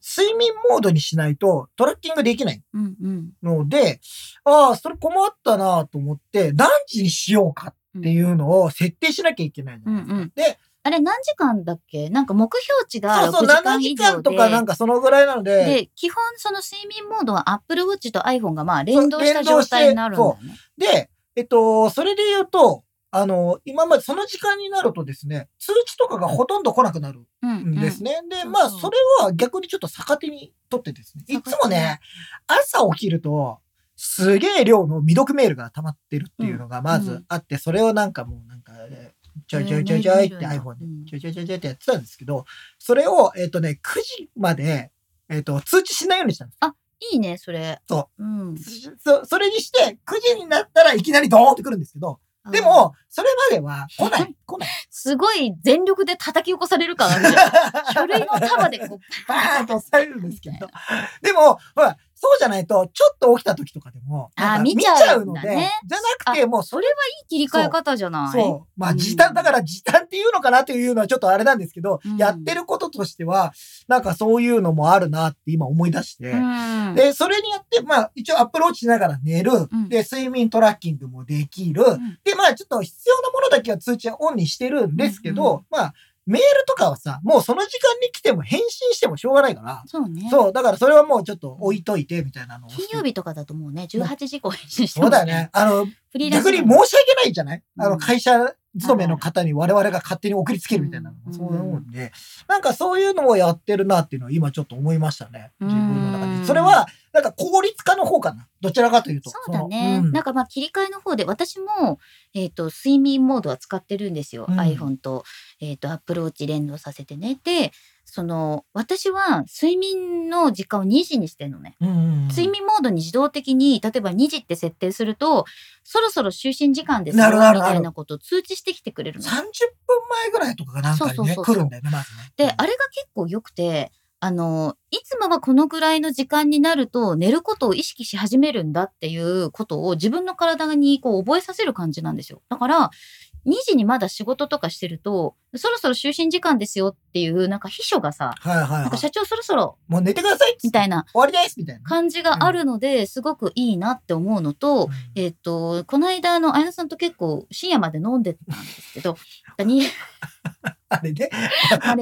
[SPEAKER 2] 睡眠モードにしないとトラッキングできない。
[SPEAKER 3] うんうん。
[SPEAKER 2] ので、ああ、それ困ったなと思って、何時にしようかっていうのを設定しなきゃいけない
[SPEAKER 3] うんうん。
[SPEAKER 2] で、
[SPEAKER 3] あれ何時間だっけなんか目標値が
[SPEAKER 2] そうそう、
[SPEAKER 3] 6時間
[SPEAKER 2] 7
[SPEAKER 3] 以
[SPEAKER 2] 時
[SPEAKER 3] 上
[SPEAKER 2] 間
[SPEAKER 3] で。
[SPEAKER 2] とかなんかそのぐらいなので、
[SPEAKER 3] で、基本その睡眠モードは Apple Watch と iPhone がまあ連動した状態になるんだよね。
[SPEAKER 2] でえっと、それで言うと、あの、今までその時間になるとですね、通知とかがほとんど来なくなる
[SPEAKER 3] うんん
[SPEAKER 2] ですね。で、
[SPEAKER 3] そう
[SPEAKER 2] まあ、
[SPEAKER 3] そう
[SPEAKER 2] それは逆にちょっと逆手にとってですね。い
[SPEAKER 3] 逆手
[SPEAKER 2] つもね、朝起きると、すげえ量の未読メールが溜まってるっていうのがま
[SPEAKER 3] うんう
[SPEAKER 2] ず
[SPEAKER 3] ん
[SPEAKER 2] あって、それをなんかもうなんか、ちょいちょいちょいちょいって iPhone でちょいちょいちょいちょいってやってたんですけど、それを、えっ、とね、9時まで、えっ、と、通知しないようにしたんです。
[SPEAKER 3] いいね、それ。。
[SPEAKER 2] そう
[SPEAKER 3] うん。
[SPEAKER 2] そそれにして、9時になったらいきなりドーンってくるんですけど、でも、それまでは来ない、来ない。
[SPEAKER 3] あ、すごい全力で叩き起こされる感あるじゃん書類の束でこう、
[SPEAKER 2] *laughs* バーンと押されるんですけど。でも、ほら、そうじゃないと、ちょっと起きた時とかでも、
[SPEAKER 3] あー
[SPEAKER 2] なんか
[SPEAKER 3] 見
[SPEAKER 2] 見
[SPEAKER 3] ち
[SPEAKER 2] ち
[SPEAKER 3] ゃ
[SPEAKER 2] ゃ
[SPEAKER 3] う
[SPEAKER 2] うんの
[SPEAKER 3] だ
[SPEAKER 2] で、
[SPEAKER 3] ね
[SPEAKER 2] じゃなくて、もうそれはい
[SPEAKER 3] い切り替え方じゃない。
[SPEAKER 2] そう。ま
[SPEAKER 3] う
[SPEAKER 2] あ
[SPEAKER 3] ん
[SPEAKER 2] 時短、だから時短っていうのかなというのはちょっとあれなんですけど、
[SPEAKER 3] うん
[SPEAKER 2] やってることとしては、なんかそういうのもあるなって今思い出して、
[SPEAKER 3] うん。
[SPEAKER 2] で、それによって、まあ、一応アプローチしながら寝る。
[SPEAKER 3] ん
[SPEAKER 2] で、睡眠トラッキングもできる。
[SPEAKER 3] ん
[SPEAKER 2] で、まあ、ちょっと必要なものだけは通知はオンにしてるんですけ
[SPEAKER 3] うん
[SPEAKER 2] ど、まあ、メールとかはさ、もうその時間に来ても返信してもしょうがないから、
[SPEAKER 3] そうね。
[SPEAKER 2] そう、だからそれはもうちょっと置いといて、みたいなのをして。
[SPEAKER 3] 金曜日とかだともうね、18時以降返信して
[SPEAKER 2] そう
[SPEAKER 3] ます
[SPEAKER 2] だよね。。あの、
[SPEAKER 3] フリーランス
[SPEAKER 2] 逆に申し訳ないじゃない、あ
[SPEAKER 3] う
[SPEAKER 2] の、
[SPEAKER 3] ん
[SPEAKER 2] 会社勤めの方に我々が勝手に送りつけるみたいなの
[SPEAKER 3] う
[SPEAKER 2] も
[SPEAKER 3] ん
[SPEAKER 2] そう思うんで、なんかそういうのをやってるなっていうのを今ちょっと思いましたね。自分の中
[SPEAKER 3] うん
[SPEAKER 2] で。それは、なんか効率化の方かな。どちらかというと。
[SPEAKER 3] そうだね、
[SPEAKER 2] そのうん
[SPEAKER 3] なんかまあ切り替えの方で私も、えっと睡眠モードは使ってるんですよ、
[SPEAKER 2] うん
[SPEAKER 3] iPhone と,、えっとアップローチ連動させてねでその私は睡眠の時間を2時にしてるのね、
[SPEAKER 2] うんうんうん
[SPEAKER 3] 睡眠モードに自動的に例えば2時って設定するとそろそろ就寝時間ですよ
[SPEAKER 2] なるなる
[SPEAKER 3] み
[SPEAKER 2] なる
[SPEAKER 3] たいなことを通知してきてくれるの
[SPEAKER 2] 30分前ぐらいとかがなんか
[SPEAKER 3] そ
[SPEAKER 2] に
[SPEAKER 3] うそう
[SPEAKER 2] ね、
[SPEAKER 3] そうそう
[SPEAKER 2] 来るんだよね、まずね。
[SPEAKER 3] で、あれが結構良くて、あの、いつもはこのぐらいの時間になると寝ることを意識し始めるんだっていうことを自分の体にこう覚えさせる感じなんですよ。だから、2時にまだ仕事とかしてると、そろそろ就寝時間ですよっていう、なんか秘書がさ、
[SPEAKER 2] はいはい
[SPEAKER 3] なんか
[SPEAKER 2] は
[SPEAKER 3] 社長そろそろ
[SPEAKER 2] い。もう寝てくださいっつ
[SPEAKER 3] み
[SPEAKER 2] って
[SPEAKER 3] たいな
[SPEAKER 2] 終わりですみたいな。
[SPEAKER 3] 感じがあるので、すごくいいなって思うのと、
[SPEAKER 2] うん
[SPEAKER 3] えっ、と、この間、あの、あやさんと結構深夜まで飲んでたんですけど、に
[SPEAKER 2] あれね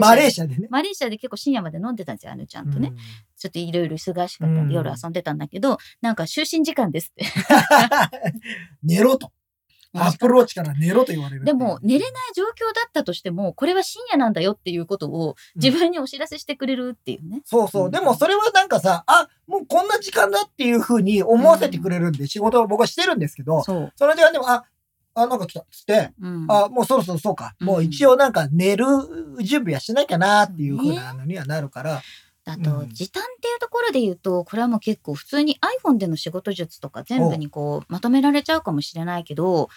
[SPEAKER 3] マレーシ
[SPEAKER 2] *laughs* マレーシ
[SPEAKER 3] ア、
[SPEAKER 2] アでね。
[SPEAKER 3] マレーシアで結構深夜まで飲んでたんですよ、あのちゃんとね。
[SPEAKER 2] うん
[SPEAKER 3] ちょっといろいろ忙しかったん
[SPEAKER 2] うん
[SPEAKER 3] で夜遊んでたんだけど、なんか就寝時間ですって。
[SPEAKER 2] *laughs* 寝ろと。アップローチから寝ろと言われる。
[SPEAKER 3] でも寝れない状況だったとしても、これは深夜なんだよっていうことを自分にお知らせしてくれるっていうね。
[SPEAKER 2] そうそうう。
[SPEAKER 3] ん
[SPEAKER 2] でもそれはなんかさ、あ、もうこんな時間だっていうふうに思わせてくれるんで、仕事を僕はしてるんですけど、
[SPEAKER 3] そう。
[SPEAKER 2] その時間でも、あ、あ、なんか来たっつって、
[SPEAKER 3] うん、
[SPEAKER 2] あ、もうそろそろそうか。
[SPEAKER 3] うん
[SPEAKER 2] もう一応なんか寝る準備はしなきゃなっていうふうなのにはなるから、
[SPEAKER 3] あと、
[SPEAKER 2] うん
[SPEAKER 3] 時短っていうところで言うと、これはもう結構普通に iPhone での仕事術とか全部にこうまとめられちゃうかもしれないけど、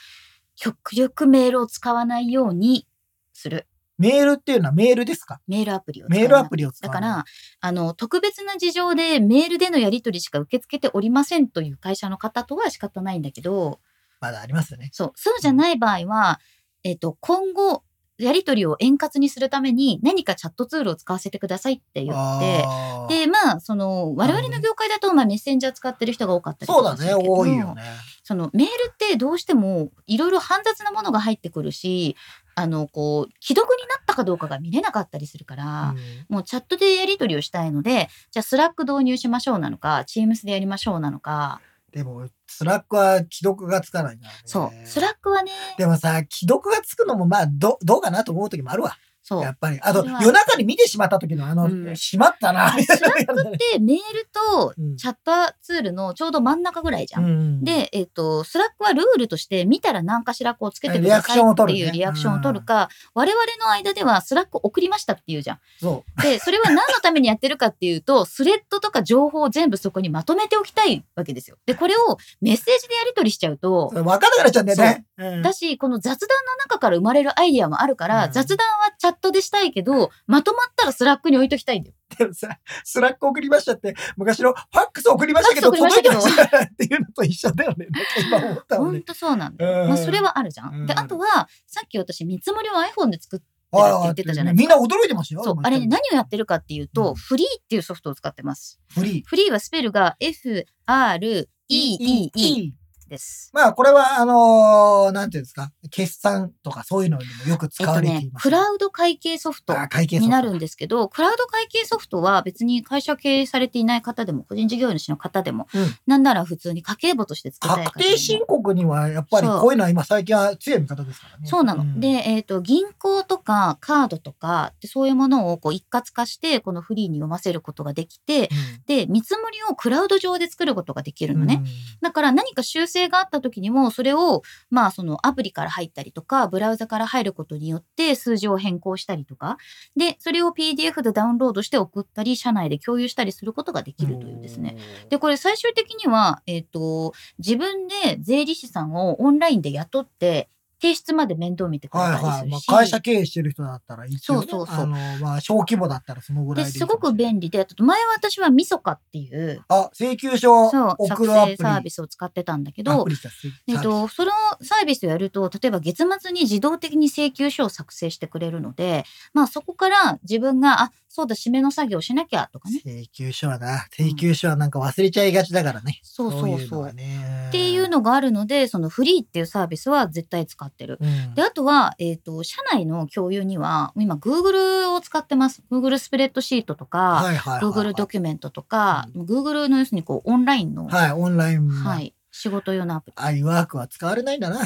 [SPEAKER 3] 極力メールを使わないようにする。
[SPEAKER 2] メールっていうのはメールですか
[SPEAKER 3] メールアプリを使わない
[SPEAKER 2] メールアプリを使
[SPEAKER 3] だ
[SPEAKER 2] う。
[SPEAKER 3] から、あの、特別な事情でメールでのやり取りしか受け付けておりませんという会社の方とは仕方ないんだけど、
[SPEAKER 2] まだありますよね。
[SPEAKER 3] そう、そうじゃない場合は、えっ、と、今後、やり取りを円滑にするために何かチャットツールを使わせてくださいって言って、
[SPEAKER 2] あー
[SPEAKER 3] で、まあ、その、我々の業界だと、まあ、メッセンジャー使ってる人が多かったり
[SPEAKER 2] そ
[SPEAKER 3] と
[SPEAKER 2] う
[SPEAKER 3] か
[SPEAKER 2] だ
[SPEAKER 3] するけ
[SPEAKER 2] ね、
[SPEAKER 3] ど
[SPEAKER 2] 多いよね。
[SPEAKER 3] そのメールってどうしてもいろいろ煩雑なものが入ってくるし、あの、こう、既読になったかどうかが見れなかったりするから、
[SPEAKER 2] うん
[SPEAKER 3] もうチャットでやり取りをしたいので、じゃあスラック導入しましょうなのか、Teams でやりましょうなのか、
[SPEAKER 2] でも、スラックは既読がつかないな。
[SPEAKER 3] そう、スラックはね、
[SPEAKER 2] でもさ、既読がつくのもまあ、ど、どうかなと思う時もあるわ。
[SPEAKER 3] そう
[SPEAKER 2] や。っぱり。あと、
[SPEAKER 3] それは
[SPEAKER 2] 夜中に見てしまった時のあの、
[SPEAKER 3] うん
[SPEAKER 2] しまったな、みたいなのやるね
[SPEAKER 3] で、メールと
[SPEAKER 2] うん
[SPEAKER 3] チャットツールのちょうど真ん中ぐらいじゃ。
[SPEAKER 2] うんん、
[SPEAKER 3] で、えっ、と、スラックはルールとして、見たら何かしらこうつけてく
[SPEAKER 2] リア
[SPEAKER 3] ださい
[SPEAKER 2] クションを
[SPEAKER 3] って
[SPEAKER 2] 取る
[SPEAKER 3] い
[SPEAKER 2] ね
[SPEAKER 3] うリアクションを取るか、我々の間ではスラック送りましたって言うじゃん。
[SPEAKER 2] そ
[SPEAKER 3] で、それは何のためにやってるかっていうと、スレッドとか情報を全部そこにまとめておきたいわけですよ。で、これをメッセージでやり取りしちゃうと
[SPEAKER 2] う。、分かんなくなっちゃうんだよね。うん
[SPEAKER 3] だし、この雑談の中から生まれるアイディアもあるから、
[SPEAKER 2] うん
[SPEAKER 3] 雑談はチャットでしたいけど、まとまったらスラックに置いときたいんだよ。
[SPEAKER 2] でもさ、 *laughs* スラック送りましたって、昔のファックス送りましたけど、
[SPEAKER 3] ファックス
[SPEAKER 2] 届
[SPEAKER 3] 送
[SPEAKER 2] い
[SPEAKER 3] り
[SPEAKER 2] て
[SPEAKER 3] ま
[SPEAKER 2] ま
[SPEAKER 3] し
[SPEAKER 2] したっていうのと一緒だ
[SPEAKER 3] *laughs*
[SPEAKER 2] よね。なんか今思った
[SPEAKER 3] ほ
[SPEAKER 2] もん
[SPEAKER 3] ん
[SPEAKER 2] ね。
[SPEAKER 3] とそうなんだ
[SPEAKER 2] う
[SPEAKER 3] よ。
[SPEAKER 2] ん
[SPEAKER 3] まあ、それはあるじゃん。
[SPEAKER 2] うん
[SPEAKER 3] で、あとは、さっき私、見積もりを iPhone で作って、
[SPEAKER 2] ああ
[SPEAKER 3] 言ってたじゃない
[SPEAKER 2] みんな驚いてましたよ。
[SPEAKER 3] そう
[SPEAKER 2] で、も
[SPEAKER 3] あれね、何をやってるかっていうと、
[SPEAKER 2] うん
[SPEAKER 3] フリーっていうソフトを使ってます。
[SPEAKER 2] フリー。
[SPEAKER 3] フリーはスペルが F、R、E、E、E
[SPEAKER 2] い。
[SPEAKER 3] です。
[SPEAKER 2] まあ、これは、あのー、なんていうんですか、決算とかそういうのにもよく
[SPEAKER 3] え
[SPEAKER 2] 使
[SPEAKER 3] っと
[SPEAKER 2] われて
[SPEAKER 3] ね
[SPEAKER 2] い、ます。
[SPEAKER 3] クラウド会計ソフト。
[SPEAKER 2] あ会計ソフト
[SPEAKER 3] になるんですけど、クラウド会計ソフトは別に会社経営されていない方でも、個人事業主の方でも、
[SPEAKER 2] うん
[SPEAKER 3] なんなら普通に家計簿として使いたい方
[SPEAKER 2] 確
[SPEAKER 3] でも
[SPEAKER 2] 定申告にはやっぱり
[SPEAKER 3] そう
[SPEAKER 2] こういうのは今最近は強い味方ですからね。
[SPEAKER 3] そうなの。
[SPEAKER 2] ん
[SPEAKER 3] で、、えっ、と、銀行とかカードとか、でそういうものをこう一括化して、このフリーに読ませることができて、で、見積もりをクラウド上で作ることができ
[SPEAKER 2] う
[SPEAKER 3] る
[SPEAKER 2] ん
[SPEAKER 3] のね。。だから何か修正があった時にも、それを、まあそのアプリから入ったりとか、ブラウザから入ることによって数字を変更したりとか、で、それを PDF でダウンロードして送ったり、社内で共有したりすることができるというですね。で、これ最終的には、えっ、と、自分で税理士さんをオンラインで雇って、提出まで面倒見てくれ
[SPEAKER 2] はい
[SPEAKER 3] たり
[SPEAKER 2] は
[SPEAKER 3] す
[SPEAKER 2] い。ま
[SPEAKER 3] る
[SPEAKER 2] あ
[SPEAKER 3] し、、
[SPEAKER 2] 会社経営してる人だったら、一応、ね、
[SPEAKER 3] そうそうそ
[SPEAKER 2] あ
[SPEAKER 3] う
[SPEAKER 2] の、まあ、小規模だったらそのぐらい
[SPEAKER 3] で
[SPEAKER 2] でいい
[SPEAKER 3] すごく便利であと前は私はみそかっていう
[SPEAKER 2] あ、請求書
[SPEAKER 3] そう
[SPEAKER 2] 送
[SPEAKER 3] 作
[SPEAKER 2] るアプ
[SPEAKER 3] 成
[SPEAKER 2] リ。
[SPEAKER 3] サービスを使ってたんだけ
[SPEAKER 2] ア
[SPEAKER 3] ど
[SPEAKER 2] プリじゃ請
[SPEAKER 3] え
[SPEAKER 2] サ
[SPEAKER 3] っ
[SPEAKER 2] ービ
[SPEAKER 3] と、そのサービスをやると例えば月末に自動的に請求書を作成してくれるので、まあ、そこから自分があそうだ締めの作業しなきゃとかね
[SPEAKER 2] ス請求書はな、請求書はなんか忘れちゃいがちだからね。
[SPEAKER 3] そうそうそう
[SPEAKER 2] いのはね
[SPEAKER 3] っていうのがあるのでそのフリーっていうサービスは絶対使ってる。
[SPEAKER 2] うん
[SPEAKER 3] であとは、えっと社内の共有には今 Google を使ってます Google スプレッドシートと
[SPEAKER 2] は
[SPEAKER 3] か、
[SPEAKER 2] いはいはいは
[SPEAKER 3] Google
[SPEAKER 2] い
[SPEAKER 3] ドキュメントとか、Google の要するにこうオンラインの、は
[SPEAKER 2] は
[SPEAKER 3] い
[SPEAKER 2] い、オンラインも。
[SPEAKER 3] 仕事用のアプリ。
[SPEAKER 2] iWork は使われないんだな。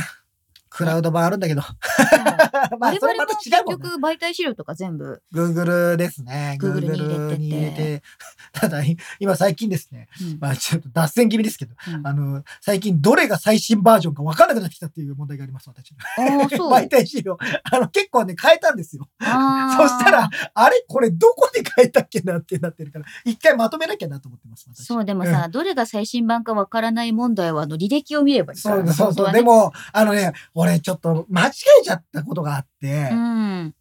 [SPEAKER 2] クラウド版あるんだけど。 *laughs* *laughs* まあ、
[SPEAKER 3] 我
[SPEAKER 2] それま
[SPEAKER 3] 々も
[SPEAKER 2] た
[SPEAKER 3] 結
[SPEAKER 2] 違うもんね。
[SPEAKER 3] 局媒体資料とか全部、
[SPEAKER 2] Google ですね。
[SPEAKER 3] Google に入れてて
[SPEAKER 2] ただ、い今最近ですね。
[SPEAKER 3] うん
[SPEAKER 2] まあ、ちょっと脱線気味ですけど、 *laughs*
[SPEAKER 3] うん
[SPEAKER 2] あの、最近どれが最新バージョンか分からなくなってきたっていう問題があり *laughs* ます、私。
[SPEAKER 3] あーそう
[SPEAKER 2] 媒体資料。あの、結構ね、変えたんですよ。
[SPEAKER 3] あ
[SPEAKER 2] そ
[SPEAKER 3] ー
[SPEAKER 2] したら、あれこれどこで変えたっけなってなってるから、一回まとめなきゃなと思ってます、私。
[SPEAKER 3] そうでもさ、どれが最新版かわからない問題はあの履歴を見ればいいか
[SPEAKER 2] そ
[SPEAKER 3] ら
[SPEAKER 2] うそう
[SPEAKER 3] 本当
[SPEAKER 2] そう。
[SPEAKER 3] は
[SPEAKER 2] で
[SPEAKER 3] ね
[SPEAKER 2] も、あのね、俺ちょっと間違えちゃったことがあって、
[SPEAKER 3] うん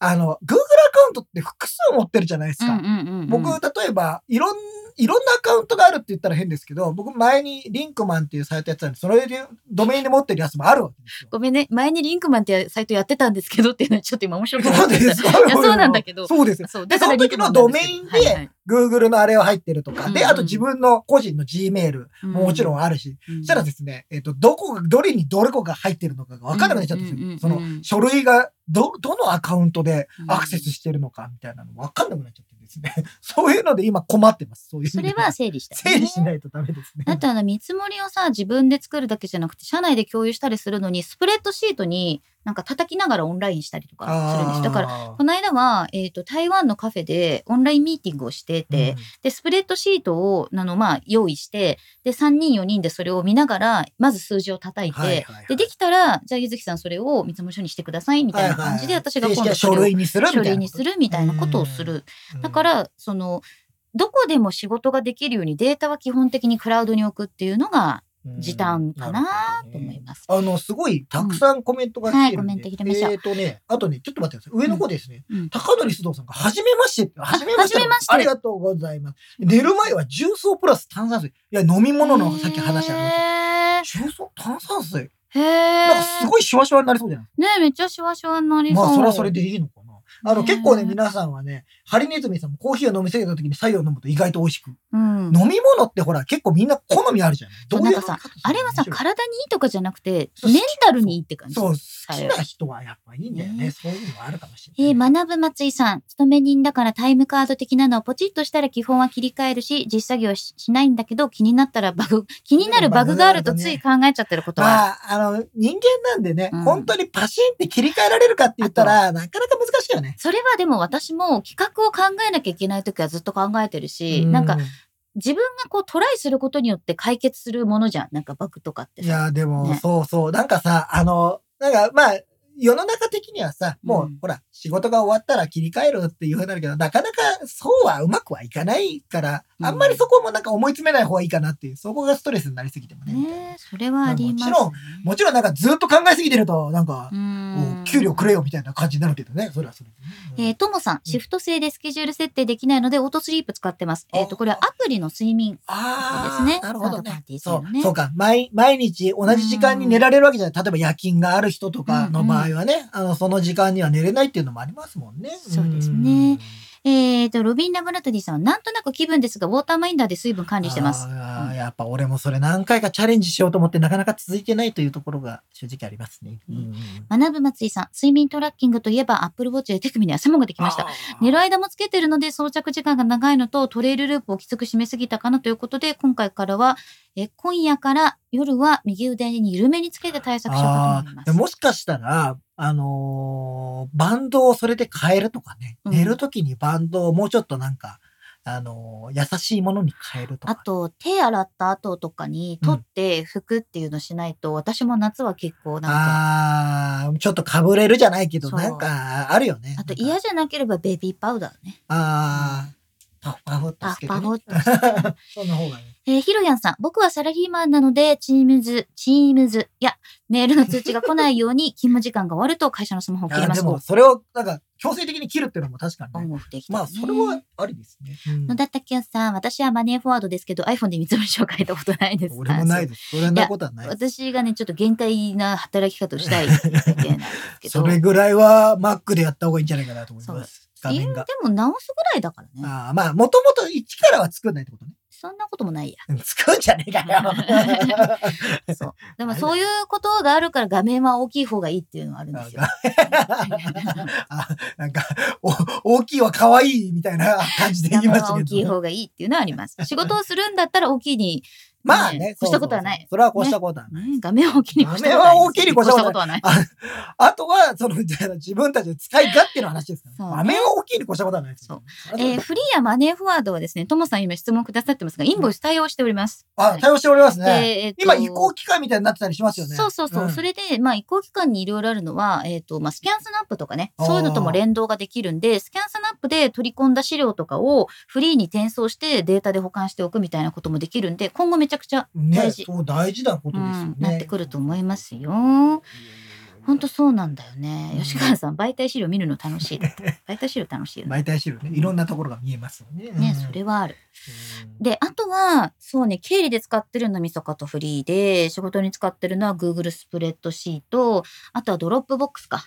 [SPEAKER 2] あの、Google アカウントって複数持ってるじゃないです
[SPEAKER 3] う
[SPEAKER 2] か。
[SPEAKER 3] んうんうんうん
[SPEAKER 2] 僕、例えば、いろん、いろんなアカウントがあるって言ったら変ですけど、僕前にリンクマンっていうサイトやってたんで、それでドメインで持ってるやつもあるわけですよ。
[SPEAKER 3] ごめんね前にリンクマンってサイトやってたんですけどっていうのはちょっと今面白くな
[SPEAKER 2] そう
[SPEAKER 3] っ
[SPEAKER 2] で
[SPEAKER 3] て
[SPEAKER 2] す。
[SPEAKER 3] たいやそうなんだけど
[SPEAKER 2] そうですよ。
[SPEAKER 3] そうだから
[SPEAKER 2] その時のドメインで
[SPEAKER 3] リンクマなんすけどはいはい
[SPEAKER 2] Google のあれは入ってるとか、
[SPEAKER 3] うんう
[SPEAKER 2] で、
[SPEAKER 3] ん
[SPEAKER 2] あと自分の個人の Gmail ももちろんあるし、
[SPEAKER 3] うん
[SPEAKER 2] そしたらですね、えっ、と、どこが、どれにどれこが入ってるのかが分からなくなっちゃったんですよ。
[SPEAKER 3] うんうんうんうん
[SPEAKER 2] その、書類が、ど、どのアカウントでアクセスしてるのかみたいなの分かんなくなっちゃってですね。 *laughs* そういうので今困ってます。そういう意
[SPEAKER 3] そ
[SPEAKER 2] 味で
[SPEAKER 3] れは整理したいね
[SPEAKER 2] 整理しないとダメですね。
[SPEAKER 3] あとあの見積もりをさ自分で作るだけじゃなくて社内で共有したりするのにスプレッドシートになんか叩きながらオンラインしたりとかするんですだから
[SPEAKER 2] ら
[SPEAKER 3] この間は、えっと台湾のカフェでオンラインミーティングをしてて、でスプレッドシートをあの、まあ、用意してで3人4人でそれを見ながらまず数字を叩いて、
[SPEAKER 2] はいはいはい
[SPEAKER 3] でできたらじゃあ柚木さんそれを見積もり書にしてくださいみたいな感じで、私が今度そ
[SPEAKER 2] 書
[SPEAKER 3] れを
[SPEAKER 2] 類にするみた
[SPEAKER 3] 書
[SPEAKER 2] いな。
[SPEAKER 3] 類にするみたいなことをする
[SPEAKER 2] うん。
[SPEAKER 3] だから、その、どこでも仕事ができるようにデータは基本的にクラウドに置くっていうのが、
[SPEAKER 2] うん、
[SPEAKER 3] 時短かな
[SPEAKER 2] るほ
[SPEAKER 3] と
[SPEAKER 2] どね
[SPEAKER 3] 思います。
[SPEAKER 2] あの、すごい、たくさんコメントが来てるんで、
[SPEAKER 3] うんはいコメント入れましょう
[SPEAKER 2] えっ、とね、あとね、ちょっと待ってください。上の方ですね。
[SPEAKER 3] うん
[SPEAKER 2] 高典須藤さんが、はじめましてって。はじめまして。
[SPEAKER 3] はじめまして
[SPEAKER 2] ありがとうございます。寝る前は重曹プラス炭酸水。いや、飲み物のさっき話ありました
[SPEAKER 3] へー
[SPEAKER 2] けど。重曹炭酸水
[SPEAKER 3] へ
[SPEAKER 2] なんか
[SPEAKER 3] え
[SPEAKER 2] す。ごいシュワシュワになりそうじゃない
[SPEAKER 3] ねめっちゃシュワシュワになりそう。
[SPEAKER 2] まあ、それはそれでいいのかな。あの、
[SPEAKER 3] ね
[SPEAKER 2] 結構ね、皆さんはね、ハリネズミさんもコーヒーを飲み過ぎた時に白湯を飲むと意外と美味しく。
[SPEAKER 3] うん。
[SPEAKER 2] 飲み物ってほら、結構みんな好みあるじゃん。どういう飲み方する
[SPEAKER 3] あれはさ、
[SPEAKER 2] 面白い
[SPEAKER 3] 体にいいとかじゃなくて、
[SPEAKER 2] そう
[SPEAKER 3] メンタルにいいって感じ。
[SPEAKER 2] そう、好
[SPEAKER 3] あ
[SPEAKER 2] き
[SPEAKER 3] れ
[SPEAKER 2] な人はやっぱいいんだよね。
[SPEAKER 3] ね
[SPEAKER 2] そういうのもあるかもしれない。
[SPEAKER 3] えー、学ぶ松井さん、勤め人だからタイムカード的なのをポチッとしたら基本は切り替えるし、実作業ししないんだけど、気になったらバグ、気になるバグがあるとつい考えちゃってることはある
[SPEAKER 2] まあ、あの、人間なんでね、
[SPEAKER 3] うん
[SPEAKER 2] 本当にパシンって切り替えられるかって言ったら、なかなか難しいよね。
[SPEAKER 3] それはでも私も企画を考えなきゃいけない時はずっと考えてるし、
[SPEAKER 2] う
[SPEAKER 3] なんか、自分がこうトライすることによって解決するものじゃんなんかバグとかって
[SPEAKER 2] い
[SPEAKER 3] さ
[SPEAKER 2] や、でも、
[SPEAKER 3] ね
[SPEAKER 2] そうそう。なんかさ、あの、なんか、まあ、世の中的にはさ、もう、
[SPEAKER 3] うん
[SPEAKER 2] ほら、仕事が終わったら切り替えるっていうふうになるけど、なかなかそうはうまくはいかないから、あんまりそこもなんか思い詰めない方がいいかなっていう、そこがストレスになりすぎてもね。みたいな
[SPEAKER 3] ねそれはあります、ね、
[SPEAKER 2] まあももちろんなんかずっと考えすぎてると、なんか、
[SPEAKER 3] うん
[SPEAKER 2] お給料くれよみたいな感じになるけどね、それはそれでね。
[SPEAKER 3] えー、ともさん、シフト制でスケジュール設定できないので、オートスリープ使ってます。
[SPEAKER 2] あ
[SPEAKER 3] えっ、と、これはアプリの睡眠。
[SPEAKER 2] ああ、
[SPEAKER 3] そうですね
[SPEAKER 2] なるほど
[SPEAKER 3] サードパ
[SPEAKER 2] ね
[SPEAKER 3] ーティ。ーさ
[SPEAKER 2] そ
[SPEAKER 3] んのね
[SPEAKER 2] う、そうか。毎、毎日同じ時間に寝られるわけじゃない。例えば夜勤がある人とかの場合はね、あの、その時間には寝れないっていうのもありますもんね。
[SPEAKER 3] そうですねえっ、と、ロビンラボラトリーさん、なんとなく気分ですが、ウォーターマインダーで水分管
[SPEAKER 2] うん。
[SPEAKER 3] 理してます。
[SPEAKER 2] あ
[SPEAKER 3] う
[SPEAKER 2] ー
[SPEAKER 3] ん
[SPEAKER 2] やっぱ俺もそれ何回かチャレンジしようと思ってなかなか続いてないというところが正直ありますね。うん
[SPEAKER 3] 学ぶ松井さん、睡眠トラッキングといえば、アップルウォッチで手首に汗もができました。。寝る間もつけてるので装着時間が長いのとトレイルループをきつく締めすぎたかなということで今回からはえ今夜から夜は右腕に緩めにつけて対策しようか
[SPEAKER 2] あ
[SPEAKER 3] と思いま
[SPEAKER 2] ーで
[SPEAKER 3] す。
[SPEAKER 2] もしかしたら、あのーバンドをそれで変えるとかね、
[SPEAKER 3] うん
[SPEAKER 2] 寝るときにバンドをもうちょっとなんか、あのー優しいものに変えるとか。
[SPEAKER 3] あと手洗った後とかに取って拭くっていうのしないと、私も夏は結構なんか
[SPEAKER 2] ああ、ちょっとかぶれるじゃないけど、
[SPEAKER 3] そう
[SPEAKER 2] なんかあるよね。
[SPEAKER 3] あ
[SPEAKER 2] な
[SPEAKER 3] と
[SPEAKER 2] んか
[SPEAKER 3] 嫌じゃなければベビーパウダーね。
[SPEAKER 2] ああ、パフパフっと
[SPEAKER 3] パ
[SPEAKER 2] つけ
[SPEAKER 3] フ
[SPEAKER 2] て、
[SPEAKER 3] パ
[SPEAKER 2] ね。
[SPEAKER 3] フっと。
[SPEAKER 2] そんな方がいい。
[SPEAKER 3] えーひろやんさん、僕はサラリーマンなので、チームズ、チームズ、いや、メールの通知が来ないように、勤務時間が終わると会社のスマホを切り
[SPEAKER 2] あ
[SPEAKER 3] ま。
[SPEAKER 2] ですも、それを、なんか、強制的に切るっていうのも確か
[SPEAKER 3] オ
[SPEAKER 2] にね。
[SPEAKER 3] ンオフできたね
[SPEAKER 2] まあ、それはありですね。うん
[SPEAKER 3] 野田拓也さん、私はマネーフォワードですけど、iPhone で見積もり書を書いたことないです。
[SPEAKER 2] 俺もない
[SPEAKER 3] あ
[SPEAKER 2] です。それなことはな
[SPEAKER 3] そう
[SPEAKER 2] いです。
[SPEAKER 3] 私がね、ちょっと限界な働き方をしたいみたいなんですけど。
[SPEAKER 2] *laughs* それぐらいは Mac でやった方がいいんじゃないかなと思います。画
[SPEAKER 3] いや
[SPEAKER 2] 面
[SPEAKER 3] で
[SPEAKER 2] が。
[SPEAKER 3] も直すぐらいだからね。
[SPEAKER 2] ああまあ、もともと一からは作んないってことね。
[SPEAKER 3] そんなこともないや。
[SPEAKER 2] うん作んじゃねえか
[SPEAKER 3] *laughs*
[SPEAKER 2] よ。
[SPEAKER 3] そう。でもそういうことがあるから画面は大きい方がいいっていうのはあるんですよ。
[SPEAKER 2] *laughs*
[SPEAKER 3] *laughs*
[SPEAKER 2] あなんかお、大きいは可愛いみたいな感じで
[SPEAKER 3] 画
[SPEAKER 2] 言い
[SPEAKER 3] 面
[SPEAKER 2] ました
[SPEAKER 3] は大
[SPEAKER 2] け
[SPEAKER 3] きい
[SPEAKER 2] ど。
[SPEAKER 3] 方がいいっていうのはあります。仕事をするんだったら大きいに、
[SPEAKER 2] まあね、
[SPEAKER 3] 越したことはない
[SPEAKER 2] そうそうそうそれは越したことはない。
[SPEAKER 3] うん画面を大きいに越したこと
[SPEAKER 2] 画
[SPEAKER 3] は
[SPEAKER 2] 面
[SPEAKER 3] ない。
[SPEAKER 2] は大きいに越したこと
[SPEAKER 3] はない。
[SPEAKER 2] ああとは、その、じゃあ自分たちの使い勝手の話ですから、
[SPEAKER 3] そう
[SPEAKER 2] 画面は大きいに越したことはないですよね。
[SPEAKER 3] えーフリーやマネーフォワードはですね、ともさん今質問くださってますが、インボイス対応しております。
[SPEAKER 2] あ、対応しております
[SPEAKER 3] で
[SPEAKER 2] ね。
[SPEAKER 3] えーと
[SPEAKER 2] 今、移行期間みたいになってたりしますよね。
[SPEAKER 3] そうそうそう。
[SPEAKER 2] ん
[SPEAKER 3] それで、まあ、移行期間にいろいろあるのは、えっ、と、まあ、スキャンスナップとかね、
[SPEAKER 2] あー
[SPEAKER 3] そういうのとも連動ができるんで、スキャンスナップで取り込んだ資料とかをフリーに転送してデータで保管しておくみたいなこともできるんで、今後めちゃくちゃ、
[SPEAKER 2] ね、
[SPEAKER 3] 大事
[SPEAKER 2] そう大事なこ
[SPEAKER 3] う
[SPEAKER 2] とですよね
[SPEAKER 3] ん。、なってくると思いますよ。ほんとそうなんだよね。
[SPEAKER 2] うん
[SPEAKER 3] 吉川さん、媒体資料見るの楽しいだって。媒体資料楽しい
[SPEAKER 2] *laughs*
[SPEAKER 3] よね。
[SPEAKER 2] 媒体資料ね、いろんなところが見えますよね。
[SPEAKER 3] ね、それはある。で、あとは、そうね、経理で使ってるのはみそかとフリーで、仕事に使ってるのは Google スプレッドシート、あとはドロップボックスか。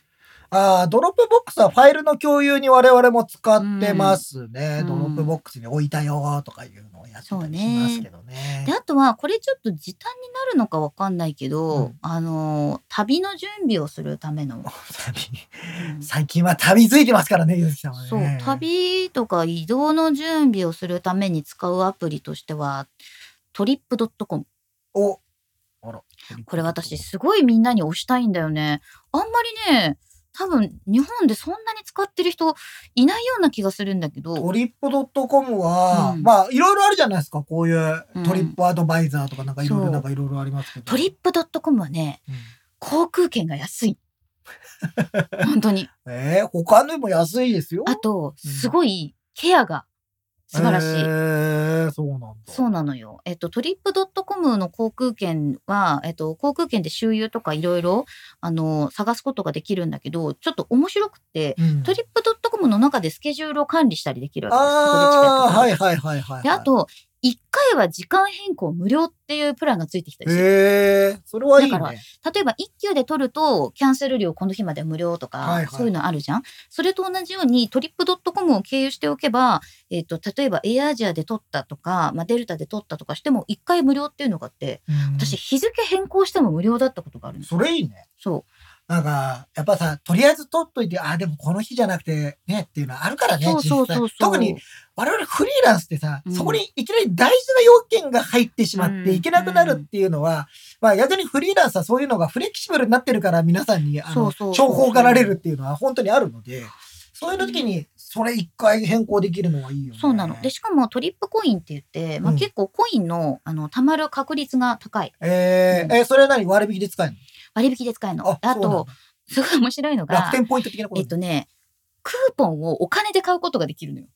[SPEAKER 2] ああ、ドロップボックスはファイルの共有に我々も使ってますね。
[SPEAKER 3] うん
[SPEAKER 2] ドロップボックスに置いたよとかいうのをやってたりしますけどね。 *laughs*
[SPEAKER 3] であとはこれちょっと時短になるのかわかんないけど、
[SPEAKER 2] うん
[SPEAKER 3] あの旅の準備をするた
[SPEAKER 2] *laughs*
[SPEAKER 3] めの、うん
[SPEAKER 2] 最近は旅づいてますからね、ゆずきさんはね。
[SPEAKER 3] そう旅とか移動の準備をするために使うアプリとしてはトリップドットコム
[SPEAKER 2] おあら。
[SPEAKER 3] これ私すごいみんなに推したいんだよねあんまりね多分日本でそんなに使ってる人いないような気がするんだけど
[SPEAKER 2] トリップドットコムは、
[SPEAKER 3] うん
[SPEAKER 2] まあ、いろいろあるじゃないですか。こういう
[SPEAKER 3] うん
[SPEAKER 2] トリップアドバイザーとかなんかいろい
[SPEAKER 3] そう
[SPEAKER 2] ろなんかいろいろありますけど。
[SPEAKER 3] トリップドットコムはね
[SPEAKER 2] うん
[SPEAKER 3] 航空券が安
[SPEAKER 2] *laughs*
[SPEAKER 3] い本当に
[SPEAKER 2] えー、他のも安いですよ。
[SPEAKER 3] あとすごいケアが素晴らしい、
[SPEAKER 2] えー、そうなんだ。
[SPEAKER 3] そうなのよ。えっと、トリップドットコムの航空券は、えっと、航空券で周遊とかいろいろ、あの、探すことができるんだけど、ちょっと面白くて、
[SPEAKER 2] うん
[SPEAKER 3] トリップドットコムの中でスケジュールを管理したりできるわけです。
[SPEAKER 2] ああ、
[SPEAKER 3] そこ
[SPEAKER 2] はい
[SPEAKER 3] でチケット
[SPEAKER 2] はいはいはい、はい。
[SPEAKER 3] で、あと、1回は時間変更無料っていうプランがついてきたりする。
[SPEAKER 2] へえー、それはいいね。
[SPEAKER 3] だから例えば、1級で取ると、キャンセル料この日まで無料とか、
[SPEAKER 2] はいはい
[SPEAKER 3] そういうのあるじゃん。それと同じように、トリップドットコムを経由しておけば、えっと、例えば、エアアジアで取ったとか、まあ、デルタで取ったとかしても、1回無料っていうのがあって、
[SPEAKER 2] うん
[SPEAKER 3] 私、日付変更しても無料だったことがあるの。
[SPEAKER 2] それいいね。
[SPEAKER 3] そ
[SPEAKER 2] なんか、やっぱさ、とりあえず取っといて、あ、でもこの日じゃなくてねっていうのはあるから
[SPEAKER 3] う。
[SPEAKER 2] ね、
[SPEAKER 3] そうそう
[SPEAKER 2] 実際
[SPEAKER 3] そうそう。
[SPEAKER 2] 特に、我々フリーランスってさ、
[SPEAKER 3] うん
[SPEAKER 2] そこにいきなり大事な要件が入ってしまっ
[SPEAKER 3] う
[SPEAKER 2] て
[SPEAKER 3] ん
[SPEAKER 2] いけなくなるっていうのは、まあ逆にフリーランスはそういうのがフレキシブルになってるから皆さんに、あ
[SPEAKER 3] そ
[SPEAKER 2] の
[SPEAKER 3] う、そうそう
[SPEAKER 2] 重宝がられるっていうのは本当にあるので、そういう時に、それ一回変更できるのはいいよね。
[SPEAKER 3] そうなの。で、しかもトリップコインって言って、まあ、
[SPEAKER 2] うん
[SPEAKER 3] 結構コインの、あの、貯まる確率が高い。
[SPEAKER 2] え
[SPEAKER 3] うん
[SPEAKER 2] ー、えーそれは何割引で使える
[SPEAKER 3] 割引で使えるの。
[SPEAKER 2] の
[SPEAKER 3] あ
[SPEAKER 2] そうなん
[SPEAKER 3] と
[SPEAKER 2] だ、
[SPEAKER 3] すごい面白いのが
[SPEAKER 2] 楽、天ポイント的なこと
[SPEAKER 3] えっとね、クーポンをお金で買うことができる *laughs* のよ。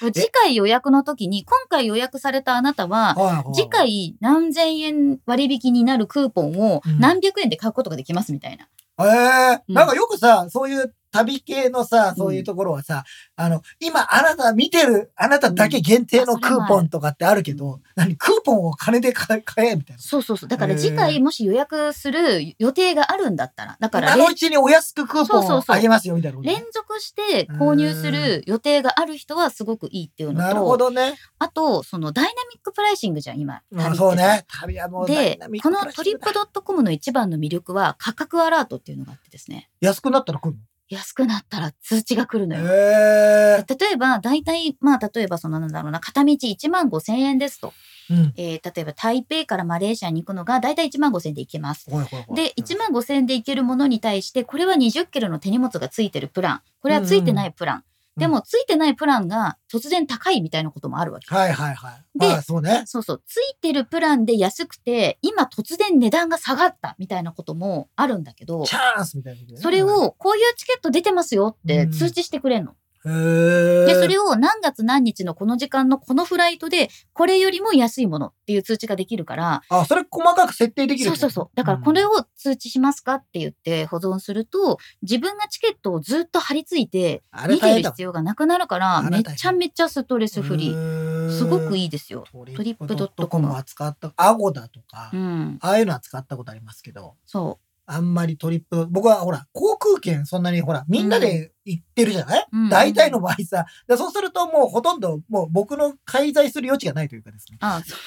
[SPEAKER 3] これ次回予約の時に、今回予約されたあなた
[SPEAKER 2] はい
[SPEAKER 3] は、
[SPEAKER 2] はいはい
[SPEAKER 3] 次回何千円割引になるクーポンを
[SPEAKER 2] うん
[SPEAKER 3] 何百円で買うことができますみたいな。
[SPEAKER 2] ええ
[SPEAKER 3] うん
[SPEAKER 2] なんかよくさ、そういう旅系のさ、そういうところはさ、あの、今あなた見てる、あなただけ限定のクーポンとかってあるけど、何、クーポンを金で買え、買えみたいな。
[SPEAKER 3] そうそうそう。だから
[SPEAKER 2] へー
[SPEAKER 3] 次回もし予約する予定があるんだったら、だから
[SPEAKER 2] 今のうちにお安くクーポ
[SPEAKER 3] そうそ
[SPEAKER 2] ン
[SPEAKER 3] う
[SPEAKER 2] を
[SPEAKER 3] そう
[SPEAKER 2] あげますよ、みたいなことね、
[SPEAKER 3] 連続して購入する予定がある人はすごくいいっていうの
[SPEAKER 2] なるほ
[SPEAKER 3] と、
[SPEAKER 2] どね。
[SPEAKER 3] あと、そのダイナミックプライシングじゃん、今。旅っ
[SPEAKER 2] あ
[SPEAKER 3] て
[SPEAKER 2] そうね。旅はもうダイ
[SPEAKER 3] で
[SPEAKER 2] ナミ、ッ
[SPEAKER 3] こ
[SPEAKER 2] ク
[SPEAKER 3] の
[SPEAKER 2] だし
[SPEAKER 3] トリップドットコムの一番の魅力は価格アラートっていうのがあってですね、
[SPEAKER 2] 安くなったら来る
[SPEAKER 3] 安くなったら通知が来るの
[SPEAKER 2] の
[SPEAKER 3] よ。
[SPEAKER 2] へえ
[SPEAKER 3] 例えば、大体、まあ、例えば、その、なんだろうな、片道1万5千円ですと。
[SPEAKER 2] うん。
[SPEAKER 3] えー例えば、台北からマレーシアに行くのが、大体1万5千円で行けます。
[SPEAKER 2] ほいほいほい
[SPEAKER 3] で、1万5000円で行けるものに対して、これは20キロの手荷物がついてるプラン。これはついてないプラン。
[SPEAKER 2] うん
[SPEAKER 3] でも、ついてないプランが突然高いみたいなこともあるわけ。
[SPEAKER 2] はいはいはい。
[SPEAKER 3] で
[SPEAKER 2] まあ、そうね。
[SPEAKER 3] そうそう。ついてるプランで安くて、今突然値段が下がったみたいなこともあるんだけど
[SPEAKER 2] チ、ャンスみたいなことね、
[SPEAKER 3] それを、こういうチケット出てますよって
[SPEAKER 2] うん
[SPEAKER 3] 通知してくれんの。
[SPEAKER 2] へへー
[SPEAKER 3] で、それを何月何日のこの時間のこのフライトで、これよりも安いものっていう通知ができるから、
[SPEAKER 2] あ、それ細かく設定できる
[SPEAKER 3] そうそうそう。だからこれ
[SPEAKER 2] を、
[SPEAKER 3] を通知しますかって言って保存すると、自分がチケットをずっと貼り付いて、
[SPEAKER 2] あれ大
[SPEAKER 3] 見て
[SPEAKER 2] 変
[SPEAKER 3] る
[SPEAKER 2] だ
[SPEAKER 3] 必要がなくなるから、
[SPEAKER 2] あれ
[SPEAKER 3] め
[SPEAKER 2] 大変
[SPEAKER 3] ちゃめちゃストレスフリー。
[SPEAKER 2] ー
[SPEAKER 3] すごくいいですよ。
[SPEAKER 2] ト
[SPEAKER 3] リ
[SPEAKER 2] リッ
[SPEAKER 3] ップ
[SPEAKER 2] プ
[SPEAKER 3] ド
[SPEAKER 2] ド
[SPEAKER 3] ッ
[SPEAKER 2] ット
[SPEAKER 3] トコ
[SPEAKER 2] コ
[SPEAKER 3] ム
[SPEAKER 2] ム扱った、アゴだとか、
[SPEAKER 3] うん。
[SPEAKER 2] ああいうのは使ったことありますけど、
[SPEAKER 3] そ
[SPEAKER 2] あんまりトリップ、僕はほら、航空券そんなにほら、みんなで行ってるじゃない、
[SPEAKER 3] う。うん
[SPEAKER 2] 大体の。場合さ、でそうするともうほとんどもう僕の介在する余地がないというかですね。
[SPEAKER 3] ああ、そう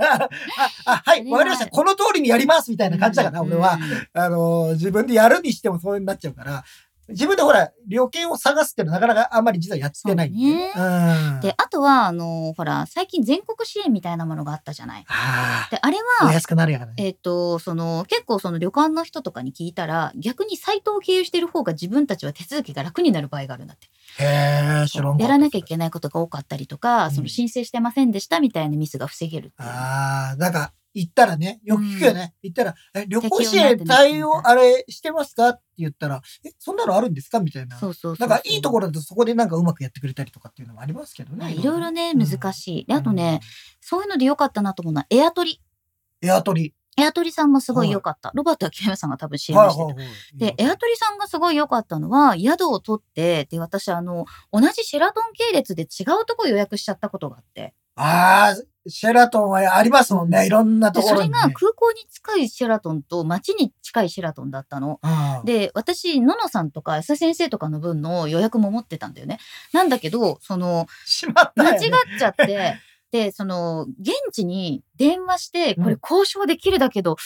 [SPEAKER 2] あ、あは
[SPEAKER 3] そ
[SPEAKER 2] い、
[SPEAKER 3] れは
[SPEAKER 2] わかりました。この通りにやりますみたいな感じだから、俺は。。あのー、自分でやるにしてもそうになっちゃうから、自分でほら、旅券を探すっていうのはなかなかあんまり実はやってないんで。
[SPEAKER 3] そうね
[SPEAKER 2] うん。
[SPEAKER 3] で、あとは、あの、ほら、最近全国支援みたいなものがあったじゃない。
[SPEAKER 2] あ
[SPEAKER 3] で、あれ
[SPEAKER 2] あ、お
[SPEAKER 3] は、
[SPEAKER 2] 安くなるやからね。
[SPEAKER 3] えっ、と、その、結構その旅館の人とかに聞いたら、逆にサイトを経由してる方が自分たちは手続きが楽になる場合があるんだって。
[SPEAKER 2] へえ、知らんかった
[SPEAKER 3] やらなきゃいけないことが多かったりとか、
[SPEAKER 2] うん
[SPEAKER 3] その申請してませんでしたみたいなミスが防げるっていう。
[SPEAKER 2] ああ、なんか、行ったらね、よく聞くよね。行ったら、え、旅行支
[SPEAKER 3] 適用になって
[SPEAKER 2] 援対
[SPEAKER 3] ます
[SPEAKER 2] 応、あれ、してますかって言ったら、え、そんなのあるんですかみたいな。
[SPEAKER 3] そうそうそ
[SPEAKER 2] な
[SPEAKER 3] うん
[SPEAKER 2] か、いいところだとそこでなんかうまくやってくれたりとかっていうのもありますけど
[SPEAKER 3] まあ
[SPEAKER 2] ね。
[SPEAKER 3] いろいろね、
[SPEAKER 2] うん
[SPEAKER 3] 難しい。で、あとね、、そういうので良かったなと思うのは、エアトリ。
[SPEAKER 2] うんエアトリ。
[SPEAKER 3] エアトリさんもすごい良かった。ロバート秋山さんが多分 CM してた。
[SPEAKER 2] はいはいはい
[SPEAKER 3] で、エアトリさんがすごい良かったのは、宿を取って、で、私、あの、同じシェラトン系列で違うとこ予約しちゃったことがあって、
[SPEAKER 2] ああ、シェラトンはありますもんね。いろんなと
[SPEAKER 3] で、
[SPEAKER 2] こ
[SPEAKER 3] そ
[SPEAKER 2] ろ
[SPEAKER 3] れ
[SPEAKER 2] に、ね。
[SPEAKER 3] が空港に近いシェラトンと街に近いシェラトンだったの。
[SPEAKER 2] うん
[SPEAKER 3] で、私、ののさんとか安田先生とかの分の予約も持ってたんだよね。なんだけど、その、
[SPEAKER 2] しまった
[SPEAKER 3] 間
[SPEAKER 2] よ、
[SPEAKER 3] 違っ
[SPEAKER 2] ね。
[SPEAKER 3] ちゃ
[SPEAKER 2] *laughs*
[SPEAKER 3] って、で、その、現地に電話して、
[SPEAKER 2] うん
[SPEAKER 3] これ交渉できるだけど、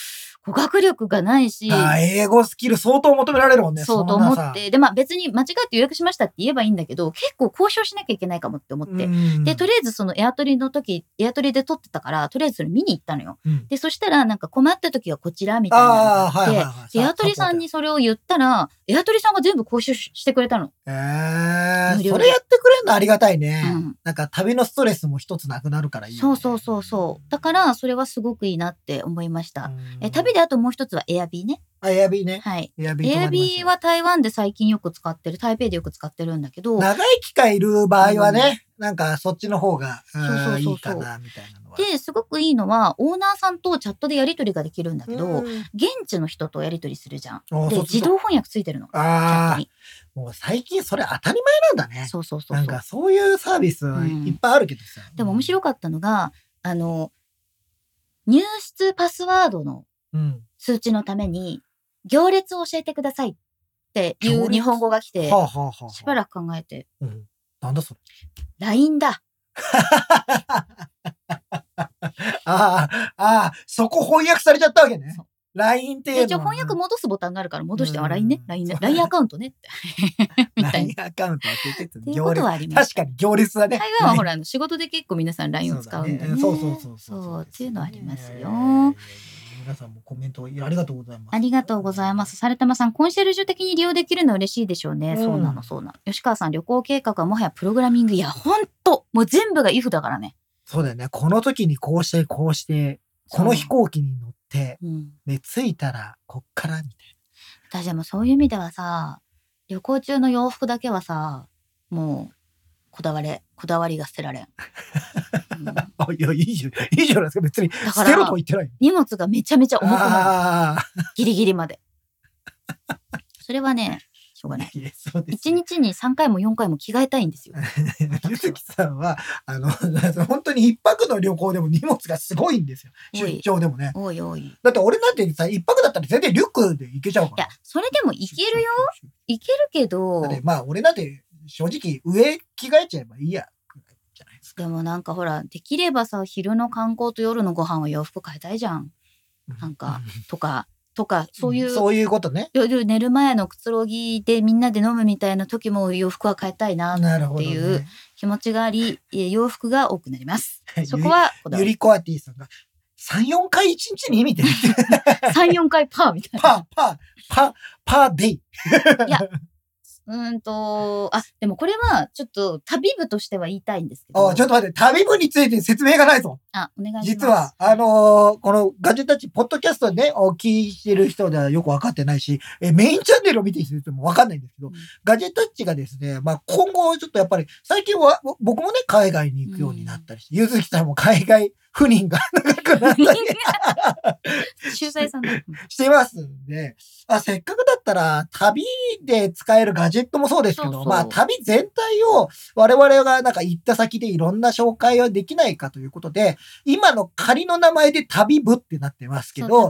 [SPEAKER 3] 語学力がないし、
[SPEAKER 2] あー英語スキル相当求められるもんね。
[SPEAKER 3] そうと
[SPEAKER 2] んな
[SPEAKER 3] 思
[SPEAKER 2] さ
[SPEAKER 3] っ。て、で、まあ別に間違って予約しましたって言えばいいんだけど、結構交渉しなきゃいけないかもって思って。で、と
[SPEAKER 2] り
[SPEAKER 3] りあえずそのエアトリの時、エアトリで撮ってたから、とりあえずそれ見に行ったのよ。
[SPEAKER 2] うん
[SPEAKER 3] で、そしたらなんか困った時はこちらみたいなのがあ
[SPEAKER 2] あ
[SPEAKER 3] っ
[SPEAKER 2] あー、
[SPEAKER 3] て、
[SPEAKER 2] はいはいはい。
[SPEAKER 3] でエアトリさんにそれを言ったら、エアトリさんが全部交渉ししてくれたの。
[SPEAKER 2] ええ
[SPEAKER 3] 無料で
[SPEAKER 2] それやってくれるのありがたいね。
[SPEAKER 3] うん
[SPEAKER 2] なんか旅のストレスも一つなくなるからいい、ね。
[SPEAKER 3] そうそうそうそう。だから、それはすごくいいなって思いまし
[SPEAKER 2] う
[SPEAKER 3] た。
[SPEAKER 2] ん。
[SPEAKER 3] え旅であともう一つはエアビーね。
[SPEAKER 2] あ、エアビーね。
[SPEAKER 3] はい。
[SPEAKER 2] エアビー泊
[SPEAKER 3] エア
[SPEAKER 2] まりま
[SPEAKER 3] ビ
[SPEAKER 2] し
[SPEAKER 3] ー
[SPEAKER 2] たよ
[SPEAKER 3] は台湾で最近よく使ってる、台北でよく使ってるんだけど、
[SPEAKER 2] 長い期間いる場合はね、なんかそっちの方が、うん
[SPEAKER 3] そうそうそうそう
[SPEAKER 2] いいかな、みたいなのは。
[SPEAKER 3] で、すごくいいのは、オーナーさんとチャットでやり取りができるんだけど、
[SPEAKER 2] うん
[SPEAKER 3] 現地の人とやり取りするじゃん。
[SPEAKER 2] あーそ
[SPEAKER 3] で、
[SPEAKER 2] うそう
[SPEAKER 3] 自動翻訳ついてるの。チャ
[SPEAKER 2] あ
[SPEAKER 3] ット
[SPEAKER 2] あ、
[SPEAKER 3] に
[SPEAKER 2] もう最近それ当たり前なんだね。
[SPEAKER 3] そうそうそう
[SPEAKER 2] なん
[SPEAKER 3] そう
[SPEAKER 2] か。そういうサービス
[SPEAKER 3] ん
[SPEAKER 2] いっぱいあるけどさ。
[SPEAKER 3] でも面白かったのが、あの、入室パスワードの
[SPEAKER 2] うん。
[SPEAKER 3] 通知のために、行列を教えてくださいってい
[SPEAKER 2] 行
[SPEAKER 3] う
[SPEAKER 2] 列
[SPEAKER 3] 日本語が来て
[SPEAKER 2] は、あはあはあはあ。
[SPEAKER 3] しばらく考えて、
[SPEAKER 2] うん。なんだそれ。
[SPEAKER 3] LINE だ。
[SPEAKER 2] ああ、ああ、そこ翻訳されちゃったわけね
[SPEAKER 3] そう。
[SPEAKER 2] LINE っていうの
[SPEAKER 3] で
[SPEAKER 2] は
[SPEAKER 3] 一応翻訳戻すボタンがあるから戻して、
[SPEAKER 2] うん
[SPEAKER 3] あ、LINE ね、LINE ね、LINE アカウントねって。みたいな。
[SPEAKER 2] LINE
[SPEAKER 3] っ
[SPEAKER 2] アカウントは聞いて
[SPEAKER 3] て
[SPEAKER 2] て
[SPEAKER 3] いう
[SPEAKER 2] 行
[SPEAKER 3] こと
[SPEAKER 2] 列。
[SPEAKER 3] はあります。
[SPEAKER 2] 確かに行列だね。
[SPEAKER 3] 台湾は
[SPEAKER 2] ら、
[SPEAKER 3] ほら、あの仕事で結構皆さん LINE を使うんだね。
[SPEAKER 2] そうそうそう。
[SPEAKER 3] そうっていうのはあります
[SPEAKER 2] い
[SPEAKER 3] よ
[SPEAKER 2] やいや。いやいや皆さんもコメントありがとうございます。
[SPEAKER 3] ありがとうございます。。されたまさん、コンシェルジュ的に利用できるのは嬉しいでしょうね。
[SPEAKER 2] うん
[SPEAKER 3] そうなの、そうなの。吉川さん、旅行計画はもはやプログラミング。いや、ほんともう全部が if だからね。
[SPEAKER 2] そうだよね。この時にこうして、こうして、この飛行機に乗って、
[SPEAKER 3] うん。
[SPEAKER 2] で、着いたら、こっから、みたい
[SPEAKER 3] 私でもそういう意味ではさ、旅行中の洋服だけはさ、もう、こだわれ、こだわりが捨てられん。
[SPEAKER 2] *laughs*
[SPEAKER 3] うんだ
[SPEAKER 2] な。あ、いや、いいじゃん。いいじゃないですか。別に、
[SPEAKER 3] か
[SPEAKER 2] 捨てろ
[SPEAKER 3] ら
[SPEAKER 2] とは、言ってない。
[SPEAKER 3] 荷物がめちゃめちゃ重くなる。
[SPEAKER 2] ああ
[SPEAKER 3] ギリギリまで。それはね、しょうがない。
[SPEAKER 2] ー、いや、そうです
[SPEAKER 3] 一
[SPEAKER 2] ね。
[SPEAKER 3] 日に3回も4回も着替えたい
[SPEAKER 2] *laughs*
[SPEAKER 3] んですよ。
[SPEAKER 2] ゆずきさんは、あの、 *laughs* 本当に一泊の旅行でも荷物がすごいんですよ。
[SPEAKER 3] 多い
[SPEAKER 2] 出張でもね。
[SPEAKER 3] おいおい。い
[SPEAKER 2] だって俺なんてさ、一泊だったら全然リュックで行けちゃうから。
[SPEAKER 3] や、それでもいけるよ。いけるけど
[SPEAKER 2] だっ、てまあ俺だって正直上着替えちゃえばいいや、じゃないですか。
[SPEAKER 3] でもなんかほら、できればさ、昼の観光と夜のご飯は洋服変えたいじゃん。なんか、とか、とか、そういう、
[SPEAKER 2] そういうことね。
[SPEAKER 3] 夜寝る前のくつろぎでみんなで飲むみたいな時も洋服は変えたいな、
[SPEAKER 2] なるほど、
[SPEAKER 3] っ
[SPEAKER 2] ね。
[SPEAKER 3] ていう気持ちがあり、え洋服が多くな
[SPEAKER 2] *laughs*
[SPEAKER 3] ります。そこはこだわ
[SPEAKER 2] ゆ
[SPEAKER 3] り。
[SPEAKER 2] りコアティさんが、3、4回1日にみたいな。 *laughs*
[SPEAKER 3] 3、4回パーみたいな。
[SPEAKER 2] パー、パー、パー、パーデイ。
[SPEAKER 3] いやうーんと、あ、でもこれは、ちょっと、旅部としては言いたいんですけど。
[SPEAKER 2] おちょっと待って、旅部について説明がないぞ。
[SPEAKER 3] あ、お願いします。
[SPEAKER 2] 実は、あのーこのガジェタッチ、ポッドキャストね、お聞いてる人ではよくわかってないし、えメインチャンネルを見てる人もわかんないんですけど、
[SPEAKER 3] うん
[SPEAKER 2] ガジェタッチがですね、まあ今後ちょっとやっぱり、最近は僕もね、海外に行くようになったりして、ゆずきさんも海外赴任が長くなったり
[SPEAKER 3] 秀才さんだ。
[SPEAKER 2] してますんで、あ、せっかくだったら、旅で使えるガジェットもそうですけど、
[SPEAKER 3] そうそう
[SPEAKER 2] まあ、旅全体を我々がなんか行った先でいろんな紹介はできないかということで、今の仮の名前で旅部ってなってますけど、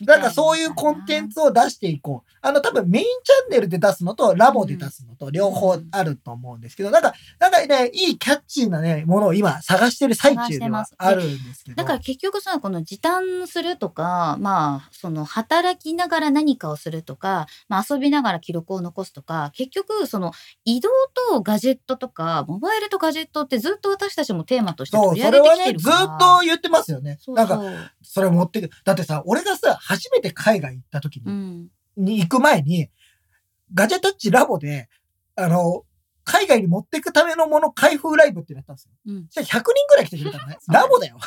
[SPEAKER 2] なんかそういうコンテン
[SPEAKER 3] ツ。
[SPEAKER 2] ツを出していこう。あの、多分メインチャンネルで出すのと、ラボで出すのと、両方あると思うんですけど、なんか、なんかね、いいキャッチーなね、ものを今探してる最中ではあるんですけど。
[SPEAKER 3] だから結局さ、この時短するとか、まあ、その働きながら何かをするとか、まあ遊びながら記録を残すとか、結局その移動とガジェットとか、モバイルとガジェットってずっと私たちもテーマとして
[SPEAKER 2] そ
[SPEAKER 3] 取
[SPEAKER 2] う、
[SPEAKER 3] り上
[SPEAKER 2] そ
[SPEAKER 3] げ
[SPEAKER 2] れ
[SPEAKER 3] て
[SPEAKER 2] は
[SPEAKER 3] きて
[SPEAKER 2] ね、
[SPEAKER 3] る
[SPEAKER 2] ず
[SPEAKER 3] か
[SPEAKER 2] っ
[SPEAKER 3] ら。
[SPEAKER 2] と言ってますよね。
[SPEAKER 3] そうそ
[SPEAKER 2] な
[SPEAKER 3] う
[SPEAKER 2] んか、それ持ってく。だってさ、俺がさ、初めて海外行った時
[SPEAKER 3] う
[SPEAKER 2] に、
[SPEAKER 3] ん。
[SPEAKER 2] に行く前に、ガジェタッチラボで、あの、海外に持っていくためのもの開封ライブってやったんですよ。
[SPEAKER 3] うん
[SPEAKER 2] そしたら100人ぐらい来てくれたのね。
[SPEAKER 3] *laughs* そう
[SPEAKER 2] ラボだよ。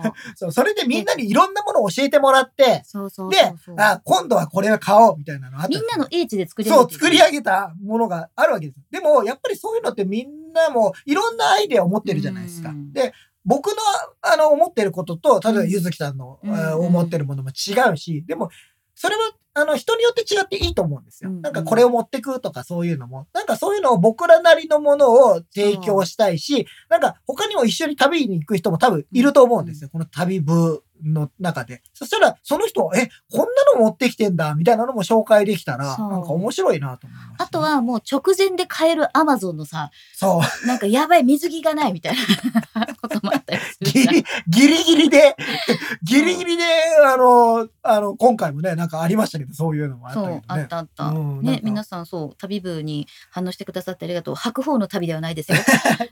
[SPEAKER 3] そう
[SPEAKER 2] そう、それでみんなにいろんなものを教えてもらって、
[SPEAKER 3] そうそう
[SPEAKER 2] で
[SPEAKER 3] そうそう。
[SPEAKER 2] あ、今度はこれを買おうみたいなのあった
[SPEAKER 3] みんなの英知で作り上げ
[SPEAKER 2] そう、
[SPEAKER 3] ていく
[SPEAKER 2] 作り上げたものがあるわけです。でも、やっぱりそういうのってみんなもいろんなアイデアを持ってるじゃないですか
[SPEAKER 3] う。ん
[SPEAKER 2] で、僕の、あの、思ってることと、例えば
[SPEAKER 3] うん
[SPEAKER 2] ゆずきさんの、
[SPEAKER 3] うん
[SPEAKER 2] あー思ってるものも違うし、でも、それは、あの、人によって違っていいと思うんですよ。
[SPEAKER 3] うん
[SPEAKER 2] なんかこれを持ってくとかそういうのも、なんかそういうのを僕らなりのものを提供したいし、なんか他にも一緒に旅に行く人も多分いると思うんですよ。この旅部の中で。そしたら、その人は、え、こんなの持ってきてんだ、みたいなのも紹介できたら、
[SPEAKER 3] そう
[SPEAKER 2] なんか面白いなと思いましたね、
[SPEAKER 3] あとはもう直前で買えるアマゾンのさ、
[SPEAKER 2] そう、
[SPEAKER 3] なんかやばい水着がないみたいなこともあったりする
[SPEAKER 2] ギ
[SPEAKER 3] じゃん。
[SPEAKER 2] リ、ギリギリで、ギリギリで、あの、あの、今回もね、なんかありましたけど、そういうのもあった
[SPEAKER 3] そう、
[SPEAKER 2] けど
[SPEAKER 3] あっ
[SPEAKER 2] ね。
[SPEAKER 3] たあった。
[SPEAKER 2] うんなん
[SPEAKER 3] ね、
[SPEAKER 2] か
[SPEAKER 3] 皆さんそう、旅部に反応してくださってありがとう。白鵬の旅ではないで
[SPEAKER 2] *laughs*
[SPEAKER 3] すよ。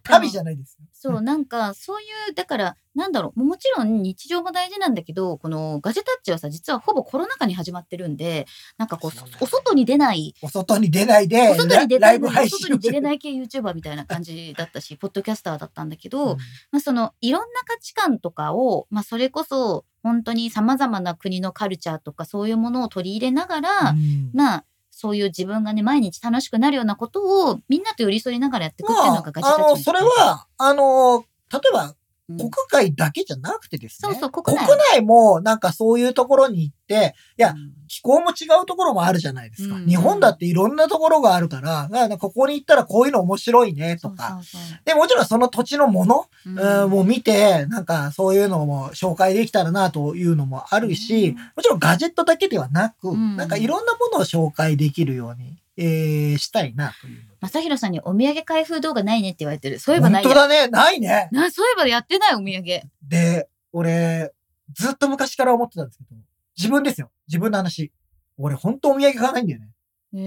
[SPEAKER 2] 旅じゃないですよ。
[SPEAKER 3] そう、なんか、そういう、だから、なんだろう、もちろん日常も大事なんだけど、このガジェタッチはさ、実はほぼコロナ禍に始まってるんで、なんかこ
[SPEAKER 2] そうなんだ
[SPEAKER 3] う、お外に出ない、
[SPEAKER 2] お外に出ないで、
[SPEAKER 3] お外に出
[SPEAKER 2] ラ
[SPEAKER 3] た
[SPEAKER 2] イ
[SPEAKER 3] い
[SPEAKER 2] ブ
[SPEAKER 3] のに
[SPEAKER 2] 配
[SPEAKER 3] お
[SPEAKER 2] 信
[SPEAKER 3] 外に出れ
[SPEAKER 2] い。
[SPEAKER 3] ない系 YouTuber みたいな感じだったし、ポッドキャスターだったんだけど、
[SPEAKER 2] うん
[SPEAKER 3] まあ、そのいろんな価値観とかを、まあ、それこそ本当にさまざまな国のカルチャーとかそういうものを取り入れながら、
[SPEAKER 2] うん
[SPEAKER 3] まあそういう自分がね毎日楽しくなるようなことをみんなと寄り添いながらやっていくっていうの
[SPEAKER 2] ま
[SPEAKER 3] がガジェ
[SPEAKER 2] あ、あ
[SPEAKER 3] タッ
[SPEAKER 2] の、
[SPEAKER 3] チ
[SPEAKER 2] それは、あの、例えば、
[SPEAKER 3] うん
[SPEAKER 2] 国外だけじゃなくてですね。
[SPEAKER 3] そうそう国内
[SPEAKER 2] も、なんかそういうところに行って、いや
[SPEAKER 3] うん
[SPEAKER 2] 気候も違うところもあるじゃないですか。
[SPEAKER 3] うん
[SPEAKER 2] 日本だっていろんなところがあるから、なんかここに行ったらこういうの面白いね、とか。
[SPEAKER 3] そうそう
[SPEAKER 2] で、もちろんその土地のもの、
[SPEAKER 3] そう
[SPEAKER 2] うん、も
[SPEAKER 3] う
[SPEAKER 2] う見て、なんかそういうのも紹介できたらなというのもあるし、
[SPEAKER 3] うん
[SPEAKER 2] もちろんガジェットだけではなく、
[SPEAKER 3] うん
[SPEAKER 2] なんかいろんなものを紹介できるように、えーしたいなという。
[SPEAKER 3] 正弘さんにお土産開封動画ないねって言われてるそういえばな
[SPEAKER 2] 本
[SPEAKER 3] い
[SPEAKER 2] 当
[SPEAKER 3] や
[SPEAKER 2] だね、ないね。
[SPEAKER 3] なそういえばやってないお土産
[SPEAKER 2] で、俺、ずっと昔から思ってたんですけど、自分ですよ。自分の話。俺、本当お土産買わないんだよね。
[SPEAKER 3] へ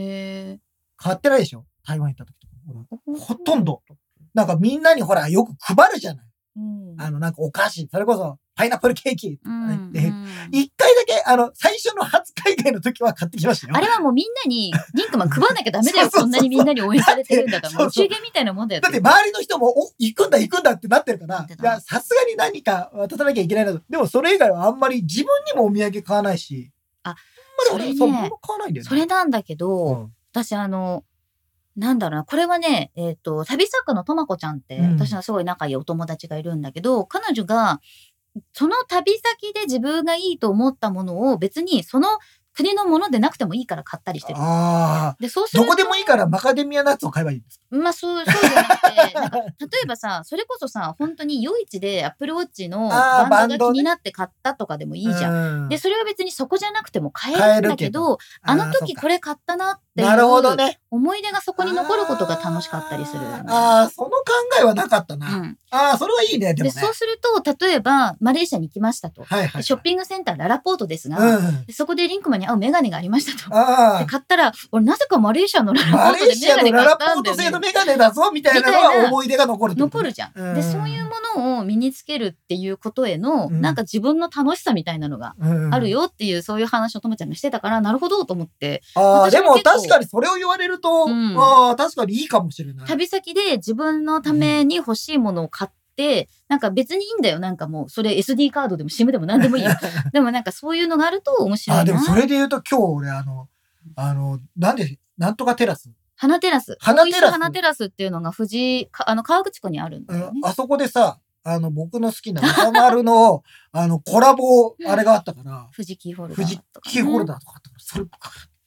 [SPEAKER 3] え
[SPEAKER 2] 買ってないでしょ台湾行った時とか。俺、ほとん
[SPEAKER 3] ど、
[SPEAKER 2] ど。なんかみんなにほら、よく配るじゃない。
[SPEAKER 3] うん
[SPEAKER 2] あの、なんかお菓子。それこそ、パイナップルケーキと
[SPEAKER 3] う
[SPEAKER 2] か
[SPEAKER 3] ん
[SPEAKER 2] 言って、
[SPEAKER 3] うん
[SPEAKER 2] 一回だけ、あの、最初の初海外の時は買ってきましたよ。
[SPEAKER 3] あれはもうみんなに、リンクマン配らなきゃダ
[SPEAKER 2] *laughs*
[SPEAKER 3] メだ
[SPEAKER 2] そう
[SPEAKER 3] よ。
[SPEAKER 2] そうそう
[SPEAKER 3] こんなにみんなに応援されてるんだから。もう
[SPEAKER 2] だ
[SPEAKER 3] お
[SPEAKER 2] ってそうそう
[SPEAKER 3] 中元みたいなもんだよ。
[SPEAKER 2] だって周りの人も、お、行くんだ行くんだってなってるから、
[SPEAKER 3] なっ
[SPEAKER 2] い
[SPEAKER 3] てた
[SPEAKER 2] や、さすがに何か渡さなきゃいけないなと。でもそれ以外はあんまり自分にもお土産買わないし。
[SPEAKER 3] あ、
[SPEAKER 2] あんまり俺、そ
[SPEAKER 3] それ
[SPEAKER 2] う、
[SPEAKER 3] ね
[SPEAKER 2] 物買わないんだよね。
[SPEAKER 3] それなんだけど、
[SPEAKER 2] うん
[SPEAKER 3] 私あの、なんだろうな、これはね、えっ、と、旅作家のとまこちゃんって、
[SPEAKER 2] うん
[SPEAKER 3] 私のすごい仲いいお友達がいるんだけど、彼女が、その旅先で自分がいいと思ったものを別にその国のものでなくてもいいから買ったりしてる。
[SPEAKER 2] ああ。
[SPEAKER 3] で、そうする
[SPEAKER 2] ど
[SPEAKER 3] と
[SPEAKER 2] こでもいいからマカデミアナッツを買えばいいんです。
[SPEAKER 3] まあ、そう、そうじゃなくて、なんか、例えばさ、それこそさ、本当に夜市でアップルウォッチの
[SPEAKER 2] あー
[SPEAKER 3] バン
[SPEAKER 2] バン
[SPEAKER 3] ド
[SPEAKER 2] ド
[SPEAKER 3] が
[SPEAKER 2] ね
[SPEAKER 3] 気になって買ったとかでもいいじゃん。
[SPEAKER 2] ゃ
[SPEAKER 3] で、それは別にそこじゃなくても買
[SPEAKER 2] 買え
[SPEAKER 3] えるん
[SPEAKER 2] る
[SPEAKER 3] だ
[SPEAKER 2] け
[SPEAKER 3] け
[SPEAKER 2] ど
[SPEAKER 3] ど、あの時こ
[SPEAKER 2] れ
[SPEAKER 3] れ買ったなってい
[SPEAKER 2] なるほど
[SPEAKER 3] う
[SPEAKER 2] ね。
[SPEAKER 3] 思い出がそこに残ることが楽しかったりするよね。
[SPEAKER 2] あーあー、その考えはなかったな。
[SPEAKER 3] うん、
[SPEAKER 2] ああ、それはいいね、で
[SPEAKER 3] で
[SPEAKER 2] もね。
[SPEAKER 3] そうすると、例えば、マレーシアに行きましたと。
[SPEAKER 2] はいはいはい。
[SPEAKER 3] でショッピングセンターララポートですが、
[SPEAKER 2] うん。
[SPEAKER 3] でそこでリンクマンに合うメガネがありましたと。
[SPEAKER 2] あ
[SPEAKER 3] で
[SPEAKER 2] あ。
[SPEAKER 3] 買ったら、俺なぜかマレーシアのララポ
[SPEAKER 2] マ
[SPEAKER 3] ート
[SPEAKER 2] レー
[SPEAKER 3] で
[SPEAKER 2] シ
[SPEAKER 3] メ
[SPEAKER 2] ア
[SPEAKER 3] ガ
[SPEAKER 2] の
[SPEAKER 3] ネ
[SPEAKER 2] ラ
[SPEAKER 3] 買っ
[SPEAKER 2] ラ
[SPEAKER 3] た
[SPEAKER 2] ポー
[SPEAKER 3] んだ
[SPEAKER 2] ト
[SPEAKER 3] よ、
[SPEAKER 2] 製の
[SPEAKER 3] ね。
[SPEAKER 2] メガネだぞみたいなの
[SPEAKER 3] みたい
[SPEAKER 2] は
[SPEAKER 3] な
[SPEAKER 2] 思い出が残るってこと
[SPEAKER 3] 残るじゃん,、
[SPEAKER 2] うん
[SPEAKER 3] で、そういうものを身につけるっていうことへの、
[SPEAKER 2] うん
[SPEAKER 3] なんか自分の楽しさみたいなのが
[SPEAKER 2] うん
[SPEAKER 3] あるよっていう、そういう話をともちゃんがしてたから、なるほどと思って。
[SPEAKER 2] ああ、
[SPEAKER 3] 私
[SPEAKER 2] で
[SPEAKER 3] も
[SPEAKER 2] も
[SPEAKER 3] 結構
[SPEAKER 2] 確確かにそれを言われると、
[SPEAKER 3] うん
[SPEAKER 2] ああ、確かにいいかもしれない。
[SPEAKER 3] 旅先で自分のために欲しいものを買って、なんか別にいいんだよ。なんかもう、それ SD カードでも SIM でも何
[SPEAKER 2] *laughs*
[SPEAKER 3] でもいいよ。でもなんかそういうのがあると面白いな。
[SPEAKER 2] あ、でもそれで言うと今日俺あの、あの、なんで、なんとかテラス。
[SPEAKER 3] 花テラス。
[SPEAKER 2] 花
[SPEAKER 3] 大
[SPEAKER 2] テラス
[SPEAKER 3] 石花テラスっていうのが富士、かあの、河口湖にあるんだよね。
[SPEAKER 2] あそこでさ、あの、僕の好きな歌丸の、あの、コラボ、あれがあったから、
[SPEAKER 3] 富士キーホルダ
[SPEAKER 2] 富士
[SPEAKER 3] ーとか、ね。
[SPEAKER 2] キーホルダーとかあったから、それ、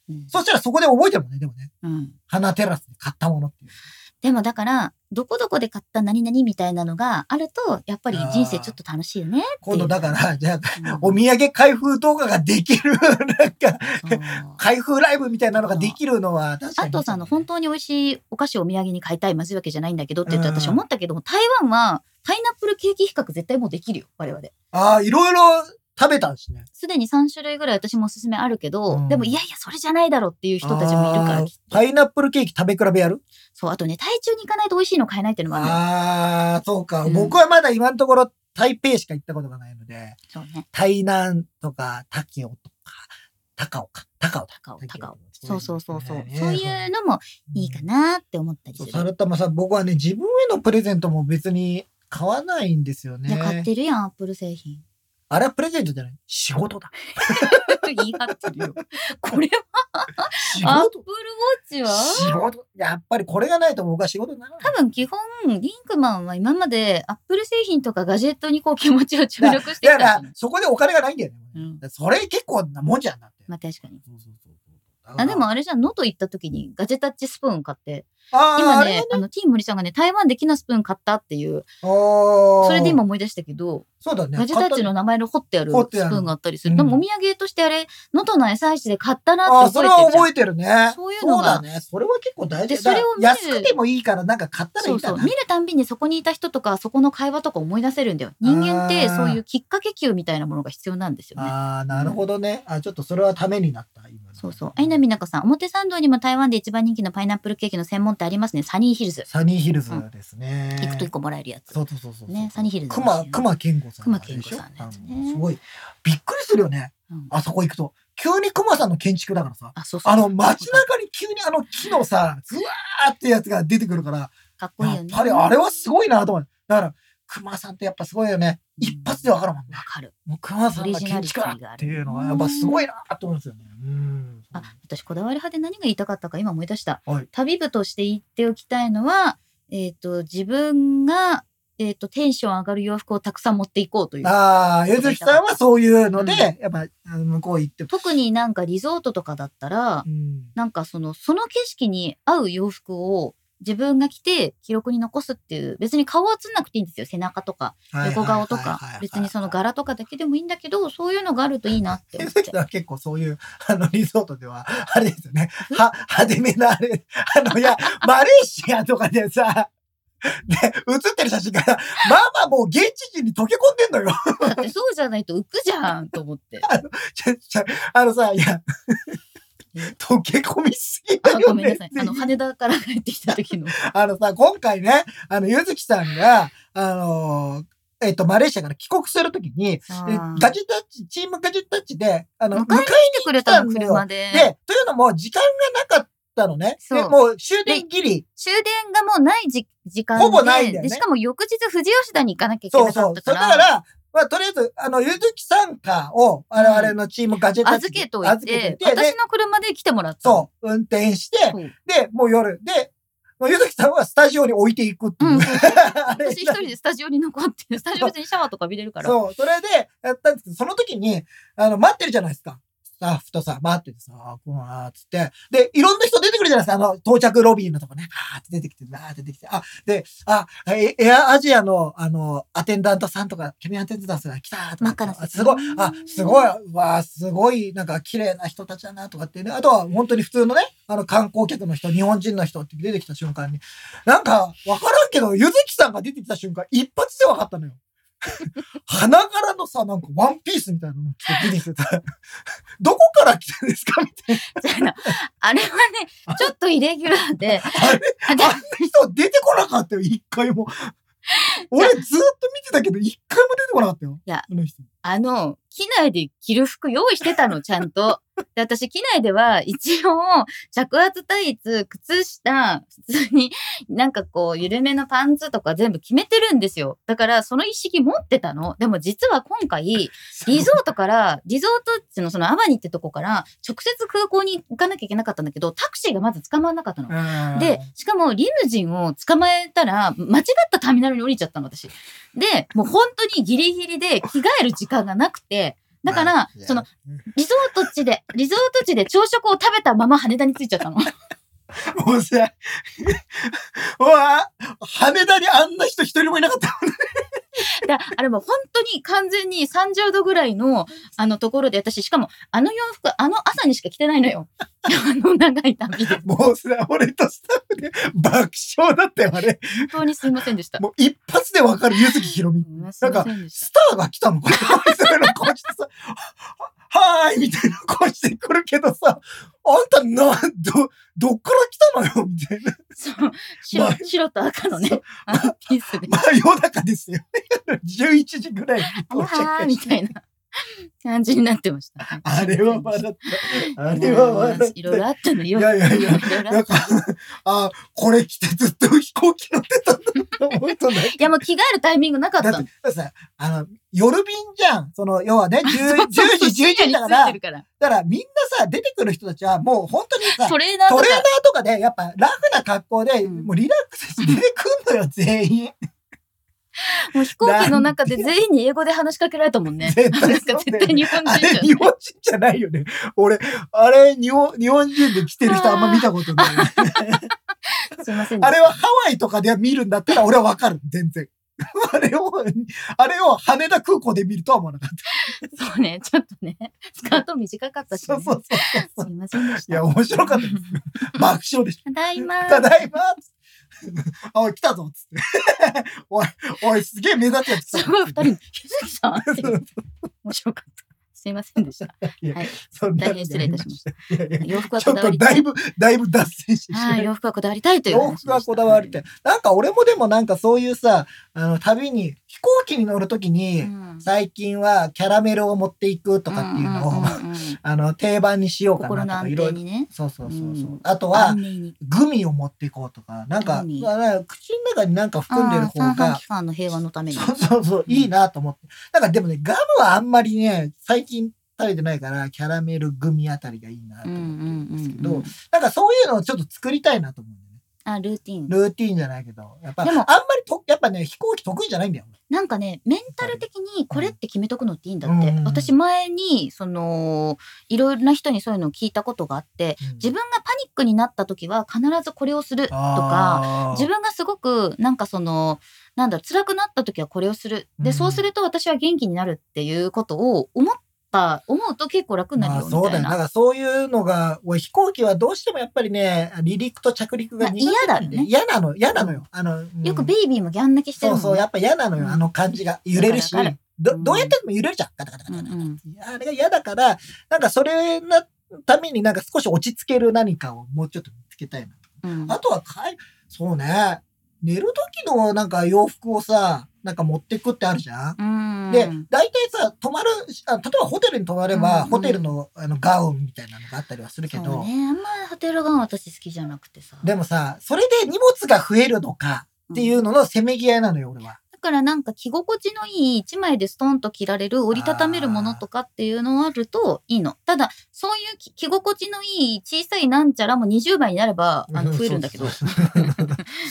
[SPEAKER 3] うん
[SPEAKER 2] そしたらそこで覚えてるもんね、でもね。
[SPEAKER 3] うん。
[SPEAKER 2] 花テラスで買ったものっていう。
[SPEAKER 3] でもだから、どこどこで買った何々みたいなのがあると、やっぱり人生ちょっと楽しいよねっていう。
[SPEAKER 2] 今度だから、じゃあ、
[SPEAKER 3] う
[SPEAKER 2] お
[SPEAKER 3] ん、
[SPEAKER 2] 土産開封動画ができる、なんか、
[SPEAKER 3] そう
[SPEAKER 2] 開封ライブみたいなのができるのは確かに。
[SPEAKER 3] あとさ、あの、本当に美味しいお菓子をお土産に買いたい、まずいわけじゃないんだけどって言って
[SPEAKER 2] うん
[SPEAKER 3] 私思ったけども、台湾はパイナップルケーキ比較絶対もうできるよ、我々。
[SPEAKER 2] ああ、いろいろ食べたんですね。
[SPEAKER 3] すでに3種類ぐらい私もおすすめあるけど、
[SPEAKER 2] うん
[SPEAKER 3] でもいやいや、それじゃないだろうっていう人たちもいるから
[SPEAKER 2] あー、パイナップルケーキ食べ比べやる
[SPEAKER 3] そう、あとね、台中に行かないと美味しいの買えないっていうのもあるのよ
[SPEAKER 2] ああ、そうか、
[SPEAKER 3] うん
[SPEAKER 2] 僕はまだ今のところ台北しか行ったことがないので、
[SPEAKER 3] そうね。
[SPEAKER 2] 台南とか、滝尾とか、高尾か、高尾だ。
[SPEAKER 3] 高尾、高尾。そうそうそうそう。
[SPEAKER 2] ね
[SPEAKER 3] そういうのもいいか。なって思ったり
[SPEAKER 2] そ
[SPEAKER 3] す
[SPEAKER 2] う
[SPEAKER 3] る。
[SPEAKER 2] サルタマさん、僕はね、自分へのプレゼントも別に買わないんですよ
[SPEAKER 3] いや、買っ
[SPEAKER 2] ね。
[SPEAKER 3] てるやん、アップル
[SPEAKER 2] *laughs*
[SPEAKER 3] 製品。
[SPEAKER 2] あれはプレゼントじゃない仕事だ。
[SPEAKER 3] 言い張ってるよ。これは
[SPEAKER 2] 仕
[SPEAKER 3] アッ
[SPEAKER 2] 事
[SPEAKER 3] プルウォッチは
[SPEAKER 2] 仕事やっぱりこれがないと僕は仕事にならない。
[SPEAKER 3] 多分基本、リンクマンは今までアップル製品とかガジェットにこう気持ちを注力してき
[SPEAKER 2] だ
[SPEAKER 3] たん
[SPEAKER 2] か
[SPEAKER 3] だ
[SPEAKER 2] ら
[SPEAKER 3] と思う、
[SPEAKER 2] そこでお金がないんだよね。
[SPEAKER 3] うん。
[SPEAKER 2] それ結構なもんじゃんだって。
[SPEAKER 3] まあ確かに。
[SPEAKER 2] そうそうそうそう
[SPEAKER 3] あでも、あれじゃん、ノート行った時にガジェタッチスプーン買って、
[SPEAKER 2] あー
[SPEAKER 3] 今
[SPEAKER 2] あれ
[SPEAKER 3] ね、あの、ティー森さんがね、台湾で木のスプーン買ったっていう、
[SPEAKER 2] おー
[SPEAKER 3] それで今、思い出したけど、
[SPEAKER 2] そうだね。
[SPEAKER 3] ガジェタッチの名前の彫ってあるス
[SPEAKER 2] 彫っ
[SPEAKER 3] プ
[SPEAKER 2] てある
[SPEAKER 3] ーンがあったりする。
[SPEAKER 2] うん
[SPEAKER 3] でもお土産としてあれ、能登の餌市で買ったな
[SPEAKER 2] あ
[SPEAKER 3] っ
[SPEAKER 2] ー
[SPEAKER 3] て覚
[SPEAKER 2] そ
[SPEAKER 3] え
[SPEAKER 2] れ
[SPEAKER 3] て
[SPEAKER 2] は
[SPEAKER 3] るじゃ
[SPEAKER 2] 覚えてるね。
[SPEAKER 3] ん。そういうの
[SPEAKER 2] そう
[SPEAKER 3] が
[SPEAKER 2] だね。それは結構大事
[SPEAKER 3] でそれを見る
[SPEAKER 2] だから安くてもいいから、なんか買ったらい
[SPEAKER 3] そ
[SPEAKER 2] いん
[SPEAKER 3] う
[SPEAKER 2] だ
[SPEAKER 3] そう。
[SPEAKER 2] な
[SPEAKER 3] 見るたんびにそこにいた人とか、そこの会話とか思い出せるんだよ。人間って
[SPEAKER 2] あー
[SPEAKER 3] そういうきっかけ球みたいなものが必要なんですよね。
[SPEAKER 2] ああ、なるほどね。あ、ちょっとそれはためになった。今の
[SPEAKER 3] そうそう。あいなみなかさん、表参道にも台湾で一番人気のパイナップルケーキの専門店ありますね。サニーヒルズ。
[SPEAKER 2] サニーヒルズですね。
[SPEAKER 3] 行くと一個もらえるやつ。
[SPEAKER 2] そうそうそうそう。
[SPEAKER 3] ねサニーヒルズの
[SPEAKER 2] 熊、熊健吾さん。
[SPEAKER 3] 熊健吾さんのやつね
[SPEAKER 2] あのすごい。びっくりするよね。
[SPEAKER 3] うん
[SPEAKER 2] あそこ行くと。急に熊さんの建築だからさ。
[SPEAKER 3] あ、そうそう。
[SPEAKER 2] あの街中に急にあの木のさ、ずわーってやつが出てくるから、
[SPEAKER 3] かっこいい
[SPEAKER 2] や
[SPEAKER 3] よ
[SPEAKER 2] っ
[SPEAKER 3] ね。
[SPEAKER 2] ぱりあれはすごいなと思う。だから、熊さんってやっぱすごいよね。
[SPEAKER 3] うん
[SPEAKER 2] 一発でわかるもんね
[SPEAKER 3] わ。かる。
[SPEAKER 2] もう熊さんの建築家っていうのはやっぱすごいなと思うんですよね。うん。
[SPEAKER 3] あ、私、こだわり派で何が言いたかったか今思い出した。
[SPEAKER 2] はい
[SPEAKER 3] 旅部として言っておきたいのは、えっ、と、自分が、えっ、と、テンション上がる洋服をたくさん持っていこうという。
[SPEAKER 2] ああ、ゆずきさんはそういうので、
[SPEAKER 3] うん
[SPEAKER 2] やっぱあの向こう行って。
[SPEAKER 3] 特になんかリゾートとかだったら
[SPEAKER 2] う、ん。
[SPEAKER 3] なんかその、その景色に合う洋服を自分が着て記録に残すっていう、別に顔は映んなくていいんですよ。背中とか、横顔とか、別にその
[SPEAKER 2] 柄。
[SPEAKER 3] 柄とかだけでもいいんだけど、そういうのがあるといいなって
[SPEAKER 2] ゆ
[SPEAKER 3] 思っ
[SPEAKER 2] ずき
[SPEAKER 3] て
[SPEAKER 2] さ。んは *laughs* 結構そう *laughs* いう、あの、リゾートでは、あれですよね。は、派手めなあれ。あの、いや、マレーシアとかでさ、 *laughs* で、写ってる写真が、まあまあもう現地人に溶け込んでんのよ。 *laughs*
[SPEAKER 3] だってそうじゃないと浮くじゃんと思って。
[SPEAKER 2] ちょちょあのさ、いや、溶け込みすぎだ
[SPEAKER 3] あ
[SPEAKER 2] よ、ね。
[SPEAKER 3] ごめんなさい。あの、羽田から帰ってき
[SPEAKER 2] *laughs*
[SPEAKER 3] た時の。
[SPEAKER 2] あのさ、今回ね、あの、ゆずきさんが、あのーえっと、マレーシアから帰国するときに、えガジェタッチ、チームガジェタッチで、あの、
[SPEAKER 3] 迎え
[SPEAKER 2] 迎え
[SPEAKER 3] に
[SPEAKER 2] に
[SPEAKER 3] 来てくれたの、
[SPEAKER 2] 来たの
[SPEAKER 3] 車で。
[SPEAKER 2] で、というのも、時間がなかったのね。
[SPEAKER 3] そう
[SPEAKER 2] で、もう終電ギリ。
[SPEAKER 3] 終電がもうないじ時間で。
[SPEAKER 2] ほぼないんだよね
[SPEAKER 3] で、しかも翌日富士吉田に行かなきゃいけ
[SPEAKER 2] そう
[SPEAKER 3] なか
[SPEAKER 2] そ
[SPEAKER 3] っ
[SPEAKER 2] う。
[SPEAKER 3] た
[SPEAKER 2] そ
[SPEAKER 3] か
[SPEAKER 2] れだ
[SPEAKER 3] ら。
[SPEAKER 2] から、まあ、とりあえず、あの、ゆずきさんかを、我々のチームガジェタッチ
[SPEAKER 3] 預
[SPEAKER 2] で、
[SPEAKER 3] けといて、私
[SPEAKER 2] で、
[SPEAKER 3] の車で来てもらったの。
[SPEAKER 2] そう、運転して、
[SPEAKER 3] そう。
[SPEAKER 2] で、もう夜、で、もうゆずきさんはスタジオに置いていくっていうう。
[SPEAKER 3] んそう
[SPEAKER 2] *laughs* あれ
[SPEAKER 3] 私一人でスタジオに残って、スタジオ別にシャワーとか浴びれるから。
[SPEAKER 2] そう、それでやったんですけど、その時に、あの、待ってるじゃないですか。スタッフとさ、待っててさ、あー来るなーっつって。で、いろんな人出てくるじゃないですか。あの、到着ロビーのとこね。あーって出てきて、あーって出てきて。あ、で、あ、エエアアジアの、あの、アテンダントさんとか、キャビンアテンダントさんが来たーとか。
[SPEAKER 3] 真っ赤な人
[SPEAKER 2] あすごい、あ、すごい、うわーすごい、なんか綺麗な人たちだなとかってね。あとは、本当に普通のね、あの、観光客の人、日本人の人って出てきた瞬間に、なんか、わからんけど、ゆずきさんが出てきた瞬間、一発でわか
[SPEAKER 3] *laughs*
[SPEAKER 2] ったのよ。花柄のさ、なんかワンピースみたいなの着て出てきてた。どこから来たんですかみたい
[SPEAKER 3] みたいなあれはね、ちょっとイレギュラ
[SPEAKER 2] *laughs*
[SPEAKER 3] ーで、
[SPEAKER 2] な。あれあんな人出てこなかったよ、一回も。俺ずっと見てたけど、一回も出てこなかったよ。
[SPEAKER 3] いや
[SPEAKER 2] あの人。
[SPEAKER 3] あの、機内で着る服用意してたの、ちゃんと。で、私、機内では一応、着圧タイツ、靴下、普通になんかこう、緩めのパンツとか全部決めてるんですよ。だから、その一式持ってたの。でも実は今回、リゾートから、リゾート地のそのアバニってとこから、直接空港に行かなきゃいけなかったんだけど、タクシーがまず捕まらなかったの。
[SPEAKER 2] うん
[SPEAKER 3] で、しかもリムジンを捕まえたら、間違ったターミナルに降りちゃったの、私。で、もう本当にギリギリで着替える時間がなくて、だか
[SPEAKER 2] ま
[SPEAKER 3] ら
[SPEAKER 2] あ、いや
[SPEAKER 3] その、リゾート地で、リゾート地で朝食を食べたまま羽田に着いち
[SPEAKER 2] *laughs*
[SPEAKER 3] ゃったの。
[SPEAKER 2] もうさ、うわ羽田にあんな人一人もいなかった。
[SPEAKER 3] だからあれもう本当に完全に30度ぐらいの、あのところで、私、しかも、あの洋服、あの朝にしか着てないのよ。 *laughs* あの長い旅で。
[SPEAKER 2] もうさ、俺とスタッフで爆笑だったよ、あれ。
[SPEAKER 3] 本当にすいませんでした。
[SPEAKER 2] もう一発でわかる、ゆずきひろみ。
[SPEAKER 3] うんすいませんでした。
[SPEAKER 2] スターが来たのかなそれの顔してさ、ははーいみたいな顔してくるけどさ、あんたな、ど、どっから来たのよみたいな。
[SPEAKER 3] そう白
[SPEAKER 2] まあ
[SPEAKER 3] 白と赤のね
[SPEAKER 2] そう、
[SPEAKER 3] あのピースで。
[SPEAKER 2] 真夜中ですよ。11時ぐらいに到
[SPEAKER 3] あ
[SPEAKER 2] 着
[SPEAKER 3] ーみ
[SPEAKER 2] して
[SPEAKER 3] たいな感じになってました。
[SPEAKER 2] あれは笑った。あれは笑った。
[SPEAKER 3] いろいろあったの
[SPEAKER 2] い
[SPEAKER 3] よ。
[SPEAKER 2] やいやいや。
[SPEAKER 3] ろいろあ
[SPEAKER 2] な
[SPEAKER 3] っ
[SPEAKER 2] ん
[SPEAKER 3] た
[SPEAKER 2] か、あ、これ着てずっと飛行機乗ってたんだと思うとね。
[SPEAKER 3] いや、もう着替えるタイミングなかった
[SPEAKER 2] だ
[SPEAKER 3] の。
[SPEAKER 2] っ
[SPEAKER 3] *laughs*
[SPEAKER 2] て、だってさ、あの、夜便じゃん。その、要はね、10, 10
[SPEAKER 3] そうそう
[SPEAKER 2] 時、11時だか
[SPEAKER 3] 深夜に着い
[SPEAKER 2] ら、
[SPEAKER 3] て
[SPEAKER 2] だ
[SPEAKER 3] るから
[SPEAKER 2] からみんなさ、出てくる人たちはもう本当にさ、
[SPEAKER 3] トレーナーと
[SPEAKER 2] ト
[SPEAKER 3] か
[SPEAKER 2] レーナーとかで、やっぱラフな格好で、
[SPEAKER 3] うん
[SPEAKER 2] もうリラックスして出てくんのよ、全員。
[SPEAKER 3] もう飛行機の中で全員に英語で話しかけられたもんね。
[SPEAKER 2] 絶
[SPEAKER 3] なん
[SPEAKER 2] 対
[SPEAKER 3] か
[SPEAKER 2] そう
[SPEAKER 3] 絶
[SPEAKER 2] だよ
[SPEAKER 3] 対日本
[SPEAKER 2] あ
[SPEAKER 3] 人
[SPEAKER 2] れ、
[SPEAKER 3] じ
[SPEAKER 2] 日本人じゃないよね。俺、あれ、日本、日本人で着てる人あんま見たことない。
[SPEAKER 3] ゃん。すいませんで
[SPEAKER 2] あ
[SPEAKER 3] し。
[SPEAKER 2] れはハワイとかで見るんだったら俺はわかる、全然。 *laughs* あれを、あれを羽田空港で見るとは思わなかった
[SPEAKER 3] そうね、ちょっとね、スカート短かった
[SPEAKER 2] た。
[SPEAKER 3] し
[SPEAKER 2] そ
[SPEAKER 3] ね。
[SPEAKER 2] うそうそうそう。
[SPEAKER 3] すいませんでした。
[SPEAKER 2] いや、面白かったです。爆笑でした
[SPEAKER 3] だいま。
[SPEAKER 2] た。ただいま。あ、おい、来たぞ。つって。 *laughs* おい、おい、すげえ目立つやつ来
[SPEAKER 3] す
[SPEAKER 2] た。
[SPEAKER 3] ごい二人に、ゆずきさんって
[SPEAKER 2] そう
[SPEAKER 3] 面白かった。すいませんでした。
[SPEAKER 2] *laughs* そんな
[SPEAKER 3] 大変失礼いたしました。
[SPEAKER 2] いやいや
[SPEAKER 3] 洋服
[SPEAKER 2] *laughs*
[SPEAKER 3] は
[SPEAKER 2] ちょ
[SPEAKER 3] こ
[SPEAKER 2] っ
[SPEAKER 3] だわ
[SPEAKER 2] と
[SPEAKER 3] り
[SPEAKER 2] だ
[SPEAKER 3] た
[SPEAKER 2] い
[SPEAKER 3] い。
[SPEAKER 2] ぶ、だいぶ脱線してしま
[SPEAKER 3] はい、
[SPEAKER 2] い
[SPEAKER 3] 洋服はこだわりたいという
[SPEAKER 2] 洋服はこだわりたい。なんか俺もでもなんかそういうさ、あの、旅に、飛行機に乗るとき
[SPEAKER 3] い
[SPEAKER 2] に、最近はキャラメルを持っていくとかっていうのを、あの、定番にしようか
[SPEAKER 3] 心の
[SPEAKER 2] なとか、
[SPEAKER 3] 安
[SPEAKER 2] いろ
[SPEAKER 3] 定
[SPEAKER 2] いろ。
[SPEAKER 3] にね。
[SPEAKER 2] そうそうそうそう。
[SPEAKER 3] うん
[SPEAKER 2] あとは
[SPEAKER 3] 安、寧に。
[SPEAKER 2] グミを持っていこうとか、なんか、
[SPEAKER 3] グミ
[SPEAKER 2] まあなんか口の中になんか含んでる方
[SPEAKER 3] あー三半
[SPEAKER 2] が
[SPEAKER 3] 規、管の平和のために。
[SPEAKER 2] そうそうそう、いいなと思って。なんかでもね、ガムはあんまりね、最近食べてないから、キャラメルグミあたりがいいなと
[SPEAKER 3] うん
[SPEAKER 2] 思ってるんですけ
[SPEAKER 3] うんうんう
[SPEAKER 2] ど
[SPEAKER 3] ん、
[SPEAKER 2] なんかそういうのをちょっと作りたいなと思うんだよね。
[SPEAKER 3] あ、ルーティン。
[SPEAKER 2] ルーティーンじゃないけど、やっぱ、
[SPEAKER 3] で
[SPEAKER 2] あん
[SPEAKER 3] も
[SPEAKER 2] まりと、やっぱね、飛行機得意じゃないんだよ。
[SPEAKER 3] なんかね、メンタル的にこれって決めとくのっていいんだっ
[SPEAKER 2] う
[SPEAKER 3] て
[SPEAKER 2] ん。
[SPEAKER 3] 私前に、その、いろいろな人にそういうのを聞いたことがあって、自分がパニックになった時は必ずこれをするとか、
[SPEAKER 2] か
[SPEAKER 3] 自分がすごくなんかそのなんだろう辛くなった時はこれをするで、
[SPEAKER 2] うん
[SPEAKER 3] そうすると私は元気になるっていうことを思った思うと結構楽になるよみ
[SPEAKER 2] そう
[SPEAKER 3] た
[SPEAKER 2] だよ。
[SPEAKER 3] い
[SPEAKER 2] だ
[SPEAKER 3] な。
[SPEAKER 2] からそういうのが、俺飛行機はどうしてもやっぱりね、離陸と着陸が苦手なんで
[SPEAKER 3] まあ
[SPEAKER 2] 嫌なの、嫌なのよ。あの、
[SPEAKER 3] よくベイビーもギャン泣きしてる
[SPEAKER 2] そ
[SPEAKER 3] も
[SPEAKER 2] うんそ
[SPEAKER 3] ね。
[SPEAKER 2] う、やっぱ嫌なの
[SPEAKER 3] う
[SPEAKER 2] よ。
[SPEAKER 3] ん
[SPEAKER 2] あの感じが。揺れるし
[SPEAKER 3] わかる
[SPEAKER 2] ど
[SPEAKER 3] わか、うん
[SPEAKER 2] どうやっても揺れるじゃん。ガタガタガタガタ。
[SPEAKER 3] うんうん
[SPEAKER 2] あれが嫌だから、なんかそれのためになんか少し落ち着ける何かをもうちょっと見つけたいな。
[SPEAKER 3] うん
[SPEAKER 2] あとはかい、そうね。寝る時のなんか洋服をさ、なんか持ってくってあるじゃん。
[SPEAKER 3] うん
[SPEAKER 2] で、大体さ、泊まる、あ例えばホテルに泊まれば、
[SPEAKER 3] うん
[SPEAKER 2] ホテルのあのガウンみたいなのがあったりはするけ
[SPEAKER 3] そ
[SPEAKER 2] ど、
[SPEAKER 3] うね、あんまホテルガン私好きじゃなくてさ。
[SPEAKER 2] でもさ、それで荷物が増えるのかっていう
[SPEAKER 3] うん
[SPEAKER 2] ののせめぎ合いなのよ、俺は。
[SPEAKER 3] だからなんか着心地のいい一枚でストンと着られる折りたためるものとかっていうのがあるといいの。ただそういう着着心地のいい小さいなんちゃらも20倍になればあの増えるんだけど。
[SPEAKER 2] そう
[SPEAKER 3] *laughs*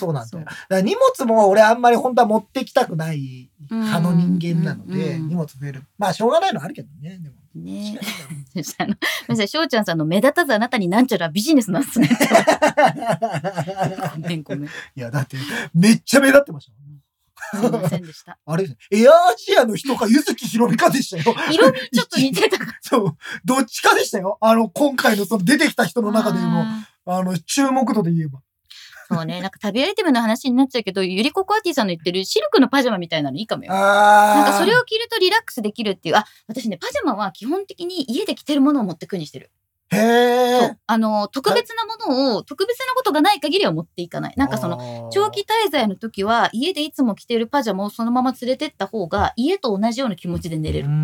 [SPEAKER 2] そうなんだ
[SPEAKER 3] そう
[SPEAKER 2] よ。だから荷物も俺あんまり本当は持ってきたくない派の人間なの
[SPEAKER 3] うんうん
[SPEAKER 2] で、
[SPEAKER 3] うん
[SPEAKER 2] 荷物増える。まあ、しょうがないのあるけどね、
[SPEAKER 3] *laughs*
[SPEAKER 2] でも。
[SPEAKER 3] ねそしてあ *laughs* の、ごめんなさい、翔ちゃんさんの目立たずあなたになんちゃらビジネスなんですね。
[SPEAKER 2] *laughs*
[SPEAKER 3] ごめんごめん。す
[SPEAKER 2] いや、だって、めっちゃ目立ってましたもんね。
[SPEAKER 3] いませんでした。
[SPEAKER 2] あれですね、エアアジアの人か、柚木ひろみかでした
[SPEAKER 3] *laughs*
[SPEAKER 2] よ。
[SPEAKER 3] 色味ちょっと似てたか
[SPEAKER 2] そう、どっちかでしたよ。あの、今回のその出てきた人の
[SPEAKER 3] ら。
[SPEAKER 2] 中でも、あの、注目度で言えば。
[SPEAKER 3] そうね、なんか旅アイテムの話になっちゃうけど、ゆりこコアティさんの言ってるシルクのパジャマみたいなのいいかもよ。
[SPEAKER 2] あ
[SPEAKER 3] なんかそれ
[SPEAKER 2] を。
[SPEAKER 3] を着るとリラックスできるっていう、あ、私ね、パジャマは基本的に家で着てるものを持ってくにしてる。
[SPEAKER 2] へ
[SPEAKER 3] そ
[SPEAKER 2] え
[SPEAKER 3] う。あの、特別なものを、特別なことがない限りは持っていかない。なんかその、
[SPEAKER 2] の
[SPEAKER 3] 長期滞在の時は家でいつも着てるパジャマをそのまま連れてった方が家と同じような気持ちで寝れ
[SPEAKER 2] うーん
[SPEAKER 3] る。
[SPEAKER 2] う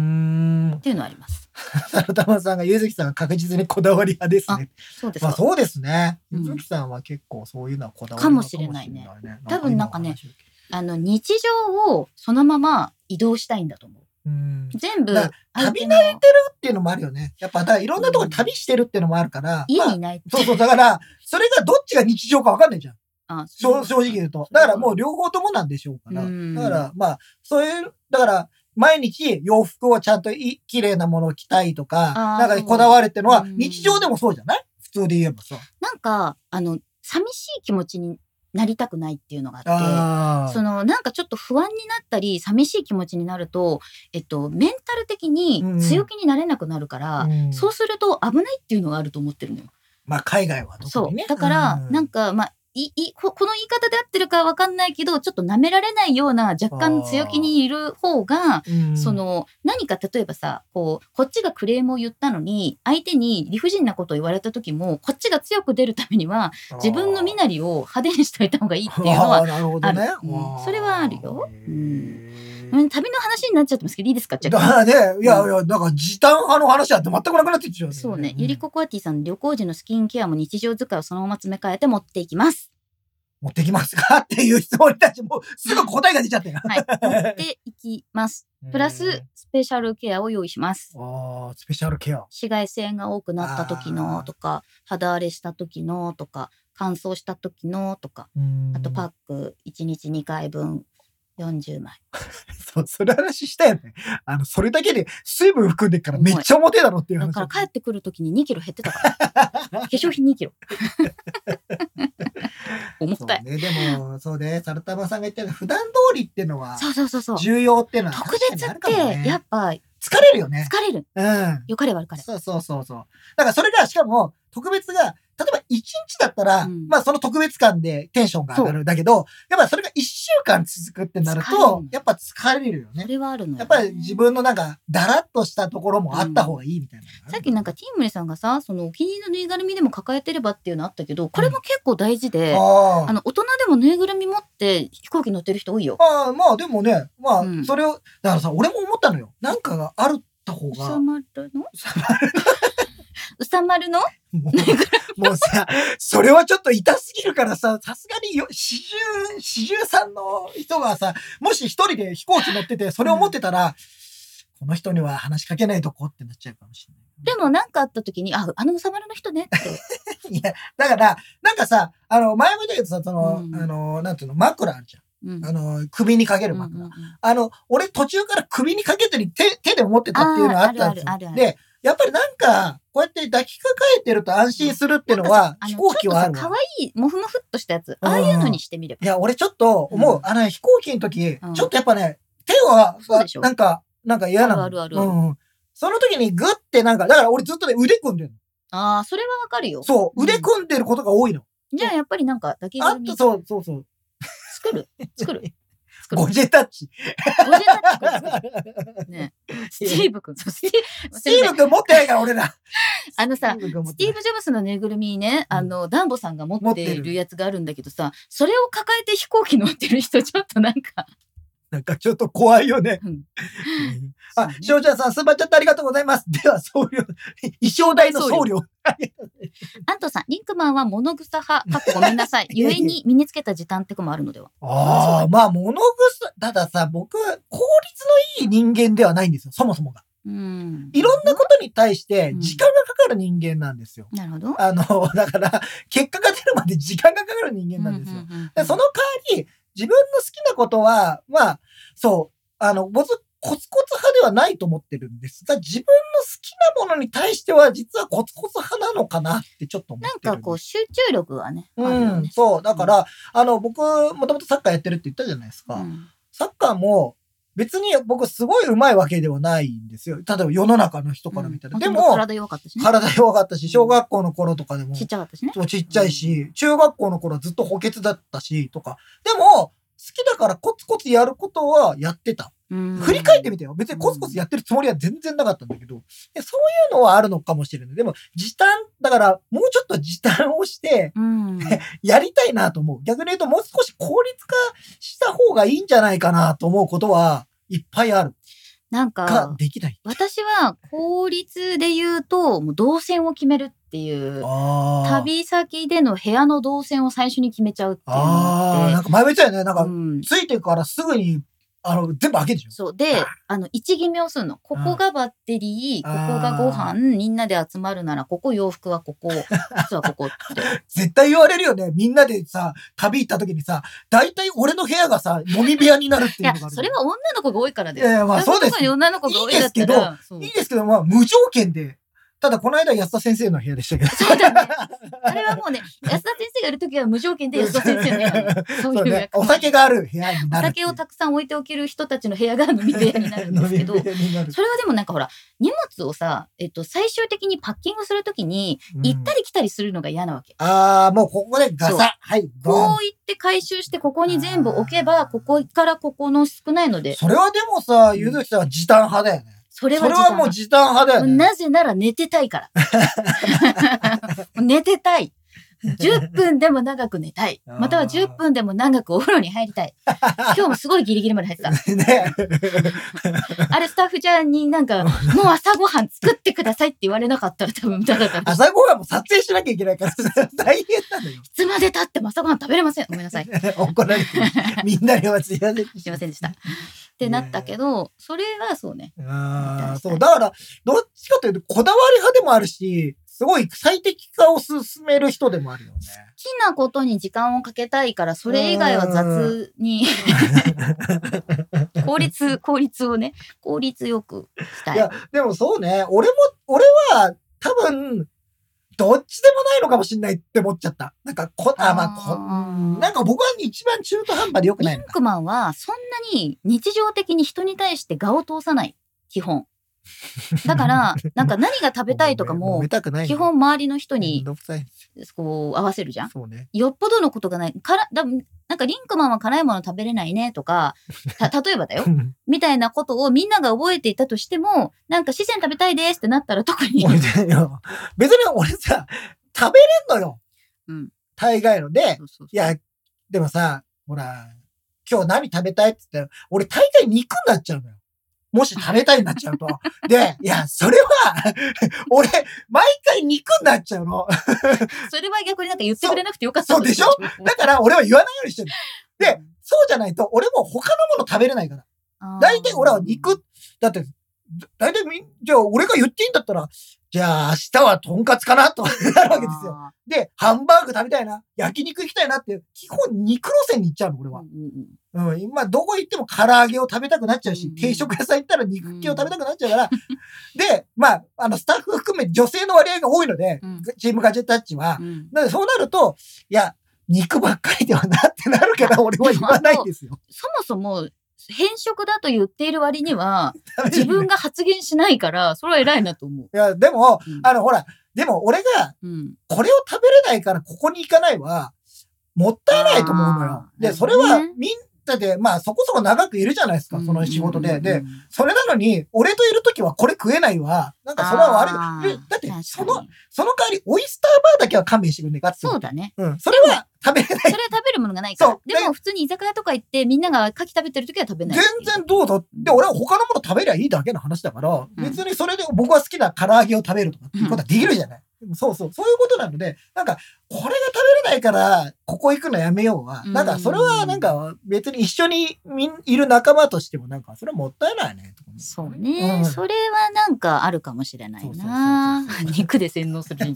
[SPEAKER 2] ん *laughs*
[SPEAKER 3] っていうのはあります。
[SPEAKER 2] サルタマさんが、ゆずきさんが確実にこだわり派ですね。
[SPEAKER 3] そうです
[SPEAKER 2] まあ
[SPEAKER 3] か。
[SPEAKER 2] そうですね。
[SPEAKER 3] う
[SPEAKER 2] ゆ
[SPEAKER 3] ん
[SPEAKER 2] ずきさんは結構そういうのはこだわり
[SPEAKER 3] か
[SPEAKER 2] な
[SPEAKER 3] も
[SPEAKER 2] の
[SPEAKER 3] しれないね
[SPEAKER 2] かもしれいね
[SPEAKER 3] 多分なんかね
[SPEAKER 2] 今の話を聞いて
[SPEAKER 3] あの、日常をそのまま移動したいんだと思う。
[SPEAKER 2] うん。っ
[SPEAKER 3] 全部
[SPEAKER 2] だ、
[SPEAKER 3] 相手の
[SPEAKER 2] ていうのもあるよね。やっぱ、だからいろんなところに旅してるっていうのもあるから。
[SPEAKER 3] 家
[SPEAKER 2] ま
[SPEAKER 3] に
[SPEAKER 2] あ
[SPEAKER 3] いない。
[SPEAKER 2] そうそう。だから、それがどっちが日常かわかんないじゃん。
[SPEAKER 3] あ
[SPEAKER 2] 正正直言うと。だからもう両方ともなんでしょうから。
[SPEAKER 3] うん
[SPEAKER 2] だからまあ、そういう、だから毎日洋服をちゃんとい綺麗なものを着たいとか、
[SPEAKER 3] あー
[SPEAKER 2] なんかこだわるってのは
[SPEAKER 3] うん
[SPEAKER 2] 日常でもそうじゃない普通で言えばさ。
[SPEAKER 3] なんか、あの、寂しい気持ちになりたくないっていうのがあって、
[SPEAKER 2] あ
[SPEAKER 3] その、なんかちょっと不安になったり、寂しい気持ちになると、えっと、メンタル
[SPEAKER 2] う
[SPEAKER 3] 的
[SPEAKER 2] ん
[SPEAKER 3] に強気になれなくなるから、
[SPEAKER 2] うん
[SPEAKER 3] そうすると危ないっていうのがあると思ってるのよ。
[SPEAKER 2] まあ海外は
[SPEAKER 3] そ
[SPEAKER 2] 特
[SPEAKER 3] う
[SPEAKER 2] にね。。
[SPEAKER 3] だから、なん
[SPEAKER 2] か
[SPEAKER 3] か、まあ、いいここの言い方で合ってるかわかんないけど、ちょっと舐められないような若干強気にいる方が、そ、の何か例えばさこうこっちがクレームを言ったのに相手に理不尽なことを言われた時もこっちが強く出るためには自分の
[SPEAKER 2] っ
[SPEAKER 3] 身なりを派手にしておいた方がいいって
[SPEAKER 2] て
[SPEAKER 3] いうの
[SPEAKER 2] *laughs*
[SPEAKER 3] は
[SPEAKER 2] なるほどね
[SPEAKER 3] あるうん。
[SPEAKER 2] あー
[SPEAKER 3] それはあるよ
[SPEAKER 2] へー
[SPEAKER 3] うん旅の話になっちゃってますけどいいですかじゃ
[SPEAKER 2] だから
[SPEAKER 3] あ
[SPEAKER 2] ね、いやいや、だから時短派の話だって全くなくなってっちゃうよ、
[SPEAKER 3] そうね、
[SPEAKER 2] ん
[SPEAKER 3] ゆりこコアティさん旅行時のスキンケアも日常使いをそのまま詰め替えて持ってい
[SPEAKER 2] *laughs*
[SPEAKER 3] きます。
[SPEAKER 2] 持ってきますかっていう質問に対してもうすぐ答えが出ちゃったよ。
[SPEAKER 3] はい、持っていきます。プラススペシャルケアを用意します。
[SPEAKER 2] ああ、スペシャルケア。
[SPEAKER 3] 紫外線が多くなった時のとか肌荒れした時のとか乾燥した時のとかあとパック1日2回分40枚。
[SPEAKER 2] *laughs* そう、それ話したよね。あの、それだけで水分含んでっからめっちゃ重てえだろっていう
[SPEAKER 3] だ
[SPEAKER 2] 話。
[SPEAKER 3] から帰ってくるときに2キロ減ってたから。
[SPEAKER 2] *laughs*
[SPEAKER 3] 化粧品2キロ。重
[SPEAKER 2] そう
[SPEAKER 3] たい。
[SPEAKER 2] ね、でも、そうね、サルタマさんが言ったように普段通りっていうのは
[SPEAKER 3] そうそうそうそう。
[SPEAKER 2] 重要っていうのは
[SPEAKER 3] 特
[SPEAKER 2] 確かに
[SPEAKER 3] 別
[SPEAKER 2] あ
[SPEAKER 3] っ
[SPEAKER 2] るかも
[SPEAKER 3] て
[SPEAKER 2] ね、
[SPEAKER 3] やっぱ疲
[SPEAKER 2] 疲れるよね。
[SPEAKER 3] れる。
[SPEAKER 2] うん。
[SPEAKER 3] 良かれ悪かれ。
[SPEAKER 2] そうそうそうそう。だからそれが、しかも、特別が、例えば1日だったら、
[SPEAKER 3] うん
[SPEAKER 2] まあその特別感でテンションが上がる。だけど、やっぱそれが1週間続くってなる
[SPEAKER 3] 疲れる
[SPEAKER 2] と
[SPEAKER 3] ね、
[SPEAKER 2] やっぱ疲れるよね
[SPEAKER 3] そ。れはあるのよね。
[SPEAKER 2] やっぱり自分のなんか、だらっとしたところもあった方がいいみたいな、
[SPEAKER 3] さっきなんか、ティームレさんがさ、そのお気に入りのぬいぐるみでも抱えてればっていうのあったけど、これも結構大事で、
[SPEAKER 2] あ
[SPEAKER 3] あの、大人でもぬいぐるみ持って飛行機乗ってる人多いよ。
[SPEAKER 2] ああ、まあでもね、まあ
[SPEAKER 3] う、ん
[SPEAKER 2] それを、だからさ、俺も思ったのよ。なんかがあるった方
[SPEAKER 3] う
[SPEAKER 2] が、
[SPEAKER 3] さ
[SPEAKER 2] も
[SPEAKER 3] まるの *laughs* うさまるの
[SPEAKER 2] う、もうさ、それはちょっと痛すぎるからさ、さすがによ、四十、四十三の人がさ、もし一人で飛行機乗ってて、それを持ってたら、この人には話しかけないとこってなっちゃうかもしれない。
[SPEAKER 3] でもなんかあった時に、あ、あのうさまるの人ねって。
[SPEAKER 2] *laughs* いや、だから、なんかさ、あの、前も言ったけどさ、その、
[SPEAKER 3] うん
[SPEAKER 2] あの、なんていうの、枕あるじ
[SPEAKER 3] う
[SPEAKER 2] *laughs*
[SPEAKER 3] ん
[SPEAKER 2] ゃん。あの、首にかける
[SPEAKER 3] うん
[SPEAKER 2] 枕。
[SPEAKER 3] うんうん
[SPEAKER 2] あの、俺途中から首にかけてに手、手で持ってたっていうのがあったんです
[SPEAKER 3] あーある
[SPEAKER 2] よ。
[SPEAKER 3] あるあるあ
[SPEAKER 2] で、やっぱりなんか、こうやって抱きかかえてると安心するっていうのは、
[SPEAKER 3] あ
[SPEAKER 2] 飛
[SPEAKER 3] の
[SPEAKER 2] 行機はある
[SPEAKER 3] ちょっとさ
[SPEAKER 2] わ。
[SPEAKER 3] 可愛いモフモフっとしたやつああいうのにしてみれば
[SPEAKER 2] いや、俺ちょっと思う。
[SPEAKER 3] うん
[SPEAKER 2] あの、飛行機の時、
[SPEAKER 3] うん
[SPEAKER 2] ちょっとやっぱね、手は
[SPEAKER 3] そうでし、ょ
[SPEAKER 2] なんか、なんか嫌なの。
[SPEAKER 3] あるあるある
[SPEAKER 2] うんうんその時にグッてなんか、だから俺ずっとね、腕組んでる
[SPEAKER 3] ああそれはわかるよ
[SPEAKER 2] の。そう、
[SPEAKER 3] うん
[SPEAKER 2] 腕組んでることが多いの。
[SPEAKER 3] じゃあやっぱりなんか抱き
[SPEAKER 2] あ
[SPEAKER 3] ぐ
[SPEAKER 2] と、
[SPEAKER 3] み
[SPEAKER 2] そう、そうそう。
[SPEAKER 3] 作る作る作る
[SPEAKER 2] ゴジェタッ
[SPEAKER 3] *laughs*
[SPEAKER 2] チ。
[SPEAKER 3] ゴジェタッチ君作る
[SPEAKER 2] *laughs*
[SPEAKER 3] ねスティーブ君そうスティーブ
[SPEAKER 2] スティーブ君持ってないから、俺ら。
[SPEAKER 3] あのさ
[SPEAKER 2] スティーブ君持って
[SPEAKER 3] スティ
[SPEAKER 2] な
[SPEAKER 3] ー
[SPEAKER 2] い
[SPEAKER 3] ブ・ジョブズのぬいぐるみにね、あの、ダンボさんが持
[SPEAKER 2] 持
[SPEAKER 3] っ
[SPEAKER 2] ってて
[SPEAKER 3] いる
[SPEAKER 2] る
[SPEAKER 3] やつがあるんだけどさ、それを抱えて飛行機乗ってる人、ちょっとなんか、
[SPEAKER 2] なんかちょっと怖いよね。 *laughs*
[SPEAKER 3] うん
[SPEAKER 2] あ、しおちゃんさん、スーパーチャットありがとうございます。 *laughs* では、送料、衣装代の送料。
[SPEAKER 3] アントさん、リンクマンは物草派、かっこごめんなさい。
[SPEAKER 2] いや
[SPEAKER 3] ゆ
[SPEAKER 2] いや
[SPEAKER 3] えに身につけた時短って子もあるのでは。
[SPEAKER 2] ああ、まあ、物臭、たださ、僕、効率のいい人間ではないんですよ、そもそもが。
[SPEAKER 3] うん。
[SPEAKER 2] いろんなことに対して
[SPEAKER 3] う、ん
[SPEAKER 2] 時間がかかる人間なんですよ。
[SPEAKER 3] なるほど。
[SPEAKER 2] あの、 *laughs* だから、結果が出るまで時間がかかる人間なんですよ。
[SPEAKER 3] うんうんうん
[SPEAKER 2] でその代わり、自分の好きなことは、まあ、そう、あの、僕、コツコツ派ではないと思ってるんですが、自分の好きなものに対しては、実はコツコツ派なのかなってちょっと思っ
[SPEAKER 3] なん
[SPEAKER 2] てる
[SPEAKER 3] かこう、集中力はね、あるよ
[SPEAKER 2] うん、
[SPEAKER 3] ね。
[SPEAKER 2] そう。だから、あの、僕、もともとサッカーやってるって言ったじゃないですか。
[SPEAKER 3] うん
[SPEAKER 2] サッカーも、別に僕すごい上手いわけではないんですよ。例えば世の中の人から見たら。
[SPEAKER 3] うん
[SPEAKER 2] で
[SPEAKER 3] 元々
[SPEAKER 2] も、
[SPEAKER 3] 体弱かったしね。
[SPEAKER 2] 体弱かったし、小学校の頃とかでも、
[SPEAKER 3] ちっちゃかったしね。
[SPEAKER 2] そうちっちゃいし、中学校の頃はずっと補欠だったし、とか。でも、好きだからコツコツやることはやってた。振り返ってみてよ。別にコツコツやってるつもりは全然なかったんだけど、でそういうのはあるのかもしれない。でも、時短、だから、もうちょっと時短をして、
[SPEAKER 3] うん。
[SPEAKER 2] やりたいなと思う。逆に言うと、もう少 *laughs* し効率化した方がいいんじゃないかなと思うことはいっぱいある。
[SPEAKER 3] なん
[SPEAKER 2] が
[SPEAKER 3] か、
[SPEAKER 2] できない。
[SPEAKER 3] 私は効率で言うと、もう動線を決めるっていう、
[SPEAKER 2] ああ。
[SPEAKER 3] 旅先での部屋の動線を最初に決めちゃうっていうの
[SPEAKER 2] ああ、
[SPEAKER 3] が
[SPEAKER 2] なんか前も言ってたよね。なん
[SPEAKER 3] あって、う
[SPEAKER 2] か、
[SPEAKER 3] ん、
[SPEAKER 2] ついてからすぐに、あの、全部開けてしょ。
[SPEAKER 3] そう。で、あの、位置決めをするの。ここがバッテリー、こ
[SPEAKER 2] あー
[SPEAKER 3] こがご飯、みんなで集まるなら、ここ洋服はここ、靴はここって。
[SPEAKER 2] 絶対言われるよね。みんなでさ、旅行った時にさ、大体俺の部屋がさ、飲み部屋になるって
[SPEAKER 3] い
[SPEAKER 2] いう
[SPEAKER 3] や
[SPEAKER 2] のがあ、る。
[SPEAKER 3] それは女の子が多いからだ
[SPEAKER 2] いやいや
[SPEAKER 3] よ。
[SPEAKER 2] まあそうです
[SPEAKER 3] 男の子に女の子が多いんだったら、そう
[SPEAKER 2] いいですけど、まあ、無条件で。ただ、この間安田先生の部屋でしたけど。
[SPEAKER 3] そうだね。あれはもうね、安田先生がいるときは無条件で安田先生の部屋にそうい
[SPEAKER 2] *laughs* そう
[SPEAKER 3] う
[SPEAKER 2] ね
[SPEAKER 3] 役。
[SPEAKER 2] お酒がある部屋に
[SPEAKER 3] お
[SPEAKER 2] なるってい
[SPEAKER 3] 酒
[SPEAKER 2] う。
[SPEAKER 3] をたくさん置いておける人たちの部屋が飲み部屋になるんですけ
[SPEAKER 2] *laughs*
[SPEAKER 3] ど
[SPEAKER 2] 飲、み部屋になる
[SPEAKER 3] それはでもなんかほら、荷物をさ、えっと、最終的にパッキングするときに、
[SPEAKER 2] うん
[SPEAKER 3] 行ったり来たりするのが嫌なわけ。
[SPEAKER 2] ああ、もうここでガ
[SPEAKER 3] そう
[SPEAKER 2] サ。はい、ド
[SPEAKER 3] こう
[SPEAKER 2] ン。
[SPEAKER 3] 行って回収して、ここに全部置けば、ここからここの少ないので、
[SPEAKER 2] それはでもさ、ゆずきさんは時短派だよね。
[SPEAKER 3] それ
[SPEAKER 2] そ
[SPEAKER 3] は
[SPEAKER 2] れはもう時短派だよね。
[SPEAKER 3] なぜなら寝てたいから。 *laughs* 寝てたい。10分でも長く寝たい。または
[SPEAKER 2] あー
[SPEAKER 3] 10分でも長くお風呂に入りたい。今日もすごいギリギリまで入ってた。
[SPEAKER 2] *laughs* ね。
[SPEAKER 3] あれスタッフちゃんになんか、
[SPEAKER 2] *laughs*
[SPEAKER 3] もう朝ごはん作ってくださいって言われなかったら多分ただただ、い
[SPEAKER 2] 朝ごはんも撮影しなきゃいけない
[SPEAKER 3] *laughs*
[SPEAKER 2] から、大変なのよ。
[SPEAKER 3] つまで経っても朝ごはん食べれません。ごめんなさい。
[SPEAKER 2] 怒られてる。みんなにはすいません。
[SPEAKER 3] すいませんでした。ってなったけど、それはそうね。
[SPEAKER 2] ああ、そう。だから、どっちかというと、こだわり派でもあるし、すごい最適化を進める人でもあるよね。
[SPEAKER 3] 好きなことに時間をかけたいから、それ以外は雑に、 *laughs* 効率、効率をね、効率よくした
[SPEAKER 2] い
[SPEAKER 3] い。
[SPEAKER 2] や、でもそうね。俺も、俺は、多分、どっちでもないのかもしれないって思っちゃった。なんか、こ、あ、まあ、こ、
[SPEAKER 3] こ
[SPEAKER 2] なんか僕は一番中途半端で良く
[SPEAKER 3] リ
[SPEAKER 2] ない
[SPEAKER 3] ン
[SPEAKER 2] のか。
[SPEAKER 3] クマンはそんなに日常的に人に対して顔を通さない基
[SPEAKER 2] *laughs*
[SPEAKER 3] 本だからなんか何が食べたいとか
[SPEAKER 2] 揉
[SPEAKER 3] も
[SPEAKER 2] めたくない
[SPEAKER 3] 基本周りの人
[SPEAKER 2] めん
[SPEAKER 3] に
[SPEAKER 2] どくさい
[SPEAKER 3] こう合わせるじゃん
[SPEAKER 2] そうね。
[SPEAKER 3] よっぽどのことがないからだなんかリンクマンは辛いもの食べれないねとかた
[SPEAKER 2] *laughs*
[SPEAKER 3] 例えばだよみたいなことをみんなが覚えていたとしてもなんか四川食べたいですってなったら特に
[SPEAKER 2] 俺 *laughs* ねいや別に俺さ、食べれんのよ。
[SPEAKER 3] うん
[SPEAKER 2] 大概ので、
[SPEAKER 3] そうそうそう
[SPEAKER 2] いや、でもさ、ほら、今日何食べたいって言ったら、俺大概肉になっちゃうのよ。もし食べたいになっちゃ
[SPEAKER 3] *laughs*
[SPEAKER 2] うと。で、いや、それは、 *laughs* 俺、毎回肉になっちゃうの。
[SPEAKER 3] それは逆になんか言ってくれなくてよかった
[SPEAKER 2] そうそうでしょだから俺は言わないようにしてる。でそうじゃないと、俺も他のもの食べれないから。
[SPEAKER 3] あー
[SPEAKER 2] 大体俺は肉、だって、大体みん、じゃあ俺が言っていいんだったら、じゃあ明日はとんかつかなと *laughs* なるわけですよ。
[SPEAKER 3] あ
[SPEAKER 2] で、ハンバーグ食べたいな、焼肉行きたいなって、基本肉路線に行っちゃうの、俺
[SPEAKER 3] ー
[SPEAKER 2] は
[SPEAKER 3] う。んうんうん
[SPEAKER 2] うん、今どこ行っても唐揚げを食べたくなっちゃう
[SPEAKER 3] う
[SPEAKER 2] し
[SPEAKER 3] んうん、
[SPEAKER 2] 定食屋さん行ったら肉系を食べたくなっちゃうから、 *laughs* で、まあ、あの、スタッフ含め女性の割合が多いので、
[SPEAKER 3] うん
[SPEAKER 2] チームガジェタッチは
[SPEAKER 3] う、ん
[SPEAKER 2] なのでそうなると、いや、肉ばっかりではなってなるから、俺は言わないんですよ。
[SPEAKER 3] そもそも変色だと言っている割
[SPEAKER 2] *laughs*
[SPEAKER 3] には自分が発言しないからそれは偉いなと思う。
[SPEAKER 2] いや、でも、
[SPEAKER 3] うん
[SPEAKER 2] あの、ほら、でも俺が、
[SPEAKER 3] うん、
[SPEAKER 2] これを食べれないからここに行かないは、もったいないと思うのよ
[SPEAKER 3] あ。ー
[SPEAKER 2] で、それは
[SPEAKER 3] なるほどね、
[SPEAKER 2] みんなで、まあ、そこそこ長くいるじゃないですか、その仕事
[SPEAKER 3] うん
[SPEAKER 2] で。
[SPEAKER 3] うん
[SPEAKER 2] で、それなのに、俺といるときはこれ食えないわ。なんかそれは悪い。
[SPEAKER 3] あ
[SPEAKER 2] え
[SPEAKER 3] ー
[SPEAKER 2] だって
[SPEAKER 3] 確か、に
[SPEAKER 2] その、その代わりオイスターバーだけは勘弁してくんねえかって。
[SPEAKER 3] そうだね。
[SPEAKER 2] うん。それは食べれない。
[SPEAKER 3] それは食べるものがないか
[SPEAKER 2] そ
[SPEAKER 3] ら
[SPEAKER 2] う。
[SPEAKER 3] でも普通に居酒屋とか行ってみんなが牡蠣食べてる時は食べない
[SPEAKER 2] 全。然どうぞ。で、俺は他のもの食べりゃいいだけの話だから、
[SPEAKER 3] うん
[SPEAKER 2] 別にそれで僕は好きな唐揚げを食べるとかっていうことはできるじゃない。でもそうそう。そういうことなので、なんか、これが食べれないから、ここ行くのやめようは、
[SPEAKER 3] うん
[SPEAKER 2] なんか、それはなんか、別に一緒にみんいる仲間としても、なんか、それはもったいないね。とか思
[SPEAKER 3] そうね、
[SPEAKER 2] うん
[SPEAKER 3] それはなんかあるかもしれないな
[SPEAKER 2] そうそうそうそ。
[SPEAKER 3] *laughs* 肉で洗脳する人。い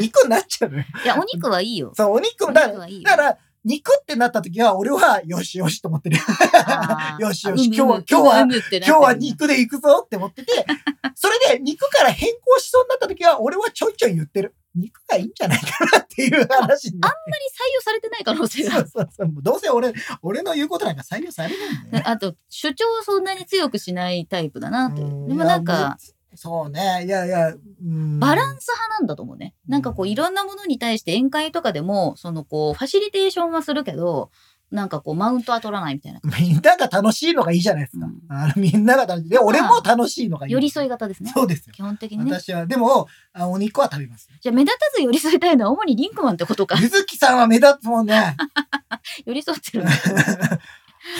[SPEAKER 2] 肉になっちゃうのよ。
[SPEAKER 3] や、お肉はいいよ。
[SPEAKER 2] そう、お肉
[SPEAKER 3] お
[SPEAKER 2] も、だから
[SPEAKER 3] 肉はいいよ
[SPEAKER 2] だか。ら、肉ってなった時は、俺は、よしよしと思ってる。
[SPEAKER 3] あー
[SPEAKER 2] *laughs* よし
[SPEAKER 3] あ
[SPEAKER 2] よし
[SPEAKER 3] うむ
[SPEAKER 2] 今日は
[SPEAKER 3] うむ
[SPEAKER 2] 今日は
[SPEAKER 3] うむうむってなって
[SPEAKER 2] 今
[SPEAKER 3] る
[SPEAKER 2] 日は肉で行くぞって思って
[SPEAKER 3] *laughs*
[SPEAKER 2] て、それで肉から変更しそうになった時は、俺はちょいちょい言ってる。肉がいいんじゃないかなっていう話になって。
[SPEAKER 3] あんまり採用されてない可能性があ
[SPEAKER 2] そ
[SPEAKER 3] る
[SPEAKER 2] うそうそう。もうどうせ俺、俺の言うことなんか採用されないんだ
[SPEAKER 3] ね
[SPEAKER 2] よね。
[SPEAKER 3] あと、主張をそんなに強くしないタイプだなというう。
[SPEAKER 2] ん
[SPEAKER 3] でもなんか、、
[SPEAKER 2] そうね。いやいや、
[SPEAKER 3] バラ
[SPEAKER 2] ン
[SPEAKER 3] ンス派なんだと思うね。なんかこ
[SPEAKER 2] う
[SPEAKER 3] う、
[SPEAKER 2] ん
[SPEAKER 3] いろんなものに対して宴会とかでも、そのこう、ファシリテーションはするけど、なんかこう、マウントは取らないみたいな。
[SPEAKER 2] みんなが楽しいのがいいじゃないですか。
[SPEAKER 3] うん
[SPEAKER 2] あのみんなが楽しい。で、俺も楽しいのがいい。
[SPEAKER 3] 寄り添い
[SPEAKER 2] い
[SPEAKER 3] 型ですね。
[SPEAKER 2] そうですよ。
[SPEAKER 3] 基本的にね。
[SPEAKER 2] 私は、でも、あお肉は食べます。
[SPEAKER 3] じゃあ、目立たず寄り添いたいのは主にリンクマンってこ
[SPEAKER 2] *laughs*
[SPEAKER 3] とか。
[SPEAKER 2] ゆずきさんは目立つもんね。
[SPEAKER 3] 寄り添ってるんだ。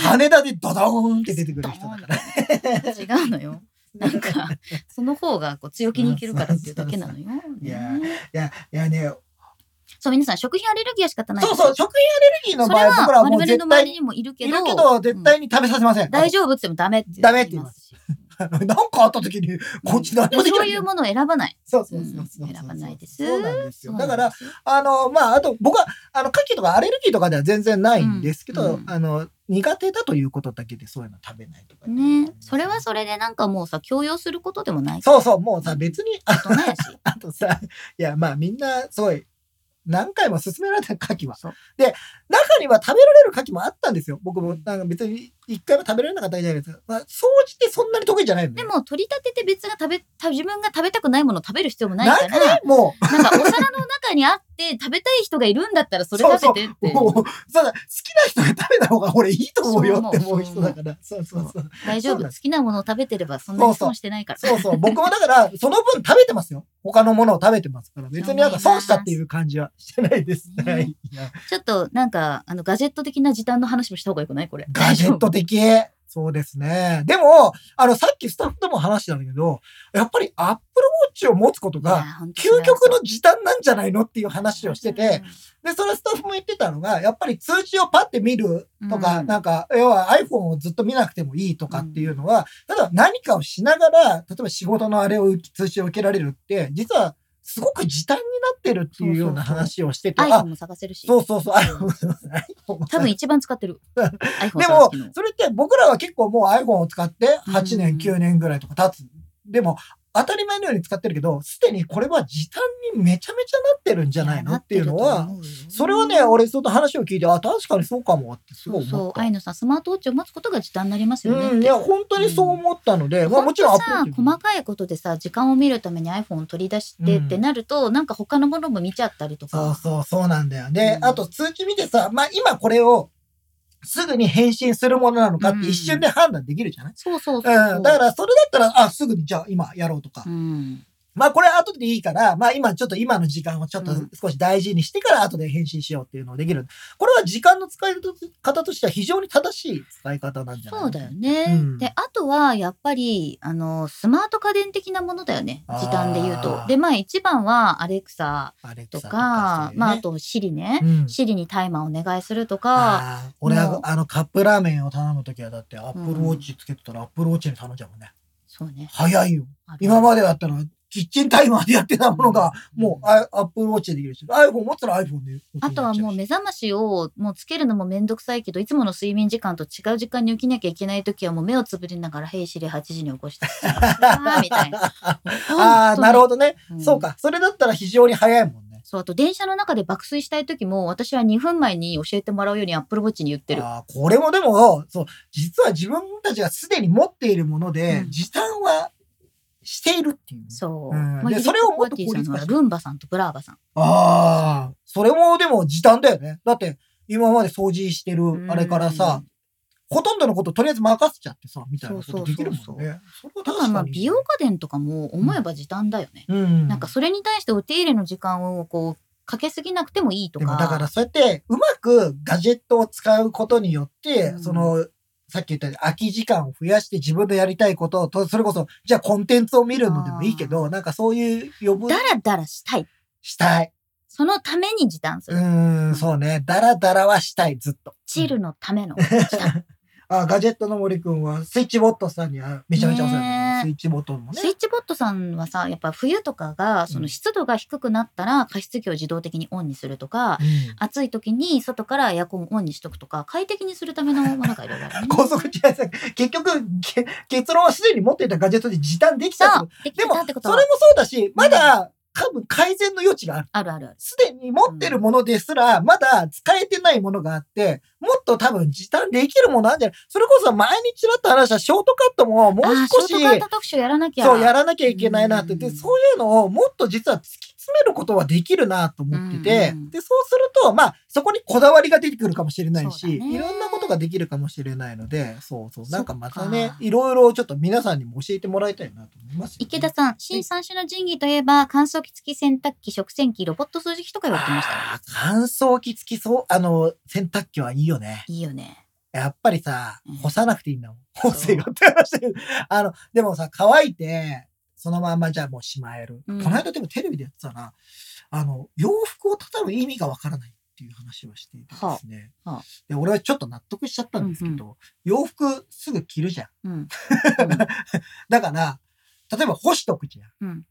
[SPEAKER 2] 羽田でドドーンって出てく
[SPEAKER 3] ド
[SPEAKER 2] る
[SPEAKER 3] ー
[SPEAKER 2] 人だ
[SPEAKER 3] ン
[SPEAKER 2] か
[SPEAKER 3] み
[SPEAKER 2] ら。
[SPEAKER 3] たい違うのよ。なんか、その方がこう強気にいけるからっていうだけなの
[SPEAKER 2] *laughs*
[SPEAKER 3] よ。
[SPEAKER 2] いや
[SPEAKER 3] ね
[SPEAKER 2] いや、いやね、
[SPEAKER 3] そう、皆さん、食品アレルギーは仕方ない
[SPEAKER 2] そうそう、食品アレルギーの
[SPEAKER 3] そ
[SPEAKER 2] 場
[SPEAKER 3] れ
[SPEAKER 2] 合、僕ら
[SPEAKER 3] は
[SPEAKER 2] は
[SPEAKER 3] 我
[SPEAKER 2] もう
[SPEAKER 3] 々の
[SPEAKER 2] 絶
[SPEAKER 3] 周
[SPEAKER 2] 対
[SPEAKER 3] り
[SPEAKER 2] に
[SPEAKER 3] にもいるけ
[SPEAKER 2] い
[SPEAKER 3] ど、
[SPEAKER 2] るけど、絶対に食べさせません。
[SPEAKER 3] 大丈夫って言ってもダメって言う。
[SPEAKER 2] ダメって言
[SPEAKER 3] 今
[SPEAKER 2] う
[SPEAKER 3] 私
[SPEAKER 2] あの *laughs* なんかあった時に、こっちだ
[SPEAKER 3] でもそういうものを選ばない。
[SPEAKER 2] そう
[SPEAKER 3] う
[SPEAKER 2] そうそうんそう。
[SPEAKER 3] 選ばないです。
[SPEAKER 2] そうなんですよ。
[SPEAKER 3] そう
[SPEAKER 2] だ
[SPEAKER 3] な
[SPEAKER 2] か
[SPEAKER 3] ん
[SPEAKER 2] ら
[SPEAKER 3] で、すよ、
[SPEAKER 2] あの、まあ、あと、僕は、あの、牡蠣とかアレルギーとかでは全然ないんですけど、
[SPEAKER 3] うんうん
[SPEAKER 2] あの、苦手だということだけでそういうの食べないとか。
[SPEAKER 3] ね、それはそれでなんかもうさ、強要することでもない
[SPEAKER 2] そうそう、もうさ、別に、あ
[SPEAKER 3] こ
[SPEAKER 2] *laughs*
[SPEAKER 3] とないし。
[SPEAKER 2] あとさ、いや、まあ、みんな、すごい、何回も勧められた牡蠣は
[SPEAKER 3] そう。
[SPEAKER 2] で、中には食べられる牡蠣もあったんですよ。僕も、なんか別に、一回も食べられなかったじゃないですか。まあ、掃除ってそんなに得意じゃないのね
[SPEAKER 3] でも、取り立てて別が食べ、た自分が食べたくないものを食べる必要もない
[SPEAKER 2] な
[SPEAKER 3] か、
[SPEAKER 2] んからね、もう。
[SPEAKER 3] なんかお皿の中にあって *laughs* 食べたい人がいるんだったらそれ食べてって。
[SPEAKER 2] もう、そうだ、好きな人が食べた方が俺いいと思うよって思う人だから。そうそうそう。
[SPEAKER 3] 大丈
[SPEAKER 2] そう
[SPEAKER 3] 夫。
[SPEAKER 2] な
[SPEAKER 3] 好
[SPEAKER 2] んで
[SPEAKER 3] きなものを食べてればそんなに損してないから。
[SPEAKER 2] そうそう。僕もだから、その分食べてますよ。他のものを食べてますから。別になんか損したっていう感じはしてないです。
[SPEAKER 3] ね
[SPEAKER 2] はい。いや
[SPEAKER 3] ちょっとなんか、あの、ガジェット的な時短の話もした方がよくないこれ。
[SPEAKER 2] ガジェット的。 *laughs* そうですね。でも、あの、さっきスタッフとも話したんだけど、やっぱりアップルウォッチを持つこと
[SPEAKER 3] いや
[SPEAKER 2] が、
[SPEAKER 3] 本当
[SPEAKER 2] 究極の時短なんじゃないのっていう話をしてて、、で、そのスタッフも言ってたのが、やっぱり通知をパッて見るとか、
[SPEAKER 3] うん
[SPEAKER 2] なんか、要は iPhone をずっと見なくてもいいとかっていうのは、ただ何かをしながら、例えば仕事のあれを通知を受けられるって、実はすごく時短になってるっていうような話をしてて、
[SPEAKER 3] iPhone
[SPEAKER 2] あ、
[SPEAKER 3] も探せるし。
[SPEAKER 2] そうそうそう、
[SPEAKER 3] うん
[SPEAKER 2] iPhone すいません iPhone
[SPEAKER 3] 多分一番
[SPEAKER 2] *laughs*
[SPEAKER 3] 使ってる。iPhone
[SPEAKER 2] で
[SPEAKER 3] 探
[SPEAKER 2] も
[SPEAKER 3] す機能、
[SPEAKER 2] それって僕らは結構もう iPhone を使って8
[SPEAKER 3] うん
[SPEAKER 2] 年、9年ぐらいとか経つ。でも、当たり前のように使ってるけど、すでにこれは時短にめちゃめちゃなってるんじゃないのっていうのは、、それはね、俺、その話を聞いて、あ、確かにそうかもってす
[SPEAKER 3] そ
[SPEAKER 2] ご
[SPEAKER 3] う
[SPEAKER 2] い思
[SPEAKER 3] そ
[SPEAKER 2] っ
[SPEAKER 3] う、
[SPEAKER 2] た。
[SPEAKER 3] 愛野さん、スマートウォッチを持つことが時短になりますよね。
[SPEAKER 2] うん、いや、本当にそう思ったので、まあもちろんア
[SPEAKER 3] ほ
[SPEAKER 2] ップルっ
[SPEAKER 3] んとさ
[SPEAKER 2] ていう
[SPEAKER 3] 細かいことでさ時間を見るために iPhone を取り出してってなると、なんか他のものも見ちゃったりと
[SPEAKER 2] そう
[SPEAKER 3] か
[SPEAKER 2] そう、そうなんだよ。で、
[SPEAKER 3] うん
[SPEAKER 2] あと通知見てさ、まあ今これをすぐに返信するものなのかって一瞬で判断できるじゃない、
[SPEAKER 3] そうそうそう
[SPEAKER 2] うん
[SPEAKER 3] そう
[SPEAKER 2] だからそれだったら、あ、すぐにじゃあ今やろうとか。
[SPEAKER 3] うん
[SPEAKER 2] まあこれ後でいいから、まあ今ちょっと今の時間をちょっと
[SPEAKER 3] うん
[SPEAKER 2] 少し大事にしてから後で返信しようっていうのをできる。これは時間の使い方としては非常に正しい使い方なんじゃない
[SPEAKER 3] そうだよね、
[SPEAKER 2] うん
[SPEAKER 3] であとはやっぱりあのスマート家電的なものだよね時短で言う
[SPEAKER 2] あ
[SPEAKER 3] と
[SPEAKER 2] ー
[SPEAKER 3] でまあ一番はアレクサ
[SPEAKER 2] アレク
[SPEAKER 3] と
[SPEAKER 2] サ
[SPEAKER 3] か
[SPEAKER 2] そういうね
[SPEAKER 3] まああとシリね、
[SPEAKER 2] うん
[SPEAKER 3] シリにタイマーお願いするとか
[SPEAKER 2] あー俺
[SPEAKER 3] もう
[SPEAKER 2] はあのカップラーメンを頼むときはだってアップルウォッチつけてたらアップルウォッチに頼んじゃうもんね。
[SPEAKER 3] そうね
[SPEAKER 2] 早いよ。今までだったらキッチンタイマーでやってたものが、もう
[SPEAKER 3] あ
[SPEAKER 2] アップルウォッチでできるし、iPhone 持ったら iPhone で。
[SPEAKER 3] あとはもう目覚ましをもうつけるのもめんどくさいけどいつもの睡眠時間と違う時間に起きなきゃいけない時はもう目をつぶりながら「へいしり8時に起こして
[SPEAKER 2] *laughs*
[SPEAKER 3] あーみたいな。
[SPEAKER 2] ああ、なる
[SPEAKER 3] ほ
[SPEAKER 2] ほどね。*laughs*
[SPEAKER 3] ど
[SPEAKER 2] そうか。それだったら非常に早いもんね。
[SPEAKER 3] そう、あと電車の中で爆睡したい時も、私は2分前に教えてもらうようにアップルウォッチに言ってる。
[SPEAKER 2] あーこれもでも、そう、実は自分たちがすでに持っているもので、
[SPEAKER 3] うん
[SPEAKER 2] 時短はしているっていうね。
[SPEAKER 3] そう。
[SPEAKER 2] うん
[SPEAKER 3] まあ
[SPEAKER 2] で
[SPEAKER 3] ゆり
[SPEAKER 2] それをもっと
[SPEAKER 3] ポッティさんの
[SPEAKER 2] 効率化して
[SPEAKER 3] ルンバさんとブラーバさん。
[SPEAKER 2] ああ、それもでも時短だよね。だって、今まで掃除してるあれからさ、ほとんどのこととりあえず任せちゃってさ、みたいなことできるもんね。
[SPEAKER 3] そ
[SPEAKER 2] そう
[SPEAKER 3] そうそう
[SPEAKER 2] れは
[SPEAKER 3] だ
[SPEAKER 2] 確
[SPEAKER 3] からま
[SPEAKER 2] か
[SPEAKER 3] あ
[SPEAKER 2] に
[SPEAKER 3] 美容家電とかも思えば時短だよね。
[SPEAKER 2] うん。
[SPEAKER 3] なんかそれに対してお手入れの時間をこう、かけすぎなくてもいいと
[SPEAKER 2] で
[SPEAKER 3] か。
[SPEAKER 2] もだからそうやって、うまくガジェットを使うことによって、
[SPEAKER 3] うん
[SPEAKER 2] その、さっき言ったように空き時間を増やして自分でやりたいことをと、それこそ、じゃあコンテンツを見るのでもいいけど、なんかそういう呼ぶ
[SPEAKER 3] だらだらしたい。
[SPEAKER 2] したい。
[SPEAKER 3] そのために時短す
[SPEAKER 2] う
[SPEAKER 3] る。
[SPEAKER 2] ーん、そうね。だらだらはしたい、ずっと。
[SPEAKER 3] チルのため
[SPEAKER 2] *laughs*
[SPEAKER 3] の時短。
[SPEAKER 2] あ、ガジェットの森くんは、スイッチボットさんにはめちゃめちゃお世話にな
[SPEAKER 3] ね
[SPEAKER 2] ってるスイ
[SPEAKER 3] え
[SPEAKER 2] ッチボットもね
[SPEAKER 3] スイ。ッチボットさんはさ、やっぱ冬とかが、その湿度が低くなったら加湿器を自動的にオンにするとか、
[SPEAKER 2] うん
[SPEAKER 3] 暑い時に外からエアコンをオンにしとくとか快適にするためのものがいろいろあるね
[SPEAKER 2] 高速時代さ、結局、け結論はすでに持っていたガジェットで時短できちゃった
[SPEAKER 3] そ
[SPEAKER 2] こ
[SPEAKER 3] うでき
[SPEAKER 2] と。で
[SPEAKER 3] て
[SPEAKER 2] も、
[SPEAKER 3] たっ
[SPEAKER 2] そ
[SPEAKER 3] て
[SPEAKER 2] れも
[SPEAKER 3] ことは
[SPEAKER 2] そうだし、まだ、多分改善の余地がある。
[SPEAKER 3] あるあるある
[SPEAKER 2] すでに持ってるものですら、まだ使えてないものがあって、もっと多分時短できるものあるんじゃないそれこそ前にちらっと話したショートカットも、もう
[SPEAKER 3] あー
[SPEAKER 2] 少し、
[SPEAKER 3] ショートカット特集やらなきゃ
[SPEAKER 2] そう、やらなきゃいけないなって。
[SPEAKER 3] うん
[SPEAKER 2] で、そういうのをもっと実は突き詰めることはできるなと思ってて、
[SPEAKER 3] うん
[SPEAKER 2] で、そうすると、まあ、そこにこだわりが出てくるかもしれないし、
[SPEAKER 3] そうだね
[SPEAKER 2] いろんなことができるかもしれないので、そうそう、なんかまた
[SPEAKER 3] そ
[SPEAKER 2] ね
[SPEAKER 3] っか、
[SPEAKER 2] いろいろちょっと皆さんにも教えてもらいたいなと思いますよね、
[SPEAKER 3] 池田さん新三種の神器といえば乾燥機付き洗濯機食洗機ロボット掃除機とか言ってましたね
[SPEAKER 2] あー乾燥機付きそう、あの、洗濯機はいいよね。
[SPEAKER 3] いいよね
[SPEAKER 2] やっぱりさ
[SPEAKER 3] うん、
[SPEAKER 2] 干さなくていいんだもん。干せよ
[SPEAKER 3] そ
[SPEAKER 2] って話だけど。 *laughs* あの、でもさ、乾いて、そのまんまじゃあもうしまえる。
[SPEAKER 3] うん
[SPEAKER 2] この間でもテレビでやってたな、あの、洋服を畳む意味がわからないっていう話をしていてですね。
[SPEAKER 3] はあはあ
[SPEAKER 2] で、俺はちょっと納得しちゃったんですけど、洋服すぐ着るじゃん。
[SPEAKER 3] うん。
[SPEAKER 2] だから、例えば干しとくじゃん。
[SPEAKER 3] うん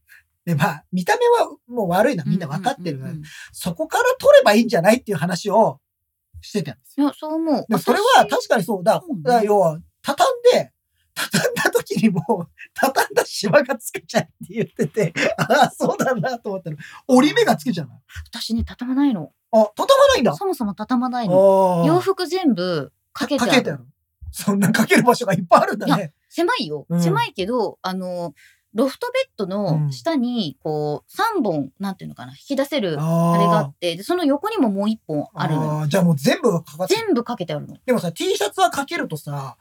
[SPEAKER 2] で、まあ、見た目はもう悪いのは *laughs* みんなわかってる、
[SPEAKER 3] うんうんうんうん
[SPEAKER 2] そこから取ればいいんじゃないっていう話をしてたんですよ。
[SPEAKER 3] いや、そう思う。
[SPEAKER 2] でもそれは確かにそうだ。
[SPEAKER 3] うん
[SPEAKER 2] だから要は、畳んで、畳んだ時にもう、畳んだシワがつけちゃうって言ってて、ああ、そうだなと思ったら、折り目がつけちゃうな。
[SPEAKER 3] 私私ね、畳まないの。
[SPEAKER 2] あ、畳まないんだ。
[SPEAKER 3] そもそも畳まないの。
[SPEAKER 2] あ
[SPEAKER 3] 洋服全部かけて
[SPEAKER 2] か
[SPEAKER 3] あ
[SPEAKER 2] けてあ
[SPEAKER 3] る。
[SPEAKER 2] る。そんなかける場所がいっぱいあるんだね。
[SPEAKER 3] 狭いよ
[SPEAKER 2] う。ん
[SPEAKER 3] 狭いけど、あの、ロフトベッドの下に、こう、3本、なんていうのかな、引き出せる、あ
[SPEAKER 2] あ
[SPEAKER 3] れがあって、で、その横にももう1本あるのよ。
[SPEAKER 2] ーじゃあもう全部がかかってる。
[SPEAKER 3] 全部かけてあるの。
[SPEAKER 2] でもさ、T シャツはかけるとさ、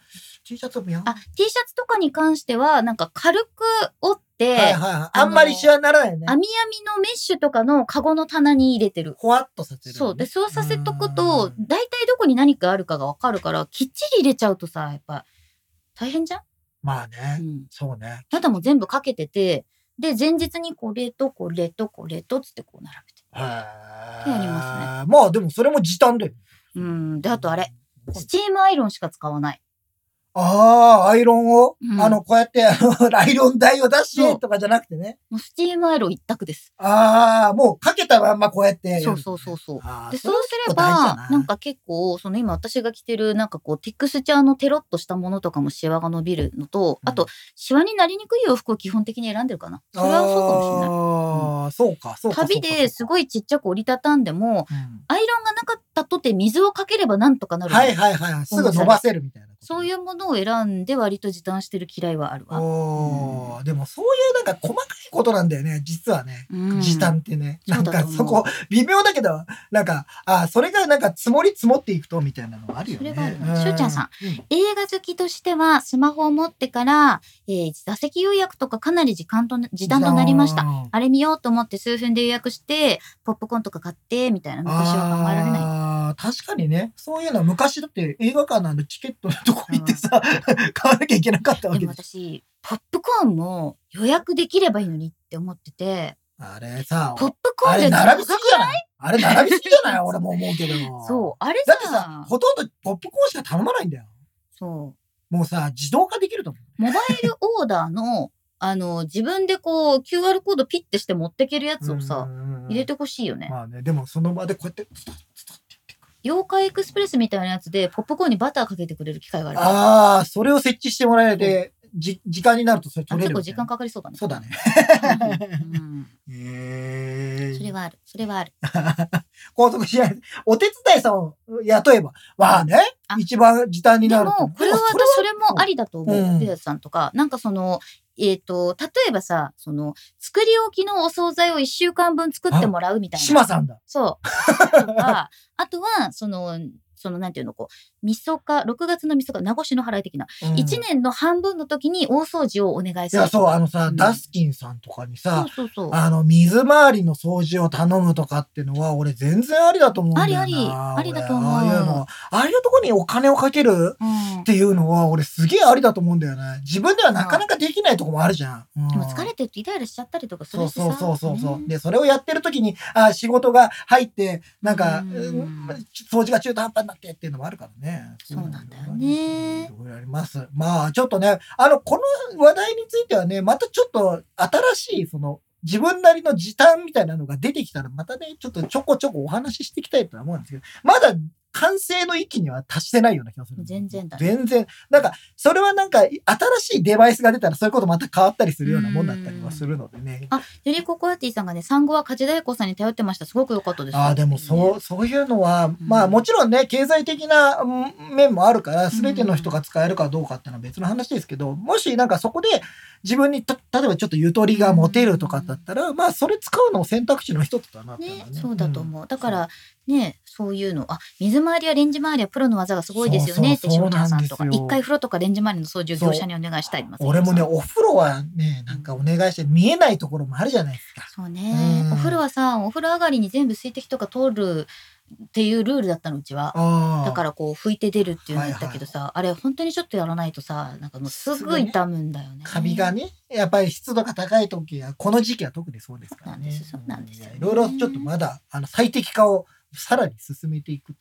[SPEAKER 2] T シャツもやん
[SPEAKER 3] あ、T シャツとかに関しては、なんか軽く折って、
[SPEAKER 2] はいはいはい。あんまりシワにならないよね。
[SPEAKER 3] 網網のメッシュとかのカゴの棚に入れてる。
[SPEAKER 2] ほわっとさせる、
[SPEAKER 3] そう。で、そうさせとく
[SPEAKER 2] う
[SPEAKER 3] と、
[SPEAKER 2] ん
[SPEAKER 3] 大体どこに何かあるかがわかるから、きっちり入れちゃうとさ、やっぱ、大変じゃん、
[SPEAKER 2] まあ
[SPEAKER 3] う
[SPEAKER 2] ね、
[SPEAKER 3] ん、
[SPEAKER 2] そうね。
[SPEAKER 3] ただもう全部かけてて、で、前日にこれとこれとこれとつってこう並べて。
[SPEAKER 2] へー
[SPEAKER 3] 手やりま
[SPEAKER 2] まあでもそれも時短で。
[SPEAKER 3] うん。で、あとあれ、。ス
[SPEAKER 2] あ
[SPEAKER 3] チームアイロンしか使わない。
[SPEAKER 2] あー、アイロンを、
[SPEAKER 3] うん
[SPEAKER 2] あの、こうやって、あの、アイロン台を出してとかじゃなくてね。
[SPEAKER 3] もうスチームアイロン一択です。
[SPEAKER 2] ああ、もうかけたまんまこうやってやる。
[SPEAKER 3] そうそうそうそう。
[SPEAKER 2] あー
[SPEAKER 3] で
[SPEAKER 2] そ
[SPEAKER 3] そ
[SPEAKER 2] れ
[SPEAKER 3] う
[SPEAKER 2] は
[SPEAKER 3] すれ
[SPEAKER 2] ちょっと大事だ
[SPEAKER 3] ばなんか結構その今私が着てるなんかこうテクスチャーのテロッとしたものとかもシワが伸びるのと、
[SPEAKER 2] うん
[SPEAKER 3] あとシワになりにくい洋服を基本的に選んでるかなそれはそうかもしれない。
[SPEAKER 2] ああ、そうか、そうか。
[SPEAKER 3] 旅です
[SPEAKER 2] い。
[SPEAKER 3] ごいちっちゃく折りたたんでも
[SPEAKER 2] うん
[SPEAKER 3] アイロンがなかったとて水をかければなんとかなる、
[SPEAKER 2] はいはいはい。すぐ伸ばせるみたいなこと。
[SPEAKER 3] そういうものを選んで割と時短してる嫌いはあるわ。
[SPEAKER 2] おーでもそういうなんか細かいことなんだよね、実はね。
[SPEAKER 3] うん
[SPEAKER 2] 時短ってね。なんか
[SPEAKER 3] そ
[SPEAKER 2] そう
[SPEAKER 3] だと思う
[SPEAKER 2] こ、微妙だけど、なんか、あそれがなんか積もり積もっていくと、みたいなのがあるよね。
[SPEAKER 3] それがあるねしゅうちゃんさ
[SPEAKER 2] ん。うん
[SPEAKER 3] 映画好きとしてはスマホを持ってから、えー座席予約とかかなり時間とな時短となりました。
[SPEAKER 2] あ
[SPEAKER 3] あれ見ようと思って数分で予約して、ポップコーンとか買って、みたいな、昔は考えられない。
[SPEAKER 2] あー確かにね。そういうのは昔だって映画館なんでチケットのとこ行ってさ、 *laughs* 買わなきゃいけなかったわ
[SPEAKER 3] で
[SPEAKER 2] け
[SPEAKER 3] も
[SPEAKER 2] でしょ
[SPEAKER 3] 私、ポップコーンも予約できればいいのにって思ってて、
[SPEAKER 2] あれさ、
[SPEAKER 3] ポップコー
[SPEAKER 2] あ
[SPEAKER 3] ン
[SPEAKER 2] れ
[SPEAKER 3] で
[SPEAKER 2] 並びすぎじゃないあれ並びすぎじゃない俺も思うけど。
[SPEAKER 3] そう、あれ
[SPEAKER 2] だって
[SPEAKER 3] さ
[SPEAKER 2] さ、、ほとんどポップコーンしか頼まないんだよ。
[SPEAKER 3] そ
[SPEAKER 2] もうさ、自動化できると思う。
[SPEAKER 3] う、モバイルオーダーの、あの、自分でこう、QR コードピッてして持ってけるやつをさ、
[SPEAKER 2] うん
[SPEAKER 3] 入れてほしいよね。
[SPEAKER 2] まあね、でもその場でこうやって、つたつたってやっていく。
[SPEAKER 3] 妖怪エクスプレスみたいなやつで、ポップコーンにバターかけてくれる機械があるから。
[SPEAKER 2] ああ、それを設置してもらえて、じ時間になるとそれ
[SPEAKER 3] あ
[SPEAKER 2] 取れ
[SPEAKER 3] 結
[SPEAKER 2] る
[SPEAKER 3] 構
[SPEAKER 2] みた
[SPEAKER 3] 時
[SPEAKER 2] いな。
[SPEAKER 3] 間かかりそうだね。
[SPEAKER 2] そうだね。 *laughs*
[SPEAKER 3] うん。
[SPEAKER 2] へ
[SPEAKER 3] それ
[SPEAKER 2] は。
[SPEAKER 3] はある。それはある。
[SPEAKER 2] 高速しない。お手伝いさんを雇えば、まあね
[SPEAKER 3] あ、
[SPEAKER 2] 一番時短に
[SPEAKER 3] で
[SPEAKER 2] なると
[SPEAKER 3] も、これは
[SPEAKER 2] でも
[SPEAKER 3] 私、それもありだと思
[SPEAKER 2] う
[SPEAKER 3] う。
[SPEAKER 2] ん
[SPEAKER 3] ピアさんとか、なんかその、えっ、と、例えばさ、その、作り置きのお惣菜を1週間分作ってもらうみたいな。
[SPEAKER 2] 島さんだ。
[SPEAKER 3] そう。
[SPEAKER 2] *laughs*
[SPEAKER 3] とか、あとは、その、その、なんていうの、こう、みそか、6月のみそか、名越の払い的な。
[SPEAKER 2] うん
[SPEAKER 3] 1年の半分の時に大掃除をお願い
[SPEAKER 2] い
[SPEAKER 3] する。
[SPEAKER 2] や、そう、あのさ、
[SPEAKER 3] うん
[SPEAKER 2] ダスキンさんとかに
[SPEAKER 3] そ
[SPEAKER 2] さ
[SPEAKER 3] う、そうそう。
[SPEAKER 2] あの、水回りの掃除を頼むとかっていうのは、俺全然ありだと思うんだよな。
[SPEAKER 3] ありありありだと思う
[SPEAKER 2] 俺ああいうのは、ああいうとこにお金をかける
[SPEAKER 3] うん
[SPEAKER 2] っ。ていうのは、俺すげえありだと思うんだよね。自分ではなかなかできないとこもあるじゃん。うん
[SPEAKER 3] でも疲れてるとイライラしちゃったりとかす
[SPEAKER 2] そ
[SPEAKER 3] る
[SPEAKER 2] う
[SPEAKER 3] しさ。
[SPEAKER 2] そうそうそうそう、
[SPEAKER 3] ね
[SPEAKER 2] で、それをやってる時に、ああ仕事が入って、なんか、
[SPEAKER 3] うん
[SPEAKER 2] うん掃除が中途半端になってっていうのもあるからね。
[SPEAKER 3] そうなんだよね
[SPEAKER 2] いろいろあります。まあ、ちょっとね、あの、この話題についてはね、またちょっと新しい、その、自分なりの時短みたいなのが出てきたら、またね、ちょっとちょこちょこお話ししていきたいとは思うんですけど、まだ完成の域には達してないような気がする。
[SPEAKER 3] 全然だね
[SPEAKER 2] 全然。なんか、それはなんか、新しいデバイスが出たら、そういうことまた変わったりするようなもんだったりはするのでね。
[SPEAKER 3] あ、ゆりココアティさんがね、産後は家事代行さんに頼ってました。すごく良かったです。
[SPEAKER 2] ああでもそう、そういうのは、まあ
[SPEAKER 3] うん
[SPEAKER 2] もちろんね経済的なうん面もあるから全ての人が使えるかどうかっていうのは別の話ですけど、もしなんかそこで自分にた例えばちょっとゆとりが持てるとかだったら、まあそれ使うのも選択肢の一つだなっていうの
[SPEAKER 3] ね
[SPEAKER 2] は、
[SPEAKER 3] そうだと思う。だから、ね、そういうの、あ、水回りやレンジ回りはプロの技がすごいですよねっ
[SPEAKER 2] そ
[SPEAKER 3] て、
[SPEAKER 2] うそう
[SPEAKER 3] 塩田さんとか、
[SPEAKER 2] そうなんですよ
[SPEAKER 3] 一回風呂とかレンジ回りの掃除を業者にお願いしたい。
[SPEAKER 2] 俺もねお風呂はねなんかお願いして見えないところもあるじゃないですか。
[SPEAKER 3] そうね
[SPEAKER 2] う。ん
[SPEAKER 3] お風呂はさ、お風呂上がりに全部水滴とか通るっていうルールだったのうちは。
[SPEAKER 2] ああ。、
[SPEAKER 3] だかららこう拭いて出るっていうのやったけどさ、あれ本当にちょっとやらないとさなんかもうすぐ痛むんだよね。
[SPEAKER 2] カビがね、やっぱり湿度が高い時や、この時期は特にそうですからね。
[SPEAKER 3] そうなんですそうなんですよね
[SPEAKER 2] いろいろちょっとまだ、あの、最適化をさらに進めていく。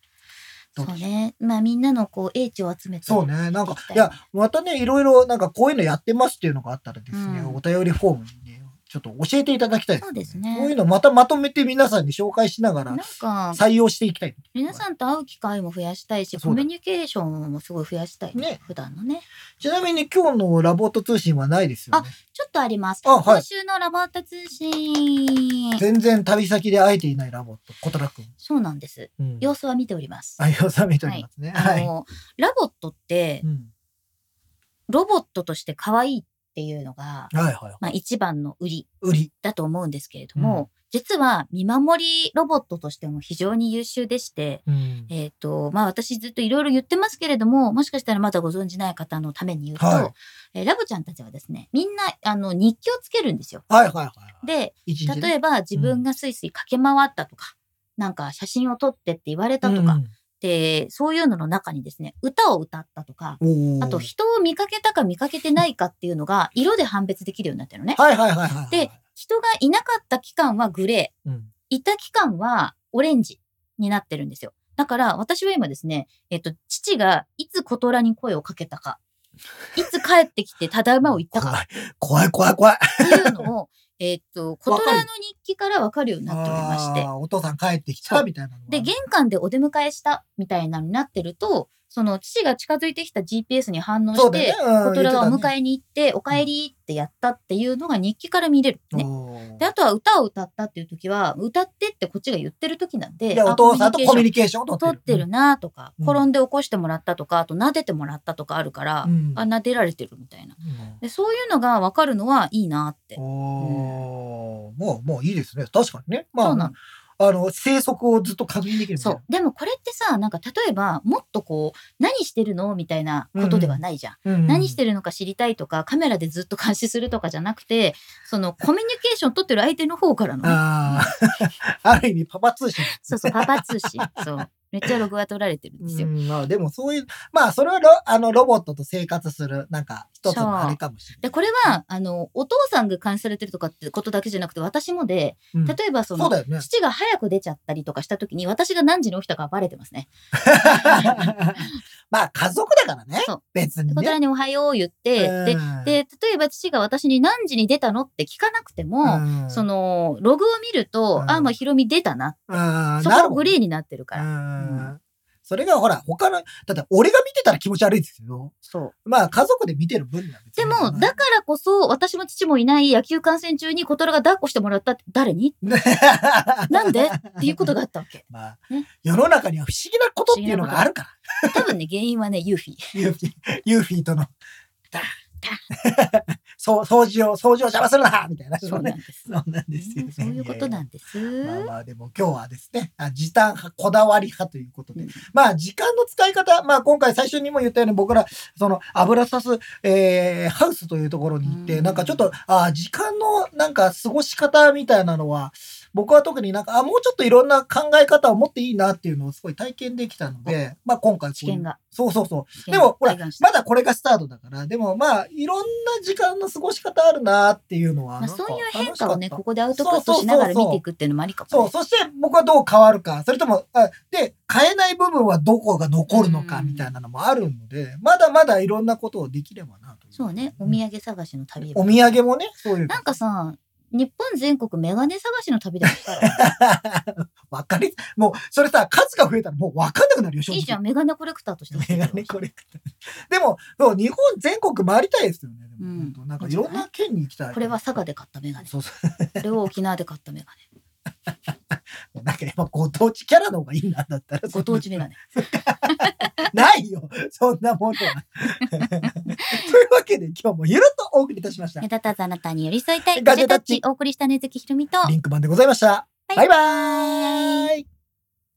[SPEAKER 2] ど
[SPEAKER 3] そう
[SPEAKER 2] で
[SPEAKER 3] う
[SPEAKER 2] しょう
[SPEAKER 3] ね。まあみんなのこう英知を集めて。
[SPEAKER 2] そうね。なんか
[SPEAKER 3] 行き、た
[SPEAKER 2] いや、またね、いろいろ、なんかこういうのやってますっていうのがあったらですね、
[SPEAKER 3] うん
[SPEAKER 2] お便りフォームにね、ちょっと教えていただきたい
[SPEAKER 3] そうですね
[SPEAKER 2] こういうのまたまとめて皆さんに紹介しなが
[SPEAKER 3] なん
[SPEAKER 2] ら
[SPEAKER 3] か
[SPEAKER 2] 採用していきたい。
[SPEAKER 3] 皆さんと会う機会も増やしたいし、
[SPEAKER 2] そ
[SPEAKER 3] コ
[SPEAKER 2] うだ
[SPEAKER 3] ミュニケーションもすごい増やしたいね。
[SPEAKER 2] ね
[SPEAKER 3] 普段のね。
[SPEAKER 2] ちなみに今日のラボット通信はないですよね。
[SPEAKER 3] ちょっとあります。
[SPEAKER 2] あはい
[SPEAKER 3] 今週のラバータ通信。
[SPEAKER 2] 全然旅先で会えていないラボット、小虎くん。
[SPEAKER 3] そうなんです。
[SPEAKER 2] うん。
[SPEAKER 3] 様子は見ております。
[SPEAKER 2] あ、よさめておりますね。
[SPEAKER 3] あ
[SPEAKER 2] はい。
[SPEAKER 3] の、ラボットって
[SPEAKER 2] う、ん。
[SPEAKER 3] ロボットとして可愛いっていうのが、
[SPEAKER 2] はいはい。
[SPEAKER 3] まあ一番の売り
[SPEAKER 2] 売り。
[SPEAKER 3] だと思うんですけれども、実は見守りロボットとしても非常に優秀でして、
[SPEAKER 2] うん。
[SPEAKER 3] えっ、と、まあ私ずっといろいろ言ってますけれども、もしかしたらまだご存じない方のために言うと、
[SPEAKER 2] はい
[SPEAKER 3] えーラボちゃんたちはですね、みんな、あの、日記をつけるんですよ。
[SPEAKER 2] はいはいはい。、
[SPEAKER 3] で、
[SPEAKER 2] 一日
[SPEAKER 3] 例えば自分がスイスイ駆け回ったとか、なんか写真を撮ってって言われたとか、で、そういうのの中にですね、歌を歌ったとか、
[SPEAKER 2] うんおー
[SPEAKER 3] あと人を見かけたか見かけてないかっていうのが色で判別できるようになってるのね。
[SPEAKER 2] はいはいはいはい。
[SPEAKER 3] で、人がいなかった期間はグレー、
[SPEAKER 2] うん。
[SPEAKER 3] いた期間はオレンジになってるんですよ。だから私は今ですね、えっと、父がいつ小虎に声をかけたか、いつ帰ってきてただいまを言ったか
[SPEAKER 2] 怖い怖い怖い。
[SPEAKER 3] っていう
[SPEAKER 2] *laughs*
[SPEAKER 3] のを、えっと、小
[SPEAKER 2] わ
[SPEAKER 3] 虎
[SPEAKER 2] か
[SPEAKER 3] の
[SPEAKER 2] る
[SPEAKER 3] 日記からわかるようになっておりまして
[SPEAKER 2] あ、ーお父さん帰ってき
[SPEAKER 3] そ
[SPEAKER 2] た
[SPEAKER 3] う
[SPEAKER 2] みたいなのは
[SPEAKER 3] で、玄関でお出迎えしたみたいなのになってると、その父が近づいてきた GPS に反応
[SPEAKER 2] そう
[SPEAKER 3] し
[SPEAKER 2] だね、
[SPEAKER 3] て
[SPEAKER 2] うん
[SPEAKER 3] 小虎がお
[SPEAKER 2] 言ってた
[SPEAKER 3] 迎えに行って、お帰りってやったっていうのが日記から見れるのね。
[SPEAKER 2] ね
[SPEAKER 3] で、あとは歌を歌ったっていう時は、歌ってってこっちが言ってる時なん
[SPEAKER 2] おー
[SPEAKER 3] で、
[SPEAKER 2] でお
[SPEAKER 3] あ
[SPEAKER 2] 父さんとコミュ
[SPEAKER 3] ニケーション
[SPEAKER 2] ニケーションを
[SPEAKER 3] 取ってるなとか、
[SPEAKER 2] うん
[SPEAKER 3] 転んで起こしてもらったとか、あと撫でてもらったとかあるから、
[SPEAKER 2] うん
[SPEAKER 3] あ、撫でられてるみたいな。
[SPEAKER 2] うん
[SPEAKER 3] で、そういうのが分かるのはいいなって。
[SPEAKER 2] おーもう、もういいですね。確かにね。ま
[SPEAKER 3] そうな
[SPEAKER 2] あ
[SPEAKER 3] の、
[SPEAKER 2] あの、生息をずっと確認できるみた
[SPEAKER 3] そ
[SPEAKER 2] いな
[SPEAKER 3] う。でもこれってさ、なんか例えば、もっとこう、何してるのみたいなことではないじゃん。
[SPEAKER 2] うんうん
[SPEAKER 3] 何してるのか知りたいとか、カメラでずっと監視するとかじゃなくて、そのコミュニケーション取ってる相手の方からのね、
[SPEAKER 2] ああ、 *laughs* ある意味パパ通信。
[SPEAKER 3] そうそう、パパ通信。そう。めっちゃログは取られてるんですよ。
[SPEAKER 2] うんまあでもそういう、まあそれはロあのロボットと生活する、なんか一つのあれかもしれな
[SPEAKER 3] で、
[SPEAKER 2] い。
[SPEAKER 3] これは、あの、お父さんが監視されてるとかってことだけじゃなくて、私もで、
[SPEAKER 2] うん
[SPEAKER 3] 例えばその、
[SPEAKER 2] そうだよね。
[SPEAKER 3] 父が早く出ちゃったりとかした時に私が何時に起きたかはバレてますね。 *laughs*
[SPEAKER 2] まあ家族だからね
[SPEAKER 3] そう。
[SPEAKER 2] 別に
[SPEAKER 3] こちら
[SPEAKER 2] ね。
[SPEAKER 3] におはよう言って、で、で、例えば父が私に何時に出たのって聞かなくても、そ
[SPEAKER 2] の、
[SPEAKER 3] の、ログを見ると、
[SPEAKER 2] うん
[SPEAKER 3] あ、まあ、ヒロミ出たな。
[SPEAKER 2] うん
[SPEAKER 3] そ
[SPEAKER 2] なる
[SPEAKER 3] こ
[SPEAKER 2] ほ
[SPEAKER 3] グ
[SPEAKER 2] ど
[SPEAKER 3] レーになってるから。
[SPEAKER 2] うん
[SPEAKER 3] う
[SPEAKER 2] それがほら、他の、だって俺が見てたら気持ち悪いですけど、
[SPEAKER 3] そう。
[SPEAKER 2] まあ家族で見てる分には別
[SPEAKER 3] で
[SPEAKER 2] に
[SPEAKER 3] も、だからこそ、私も父もいない野球観戦中に小虎が抱っこしてもらったって、
[SPEAKER 2] *laughs*
[SPEAKER 3] 誰になんでっていうことがあったわけ。
[SPEAKER 2] *laughs* まあ
[SPEAKER 3] ね、
[SPEAKER 2] 世の中には不思議なことっていうのがあるから。
[SPEAKER 3] 多分ね、原因はね、ユーフィー。
[SPEAKER 2] ユーフィー、ユーフィーとの、ダン、 *laughs* そう、掃除を、掃除を邪魔するなみたいな。
[SPEAKER 3] そうなんです。
[SPEAKER 2] そうなんですよね。
[SPEAKER 3] うんそういうことなんです。
[SPEAKER 2] まあまあでも今日はですね、あ時短派、こだわり派ということで、まあ時間の使い方、まあ今回最初にも言ったように僕ら、その油さす、えーハウスというところに行って、
[SPEAKER 3] うん
[SPEAKER 2] なんかちょっと、あ時間のなんか過ごし方みたいなのは、僕は特になんか、あもうちょっといろんな考え方を持っていいなっていうのをすごい体験できたので、まあ今回こ
[SPEAKER 3] 知
[SPEAKER 2] ういう
[SPEAKER 3] 見が。
[SPEAKER 2] そうそうそう。
[SPEAKER 3] 知見
[SPEAKER 2] で
[SPEAKER 3] が
[SPEAKER 2] もほら
[SPEAKER 3] 開眼した
[SPEAKER 2] まだこれがスタートだから、でもまあ、いろんな時間の過ごし方あるなっていうのは、
[SPEAKER 3] まあ、
[SPEAKER 2] なんか
[SPEAKER 3] そういう変化をね、
[SPEAKER 2] 楽
[SPEAKER 3] こ
[SPEAKER 2] しかっ
[SPEAKER 3] こでアウトプットしながら見ていくっていうのもありか
[SPEAKER 2] たそ
[SPEAKER 3] も
[SPEAKER 2] う、
[SPEAKER 3] ね。
[SPEAKER 2] そして僕はどう変わるか、それとも、あで、変えない部分はどこが残るのか
[SPEAKER 3] うん
[SPEAKER 2] みたいなのもあるので、まだまだいろんなことをできればなとい
[SPEAKER 3] そうね、お
[SPEAKER 2] ん
[SPEAKER 3] 土産探しの旅。
[SPEAKER 2] お土産もね、そういう。
[SPEAKER 3] なんかさ、日本全国メガネ探しの旅だったら、
[SPEAKER 2] *laughs* わかり、もう、それさ、数が増えたらもうわかんなくなるよ、正
[SPEAKER 3] い
[SPEAKER 2] 直。
[SPEAKER 3] いじゃん、メガネコレクターとして生きて
[SPEAKER 2] メ
[SPEAKER 3] る
[SPEAKER 2] ガ
[SPEAKER 3] わ。
[SPEAKER 2] ネコレクター。でも、そう日本全国回りたいですよね。でも
[SPEAKER 3] うん
[SPEAKER 2] 本当なんかいろんな県に行きたい。
[SPEAKER 3] これは佐賀で買ったメガネ。
[SPEAKER 2] そうそう。
[SPEAKER 3] これは沖縄で買ったメガネ。
[SPEAKER 2] なんかやっぱご当地キャラの方がいいな、だったら。
[SPEAKER 3] ご当地メ
[SPEAKER 2] *laughs*
[SPEAKER 3] ガネ。
[SPEAKER 2] ないよ、そんなもの *laughs* は。というわけで今日もゆるっとお送りいたしました
[SPEAKER 3] 目。立たずあなたに寄り添いたい。ガ
[SPEAKER 2] ガ
[SPEAKER 3] ジ
[SPEAKER 2] ジ
[SPEAKER 3] ェ
[SPEAKER 2] ェ
[SPEAKER 3] タ
[SPEAKER 2] タッ
[SPEAKER 3] ッチ
[SPEAKER 2] チ。
[SPEAKER 3] お送りしたねずきひろみと。
[SPEAKER 2] リンクマンでございました。
[SPEAKER 3] バイ
[SPEAKER 2] バイバーイ